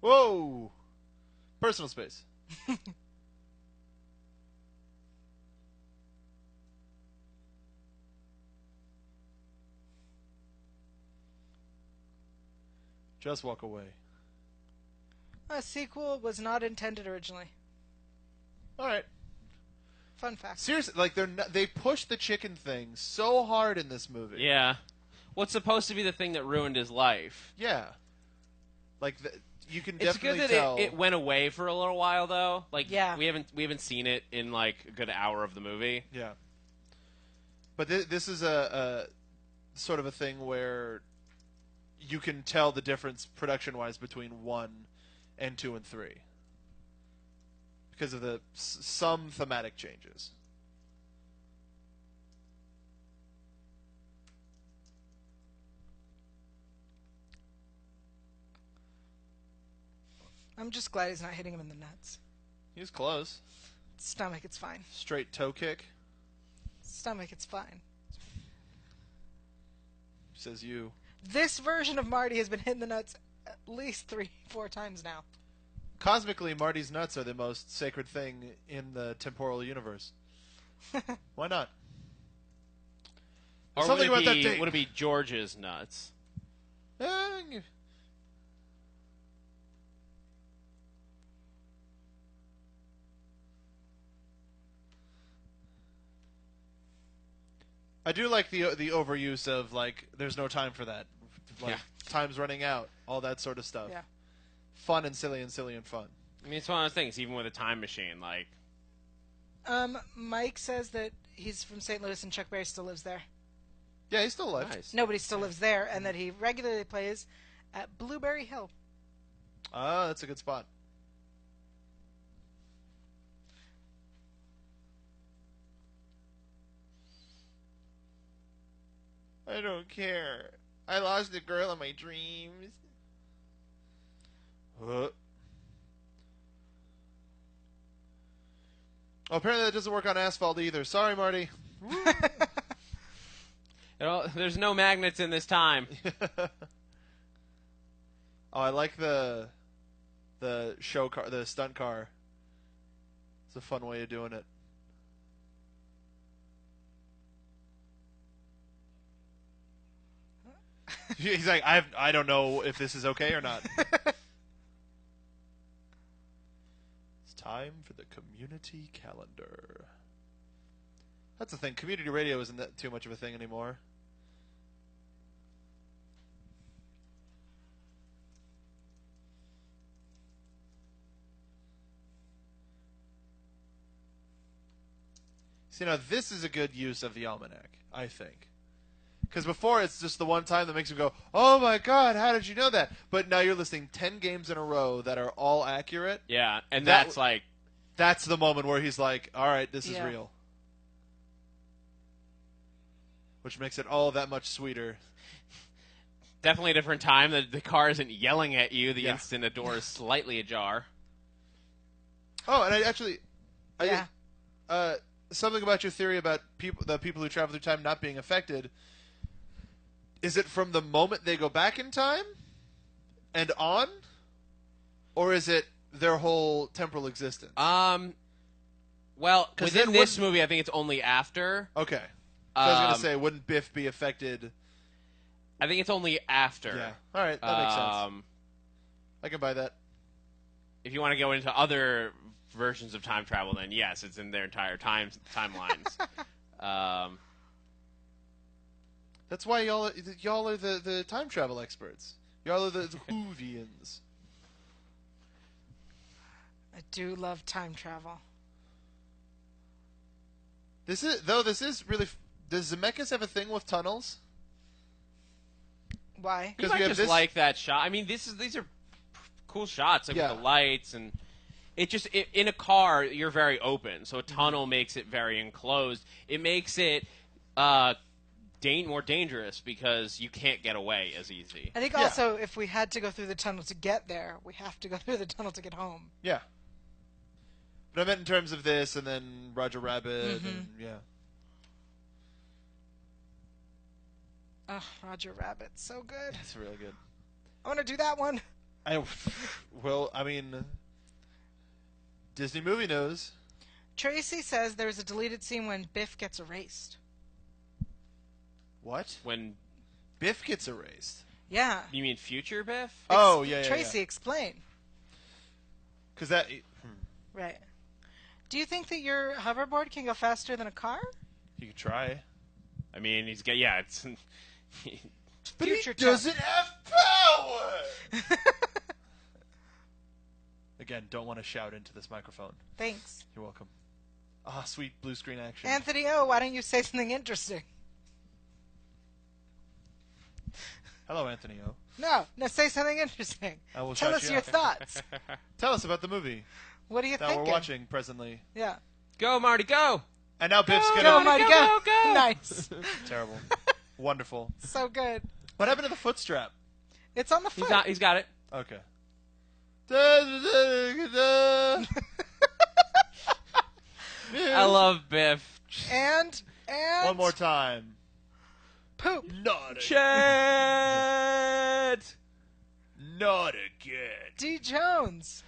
Speaker 2: Whoa. Personal space. Just walk away.
Speaker 3: A sequel was not intended originally.
Speaker 2: All right.
Speaker 3: Fun fact.
Speaker 2: Seriously, like they're not, they push the chicken thing so hard in this movie.
Speaker 4: Yeah. What's supposed to be the thing that ruined his life?
Speaker 2: Yeah. Like the, you can
Speaker 4: It's
Speaker 2: definitely
Speaker 4: good
Speaker 2: tell.
Speaker 4: that it, it went away for a little while though. Like
Speaker 3: Yeah.
Speaker 4: we haven't we haven't seen it in like a good hour of the movie.
Speaker 2: Yeah. But th- this is a, a sort of a thing where you can tell the difference production wise between one and two and three because of the s- some thematic changes.
Speaker 3: I'm just glad he's not hitting him in the nuts.
Speaker 2: He was close.
Speaker 3: Stomach, it's fine.
Speaker 2: Straight toe kick.
Speaker 3: Stomach, it's fine.
Speaker 2: Says you.
Speaker 3: This version of Marty has been hitting the nuts at least three, four times now.
Speaker 2: Cosmically, Marty's nuts are the most sacred thing in the temporal universe. Why not?
Speaker 4: Or
Speaker 2: Something
Speaker 4: would it
Speaker 2: about that
Speaker 4: be,
Speaker 2: date.
Speaker 4: Would it be George's nuts?
Speaker 2: Eh, you- I do like the the overuse of like there's no time for that, like
Speaker 4: Yeah.
Speaker 2: time's running out, all that sort of stuff.
Speaker 3: Yeah.
Speaker 2: Fun and silly and silly and fun.
Speaker 4: I mean, it's one of those things. Even with a time machine, like
Speaker 3: Um, Mike says that he's from St. Louis and Chuck Berry still lives there.
Speaker 2: Yeah, he's still alive.
Speaker 4: nice.
Speaker 3: Nobody still lives there, and that he regularly plays at Blueberry Hill.
Speaker 2: Ah, that's a good spot. I don't care. I lost the girl in my dreams. Huh. Oh, apparently that doesn't work on asphalt either. Sorry, Marty.
Speaker 4: It all- there's no magnets in this time.
Speaker 2: oh, I like the the show car, the stunt car. It's a fun way of doing it. He's like, I have, I don't know if this is okay or not. it's time for the community calendar. That's the thing. Community radio isn't that too much of a thing anymore. See, now this is a good use of the almanac, I think. Because before it's just the one time that makes you go, oh my god, how did you know that? But now you're listening 10 games in a row that are all accurate.
Speaker 4: Yeah, and
Speaker 2: That
Speaker 4: that's like
Speaker 2: That's the moment where he's like, all right, this
Speaker 3: Yeah.
Speaker 2: is real. Which makes it all that much sweeter.
Speaker 4: definitely a different time. The, the car isn't yelling at you the
Speaker 2: Yeah.
Speaker 4: instant a door is slightly ajar.
Speaker 2: Oh, and I actually, I,
Speaker 3: Yeah.
Speaker 2: uh, something about your theory about people, the people who travel through time not being affected. Is it from the moment they go back in time, and on, or is it their whole temporal existence?
Speaker 4: Um, well,
Speaker 2: 'Cause
Speaker 4: within
Speaker 2: then
Speaker 4: this
Speaker 2: wouldn't-
Speaker 4: movie, I think it's only after.
Speaker 2: okay, so I was gonna
Speaker 4: Um,
Speaker 2: say, wouldn't Biff be affected?
Speaker 4: I think it's only after.
Speaker 2: Yeah, all right, that makes sense.
Speaker 4: Um,
Speaker 2: I can buy that.
Speaker 4: if you want to go into other versions of time travel, then yes, it's in their entire time timelines. um,
Speaker 2: That's why y'all y'all are the, the time travel experts. Y'all are the, the Hoovians.
Speaker 3: I do love time travel.
Speaker 2: This is though. This is really. f- Does Zemeckis have a thing with tunnels?
Speaker 3: Why?
Speaker 4: you
Speaker 2: 'Cause
Speaker 4: might
Speaker 2: we have
Speaker 4: just
Speaker 2: this-
Speaker 4: like that shot. I mean, this is these are cool shots, like
Speaker 2: Yeah.
Speaker 4: with the lights and. It just i in a car you're very open, so a tunnel makes it very enclosed. It makes it uh, dan- more dangerous because you can't get away as easy.
Speaker 3: I think
Speaker 2: Yeah.
Speaker 3: also if we had to go through the tunnel to get there, we have to go through the tunnel to get home.
Speaker 2: Yeah. But I meant in terms of this, and then Roger Rabbit, and
Speaker 3: Mm-hmm.
Speaker 2: yeah.
Speaker 3: Ugh, Roger Rabbit, so good.
Speaker 2: That's really good.
Speaker 3: I want to do that one.
Speaker 2: I well, I mean, Disney movie knows.
Speaker 3: Tracy says there's a deleted scene when Biff gets erased.
Speaker 2: What?
Speaker 4: When
Speaker 2: Biff gets erased.
Speaker 3: Yeah.
Speaker 4: you mean future Biff?
Speaker 2: Oh yeah, yeah,
Speaker 3: Tracy, explain.
Speaker 2: Because that
Speaker 3: Right. Do you think that your hoverboard can go faster than a car?
Speaker 2: you could try,
Speaker 4: I mean, he's got yeah. It's
Speaker 2: but
Speaker 3: Future
Speaker 2: he doesn't have power. Again, don't want to shout into this microphone.
Speaker 3: Thanks.
Speaker 2: You're welcome. Ah, sweet blue screen action.
Speaker 3: Anthony O, why don't you say something interesting?
Speaker 2: Hello, Anthony O.
Speaker 3: No, no, say something interesting.
Speaker 2: I will
Speaker 3: Tell
Speaker 2: shout
Speaker 3: us
Speaker 2: you
Speaker 3: your
Speaker 2: out.
Speaker 3: thoughts.
Speaker 2: Tell us about the movie
Speaker 3: What are you
Speaker 2: that
Speaker 3: thinking?
Speaker 2: we're watching presently.
Speaker 3: Yeah.
Speaker 4: go Marty, go.
Speaker 2: And now Biff's
Speaker 4: Go,
Speaker 2: gonna
Speaker 3: Go, Marty,
Speaker 4: go,
Speaker 3: go.
Speaker 4: go, go.
Speaker 3: Nice.
Speaker 2: terrible. Wonderful.
Speaker 3: So good.
Speaker 2: What happened to the foot strap?
Speaker 3: It's on the
Speaker 4: He's
Speaker 3: foot.
Speaker 4: got he's got it.
Speaker 2: Okay. Da, da, da, da.
Speaker 4: I love Biff.
Speaker 3: and and
Speaker 2: One more time.
Speaker 3: poop.
Speaker 2: Not
Speaker 4: Chad.
Speaker 2: Not again.
Speaker 3: D Jones.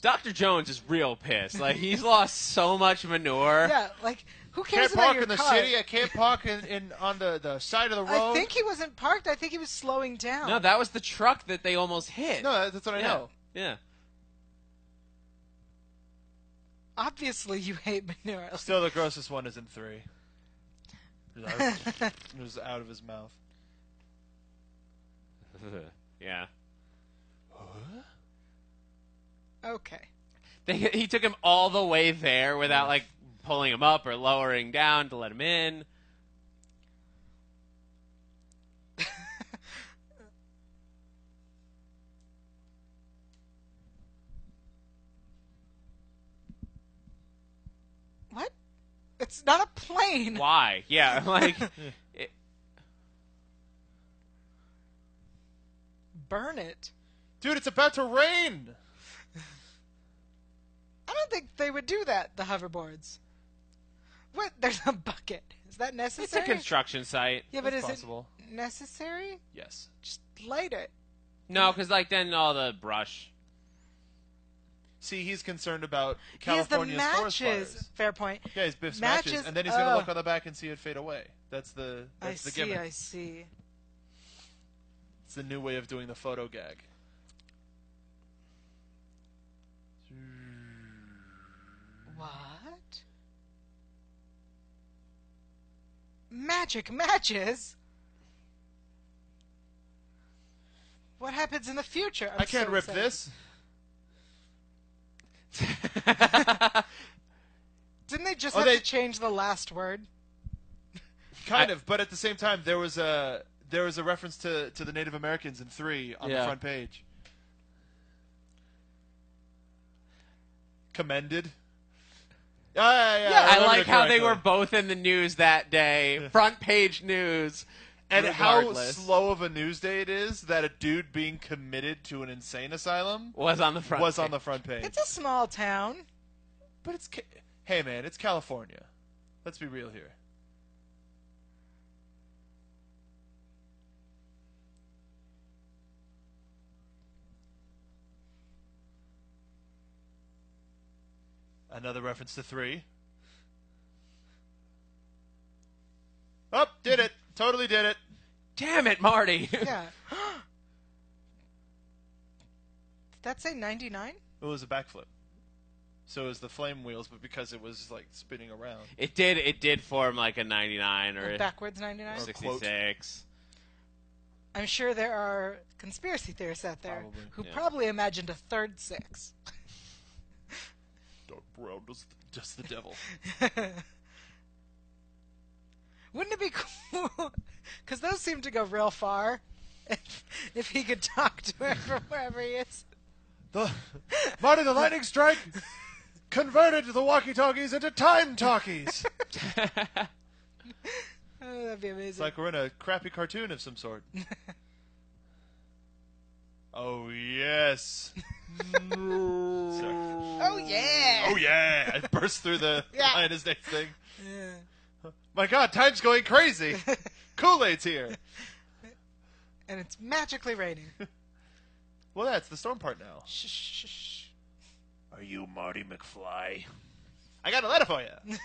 Speaker 4: Dr. Jones is real pissed. Like he's lost so much manure.
Speaker 3: Yeah, like who cares
Speaker 2: Can't
Speaker 3: about
Speaker 2: park
Speaker 3: your
Speaker 2: in the
Speaker 3: car?
Speaker 2: city. I can't park in, in on the, the side of the road.
Speaker 3: I think he wasn't parked. I think he was slowing down.
Speaker 4: No, that was the truck that they almost hit.
Speaker 2: no, that's what I
Speaker 4: yeah.
Speaker 2: know.
Speaker 4: Yeah.
Speaker 3: Obviously, you hate manure.
Speaker 2: Still, the grossest one is in three. it was out of his mouth.
Speaker 4: yeah.
Speaker 3: Okay.
Speaker 4: They, he took him all the way there without like pulling him up or lowering down to let him in.
Speaker 3: What? It's not a plane.
Speaker 4: Why? Yeah, like it,
Speaker 3: Burn it.
Speaker 2: Dude, it's about to rain.
Speaker 3: I don't think they would do that. The hoverboards. What? There's a bucket. Is that
Speaker 4: it's a
Speaker 3: necessary?
Speaker 4: construction site.
Speaker 3: yeah, but
Speaker 2: It's
Speaker 3: is
Speaker 2: possible.
Speaker 3: it necessary?
Speaker 2: Yes.
Speaker 3: Just light it.
Speaker 4: No, because like then all the brush.
Speaker 2: See, he's concerned about
Speaker 3: He's the
Speaker 2: California's forest
Speaker 3: matches.
Speaker 2: fires.
Speaker 3: Fair point.
Speaker 2: Yeah, he's Biff's matches,
Speaker 3: Matches,
Speaker 2: and then he's gonna
Speaker 3: uh,
Speaker 2: look on the back and see it fade away. That's the
Speaker 3: I
Speaker 2: that's the
Speaker 3: see.
Speaker 2: gimmick.
Speaker 3: I see.
Speaker 2: It's the new way of doing the photo gag.
Speaker 3: What? Magic matches. What happens in the future? I'm
Speaker 2: I can't
Speaker 3: so
Speaker 2: rip
Speaker 3: excited.
Speaker 2: this.
Speaker 3: Didn't they just
Speaker 2: Oh,
Speaker 3: have
Speaker 2: they-
Speaker 3: to change the last word?
Speaker 2: Kind
Speaker 4: I-
Speaker 2: of, but at the same time, there was a there was a reference to, to the Native Americans in three on the
Speaker 4: Yeah.
Speaker 2: front page. Commended. Yeah, yeah, yeah.
Speaker 4: I
Speaker 2: remembered
Speaker 4: like
Speaker 2: it
Speaker 4: how they
Speaker 2: correctly.
Speaker 4: were both in the news that day, front page news,
Speaker 2: and
Speaker 4: regardless,
Speaker 2: how slow of a news day it is that a dude being committed to an insane asylum
Speaker 4: was on the front.
Speaker 2: was on
Speaker 4: page.
Speaker 2: the front page.
Speaker 3: It's a small town.
Speaker 2: But it's ca- hey man, it's California. Let's be real here. Another reference to three. Up, Oh, did it. Totally did it.
Speaker 4: Damn it, Marty!
Speaker 3: Yeah. Did that say 99?
Speaker 2: It was a backflip. So it was the flame wheels, but because it was like spinning around.
Speaker 4: it did. It did form like a ninety-nine or
Speaker 3: Or
Speaker 4: a
Speaker 3: backwards 99?
Speaker 2: Or-
Speaker 4: sixty-six.
Speaker 3: I'm sure there are conspiracy theorists out there
Speaker 2: Probably,
Speaker 3: who
Speaker 4: yeah.
Speaker 3: probably imagined a third six.
Speaker 2: Dark brown was just the devil.
Speaker 3: Wouldn't it be cool? Because those seem to go real far. If, if he could talk to her from wherever he is.
Speaker 2: The Marty the lightning strike converted the walkie-talkies into time talkies.
Speaker 3: Oh, that'd be
Speaker 2: it's
Speaker 3: amazing.
Speaker 2: like we're in a crappy cartoon of some sort. oh yes.
Speaker 3: oh, yeah.
Speaker 2: Oh yeah! I burst through the
Speaker 3: Yeah.
Speaker 2: lioness next thing.
Speaker 4: Oh,
Speaker 3: yeah.
Speaker 2: My God, time's going crazy. Kool Aid's here.
Speaker 3: And it's magically raining.
Speaker 2: Well, that's the storm part now.
Speaker 3: Shh, shh, shh.
Speaker 2: Are you Marty McFly? I got a letter for you.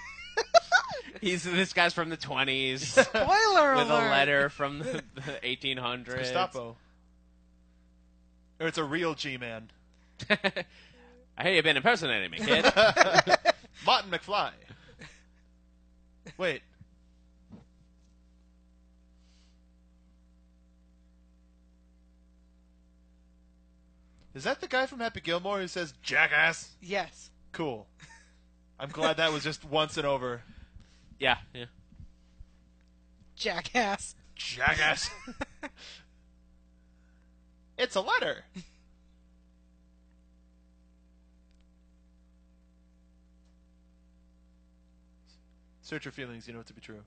Speaker 4: He's this guy's from the 20s with
Speaker 3: Spoiler
Speaker 4: a
Speaker 3: alert.
Speaker 4: letter from the, the 1800s.
Speaker 2: Gestapo. Or it's a real G-man.
Speaker 4: I hear you've been impersonating me, kid.
Speaker 2: Martin McFly. Wait. Is that the guy from Happy Gilmore who says jackass?
Speaker 3: Yes.
Speaker 2: Cool. I'm glad that was just once and over.
Speaker 4: yeah, yeah.
Speaker 3: Jackass.
Speaker 2: Jackass. it's a letter. Search your feelings, you know it to be true.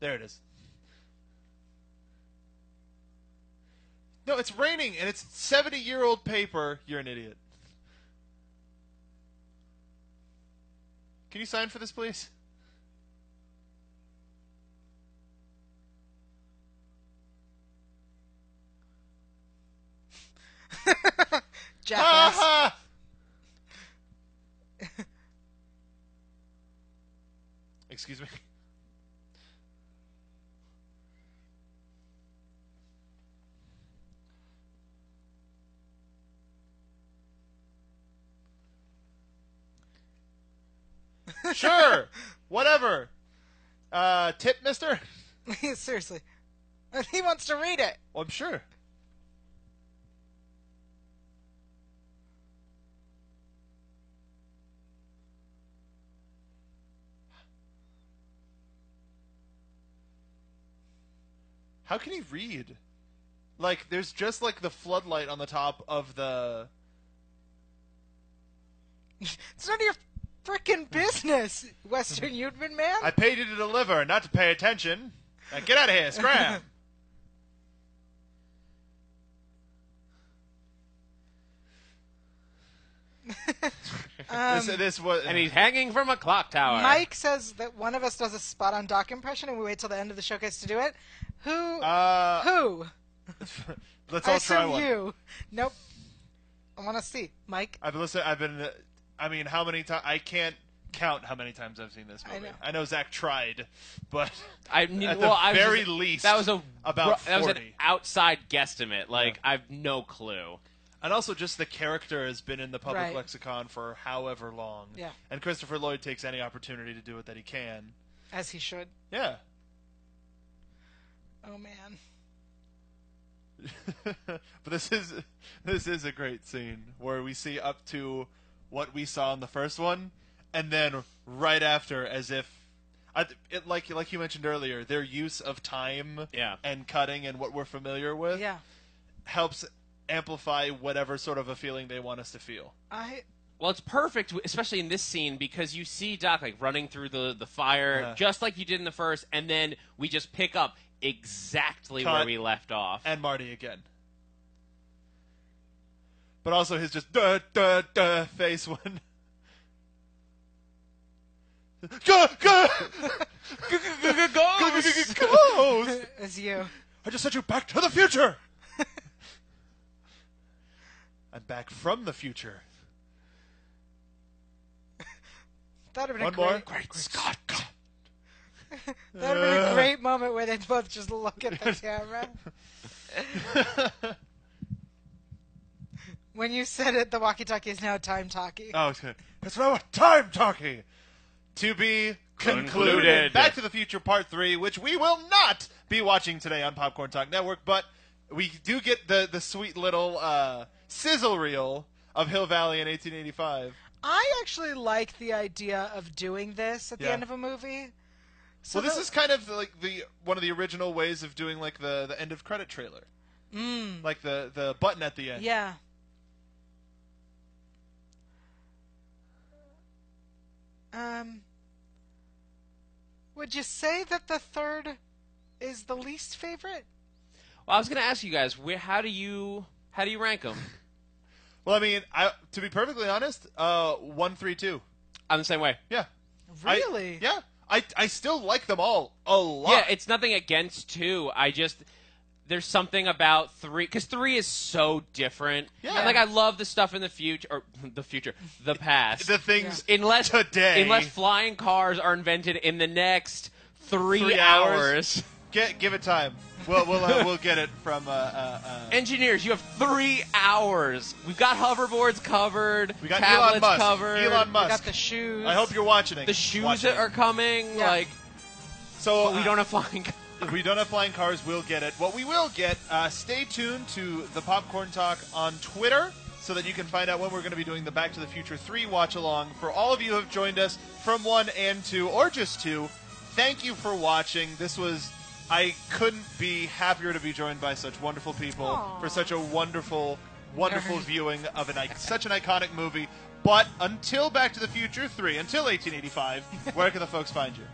Speaker 2: There it is. No, it's raining and it's 70 year old paper. You're an idiot. Can you sign for this, please?
Speaker 3: Jackass.
Speaker 2: Ah-ha! Excuse me. sure. Whatever. Uh, tip, mister? Uh-huh.
Speaker 3: Seriously. And he wants to read it.
Speaker 2: Oh, I'm sure. How can he read? Like, there's just like the floodlight on the top of the.
Speaker 3: It's none of your frickin' business, Western Union man.
Speaker 2: I paid you to deliver, not to pay attention. Now get out of here, scram!
Speaker 3: Um,
Speaker 2: this, this was.
Speaker 4: And he's hanging from a clock tower.
Speaker 3: Mike says that one of us does a spot on Doc impression, and we wait till the end of the showcase to do it. Who?
Speaker 2: Uh,
Speaker 3: who?
Speaker 2: let's
Speaker 3: I
Speaker 2: all try
Speaker 3: assume
Speaker 2: one.
Speaker 3: you. Nope. I want to see Mike.
Speaker 2: I've listened. I've been. I mean, how many times? I can't count how many times I've seen this
Speaker 3: I
Speaker 2: movie.
Speaker 3: know.
Speaker 2: Zach tried, but
Speaker 4: I mean,
Speaker 2: at
Speaker 4: well,
Speaker 2: the
Speaker 4: I was
Speaker 2: very
Speaker 4: just-
Speaker 2: least,
Speaker 4: that was a
Speaker 2: about
Speaker 4: that was an
Speaker 2: 40.
Speaker 4: outside guesstimate. Like I've no clue.
Speaker 2: and also just the character has been in the public
Speaker 3: Right.
Speaker 2: lexicon for however long.
Speaker 3: Yeah.
Speaker 2: And Christopher Lloyd takes any opportunity to do it that he can.
Speaker 3: As he should.
Speaker 2: Yeah.
Speaker 3: Oh man.
Speaker 2: but this is this is a great scene where we see up to what we saw in the first one, and then right after, as if I, it, like like you mentioned earlier, their use of time
Speaker 4: Yeah.
Speaker 2: and cutting and what we're familiar with
Speaker 3: Yeah.
Speaker 2: helps amplify whatever sort of a feeling they want us to feel.
Speaker 3: I.
Speaker 4: Well, it's perfect, especially in this scene, because you see Doc like running through the the fire,
Speaker 2: Uh-huh.
Speaker 4: just like you did in the first, and then we just pick up exactly
Speaker 2: Cut.
Speaker 4: where we left off.
Speaker 2: And Marty again. But also his just duh duh duh face when. Go go Ghost!
Speaker 3: As you.
Speaker 2: I just sent you back to the future. I'm back from the future.
Speaker 3: That would have been
Speaker 2: One
Speaker 3: a
Speaker 2: more.
Speaker 3: great.
Speaker 2: Scott. God.
Speaker 3: That would have been
Speaker 2: Ugh.
Speaker 3: a great moment where they both just look at the camera. when you said it, the walkie-talkie is now time talkie.
Speaker 2: Oh, it's good. That's now a time talkie. To be concluded.
Speaker 4: Concluded.
Speaker 2: Back to the Future Part 3, which we will not be watching today on Popcorn Talk Network, but we do get the, the sweet little uh, sizzle reel of Hill Valley in 1885.
Speaker 3: I actually like the idea of doing this at the
Speaker 2: Yeah.
Speaker 3: end of a movie. So
Speaker 2: Well, this
Speaker 3: the-
Speaker 2: is kind of like the one of the original ways of doing like the, the end of credit trailer. Mm. Like the, the button at the end.
Speaker 3: yeah. Um, would you say that the third is the least favorite?
Speaker 4: well, I was gonna ask you guys, where, how do you how do you rank them?
Speaker 2: Well, I mean, I, to be perfectly honest, uh, one three two.
Speaker 4: I'm the same way.
Speaker 2: Yeah. I-
Speaker 3: Really?
Speaker 2: yeah. I I still like them all a lot.
Speaker 4: Yeah, it's nothing against two. I just there's something about three because three is so different.
Speaker 2: Yeah.
Speaker 4: And like I love the stuff in the future or the future, the past.
Speaker 2: the things
Speaker 4: unless
Speaker 2: today.
Speaker 4: unless flying cars are invented in the next three,
Speaker 2: Three hours.
Speaker 4: hours.
Speaker 2: Get give it time. We'll we'll uh, we'll get it from uh, uh, uh,
Speaker 4: Engineers, you have three hours. We've got hoverboards covered.
Speaker 2: we got
Speaker 4: tablets
Speaker 2: Elon Musk.
Speaker 4: covered.
Speaker 2: Elon
Speaker 3: We got
Speaker 2: Musk.
Speaker 3: the shoes.
Speaker 2: I hope you're watching. it.
Speaker 4: The shoes
Speaker 2: Watching
Speaker 4: that
Speaker 2: it.
Speaker 4: are coming,
Speaker 3: Yeah.
Speaker 4: like
Speaker 2: so uh,
Speaker 4: but we don't have flying. cars.
Speaker 2: If we don't have flying cars, we'll get it. What we will get, uh, stay tuned to the Popcorn Talk on Twitter so that you can find out when we're going to be doing the Back to the Future 3 watch along. For all of you who have joined us from 1 and 2, or just 2, thank you for watching. This was. I couldn't be happier to be joined by such wonderful people
Speaker 3: Aw.
Speaker 2: for such a wonderful, wonderful
Speaker 3: Nerd.
Speaker 2: viewing of an, ic- such an iconic movie. But until Back to the Future 3, until 1885, where can the folks find you?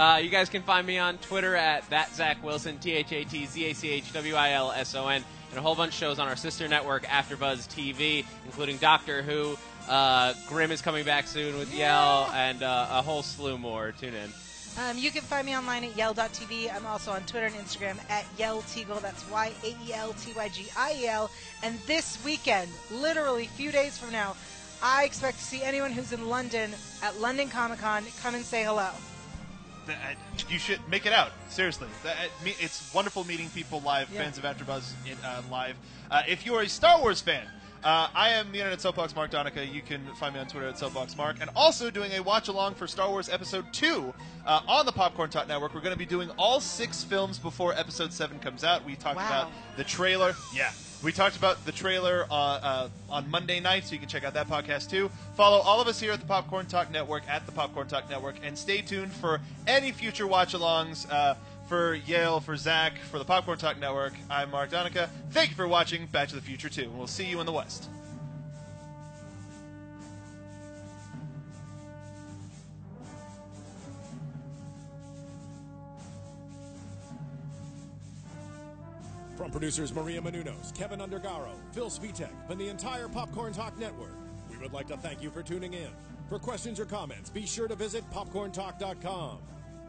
Speaker 4: Uh, you guys can find me on Twitter at that Zach Wilson, T H A T Z A C H W I L S O N, and a whole bunch of shows on our sister network, AfterBuzz TV, including Doctor Who. Uh, Grimm is coming back soon with Yell, and uh, a whole slew more. Tune in.
Speaker 3: Um, you can find me online at yell.tv. I'm also on Twitter and Instagram at yellteagle. That's Y A E L T Y G I E L. And this weekend, literally a few days from now, I expect to see anyone who's in London at London Comic Con come and say hello.
Speaker 2: Th- I- uh, you should make it out. Seriously, Th- I- me- it's wonderful meeting people live,
Speaker 3: Yeah.
Speaker 2: fans of AfterBuzz in- uh, live. Uh, if you are a Star Wars fan, uh, I am the internet soapbox Mark Donica. You can find me on Twitter at soapboxmark, and also doing a watch along for Star Wars Episode Two uh, on the Popcorn Talk Network. We're going to be doing all six films before Episode Seven comes out. We talked
Speaker 3: Wow.
Speaker 2: about the trailer. Yeah. We talked about the trailer uh, uh, on Monday night, so you can check out that podcast too. Follow all of us here at the Popcorn Talk Network, at the Popcorn Talk Network, and stay tuned for any future watch alongs uh, for Yale, for Zach, for the Popcorn Talk Network. I'm Mark Donica. Thank you for watching Back to the Future 2, and we'll see you in the West.
Speaker 1: From producers Maria Menunos, Kevin Undergaro, Phil Svitek, and the entire Popcorn Talk Network, we would like to thank you for tuning in. For questions or comments, be sure to visit popcorntalk.com.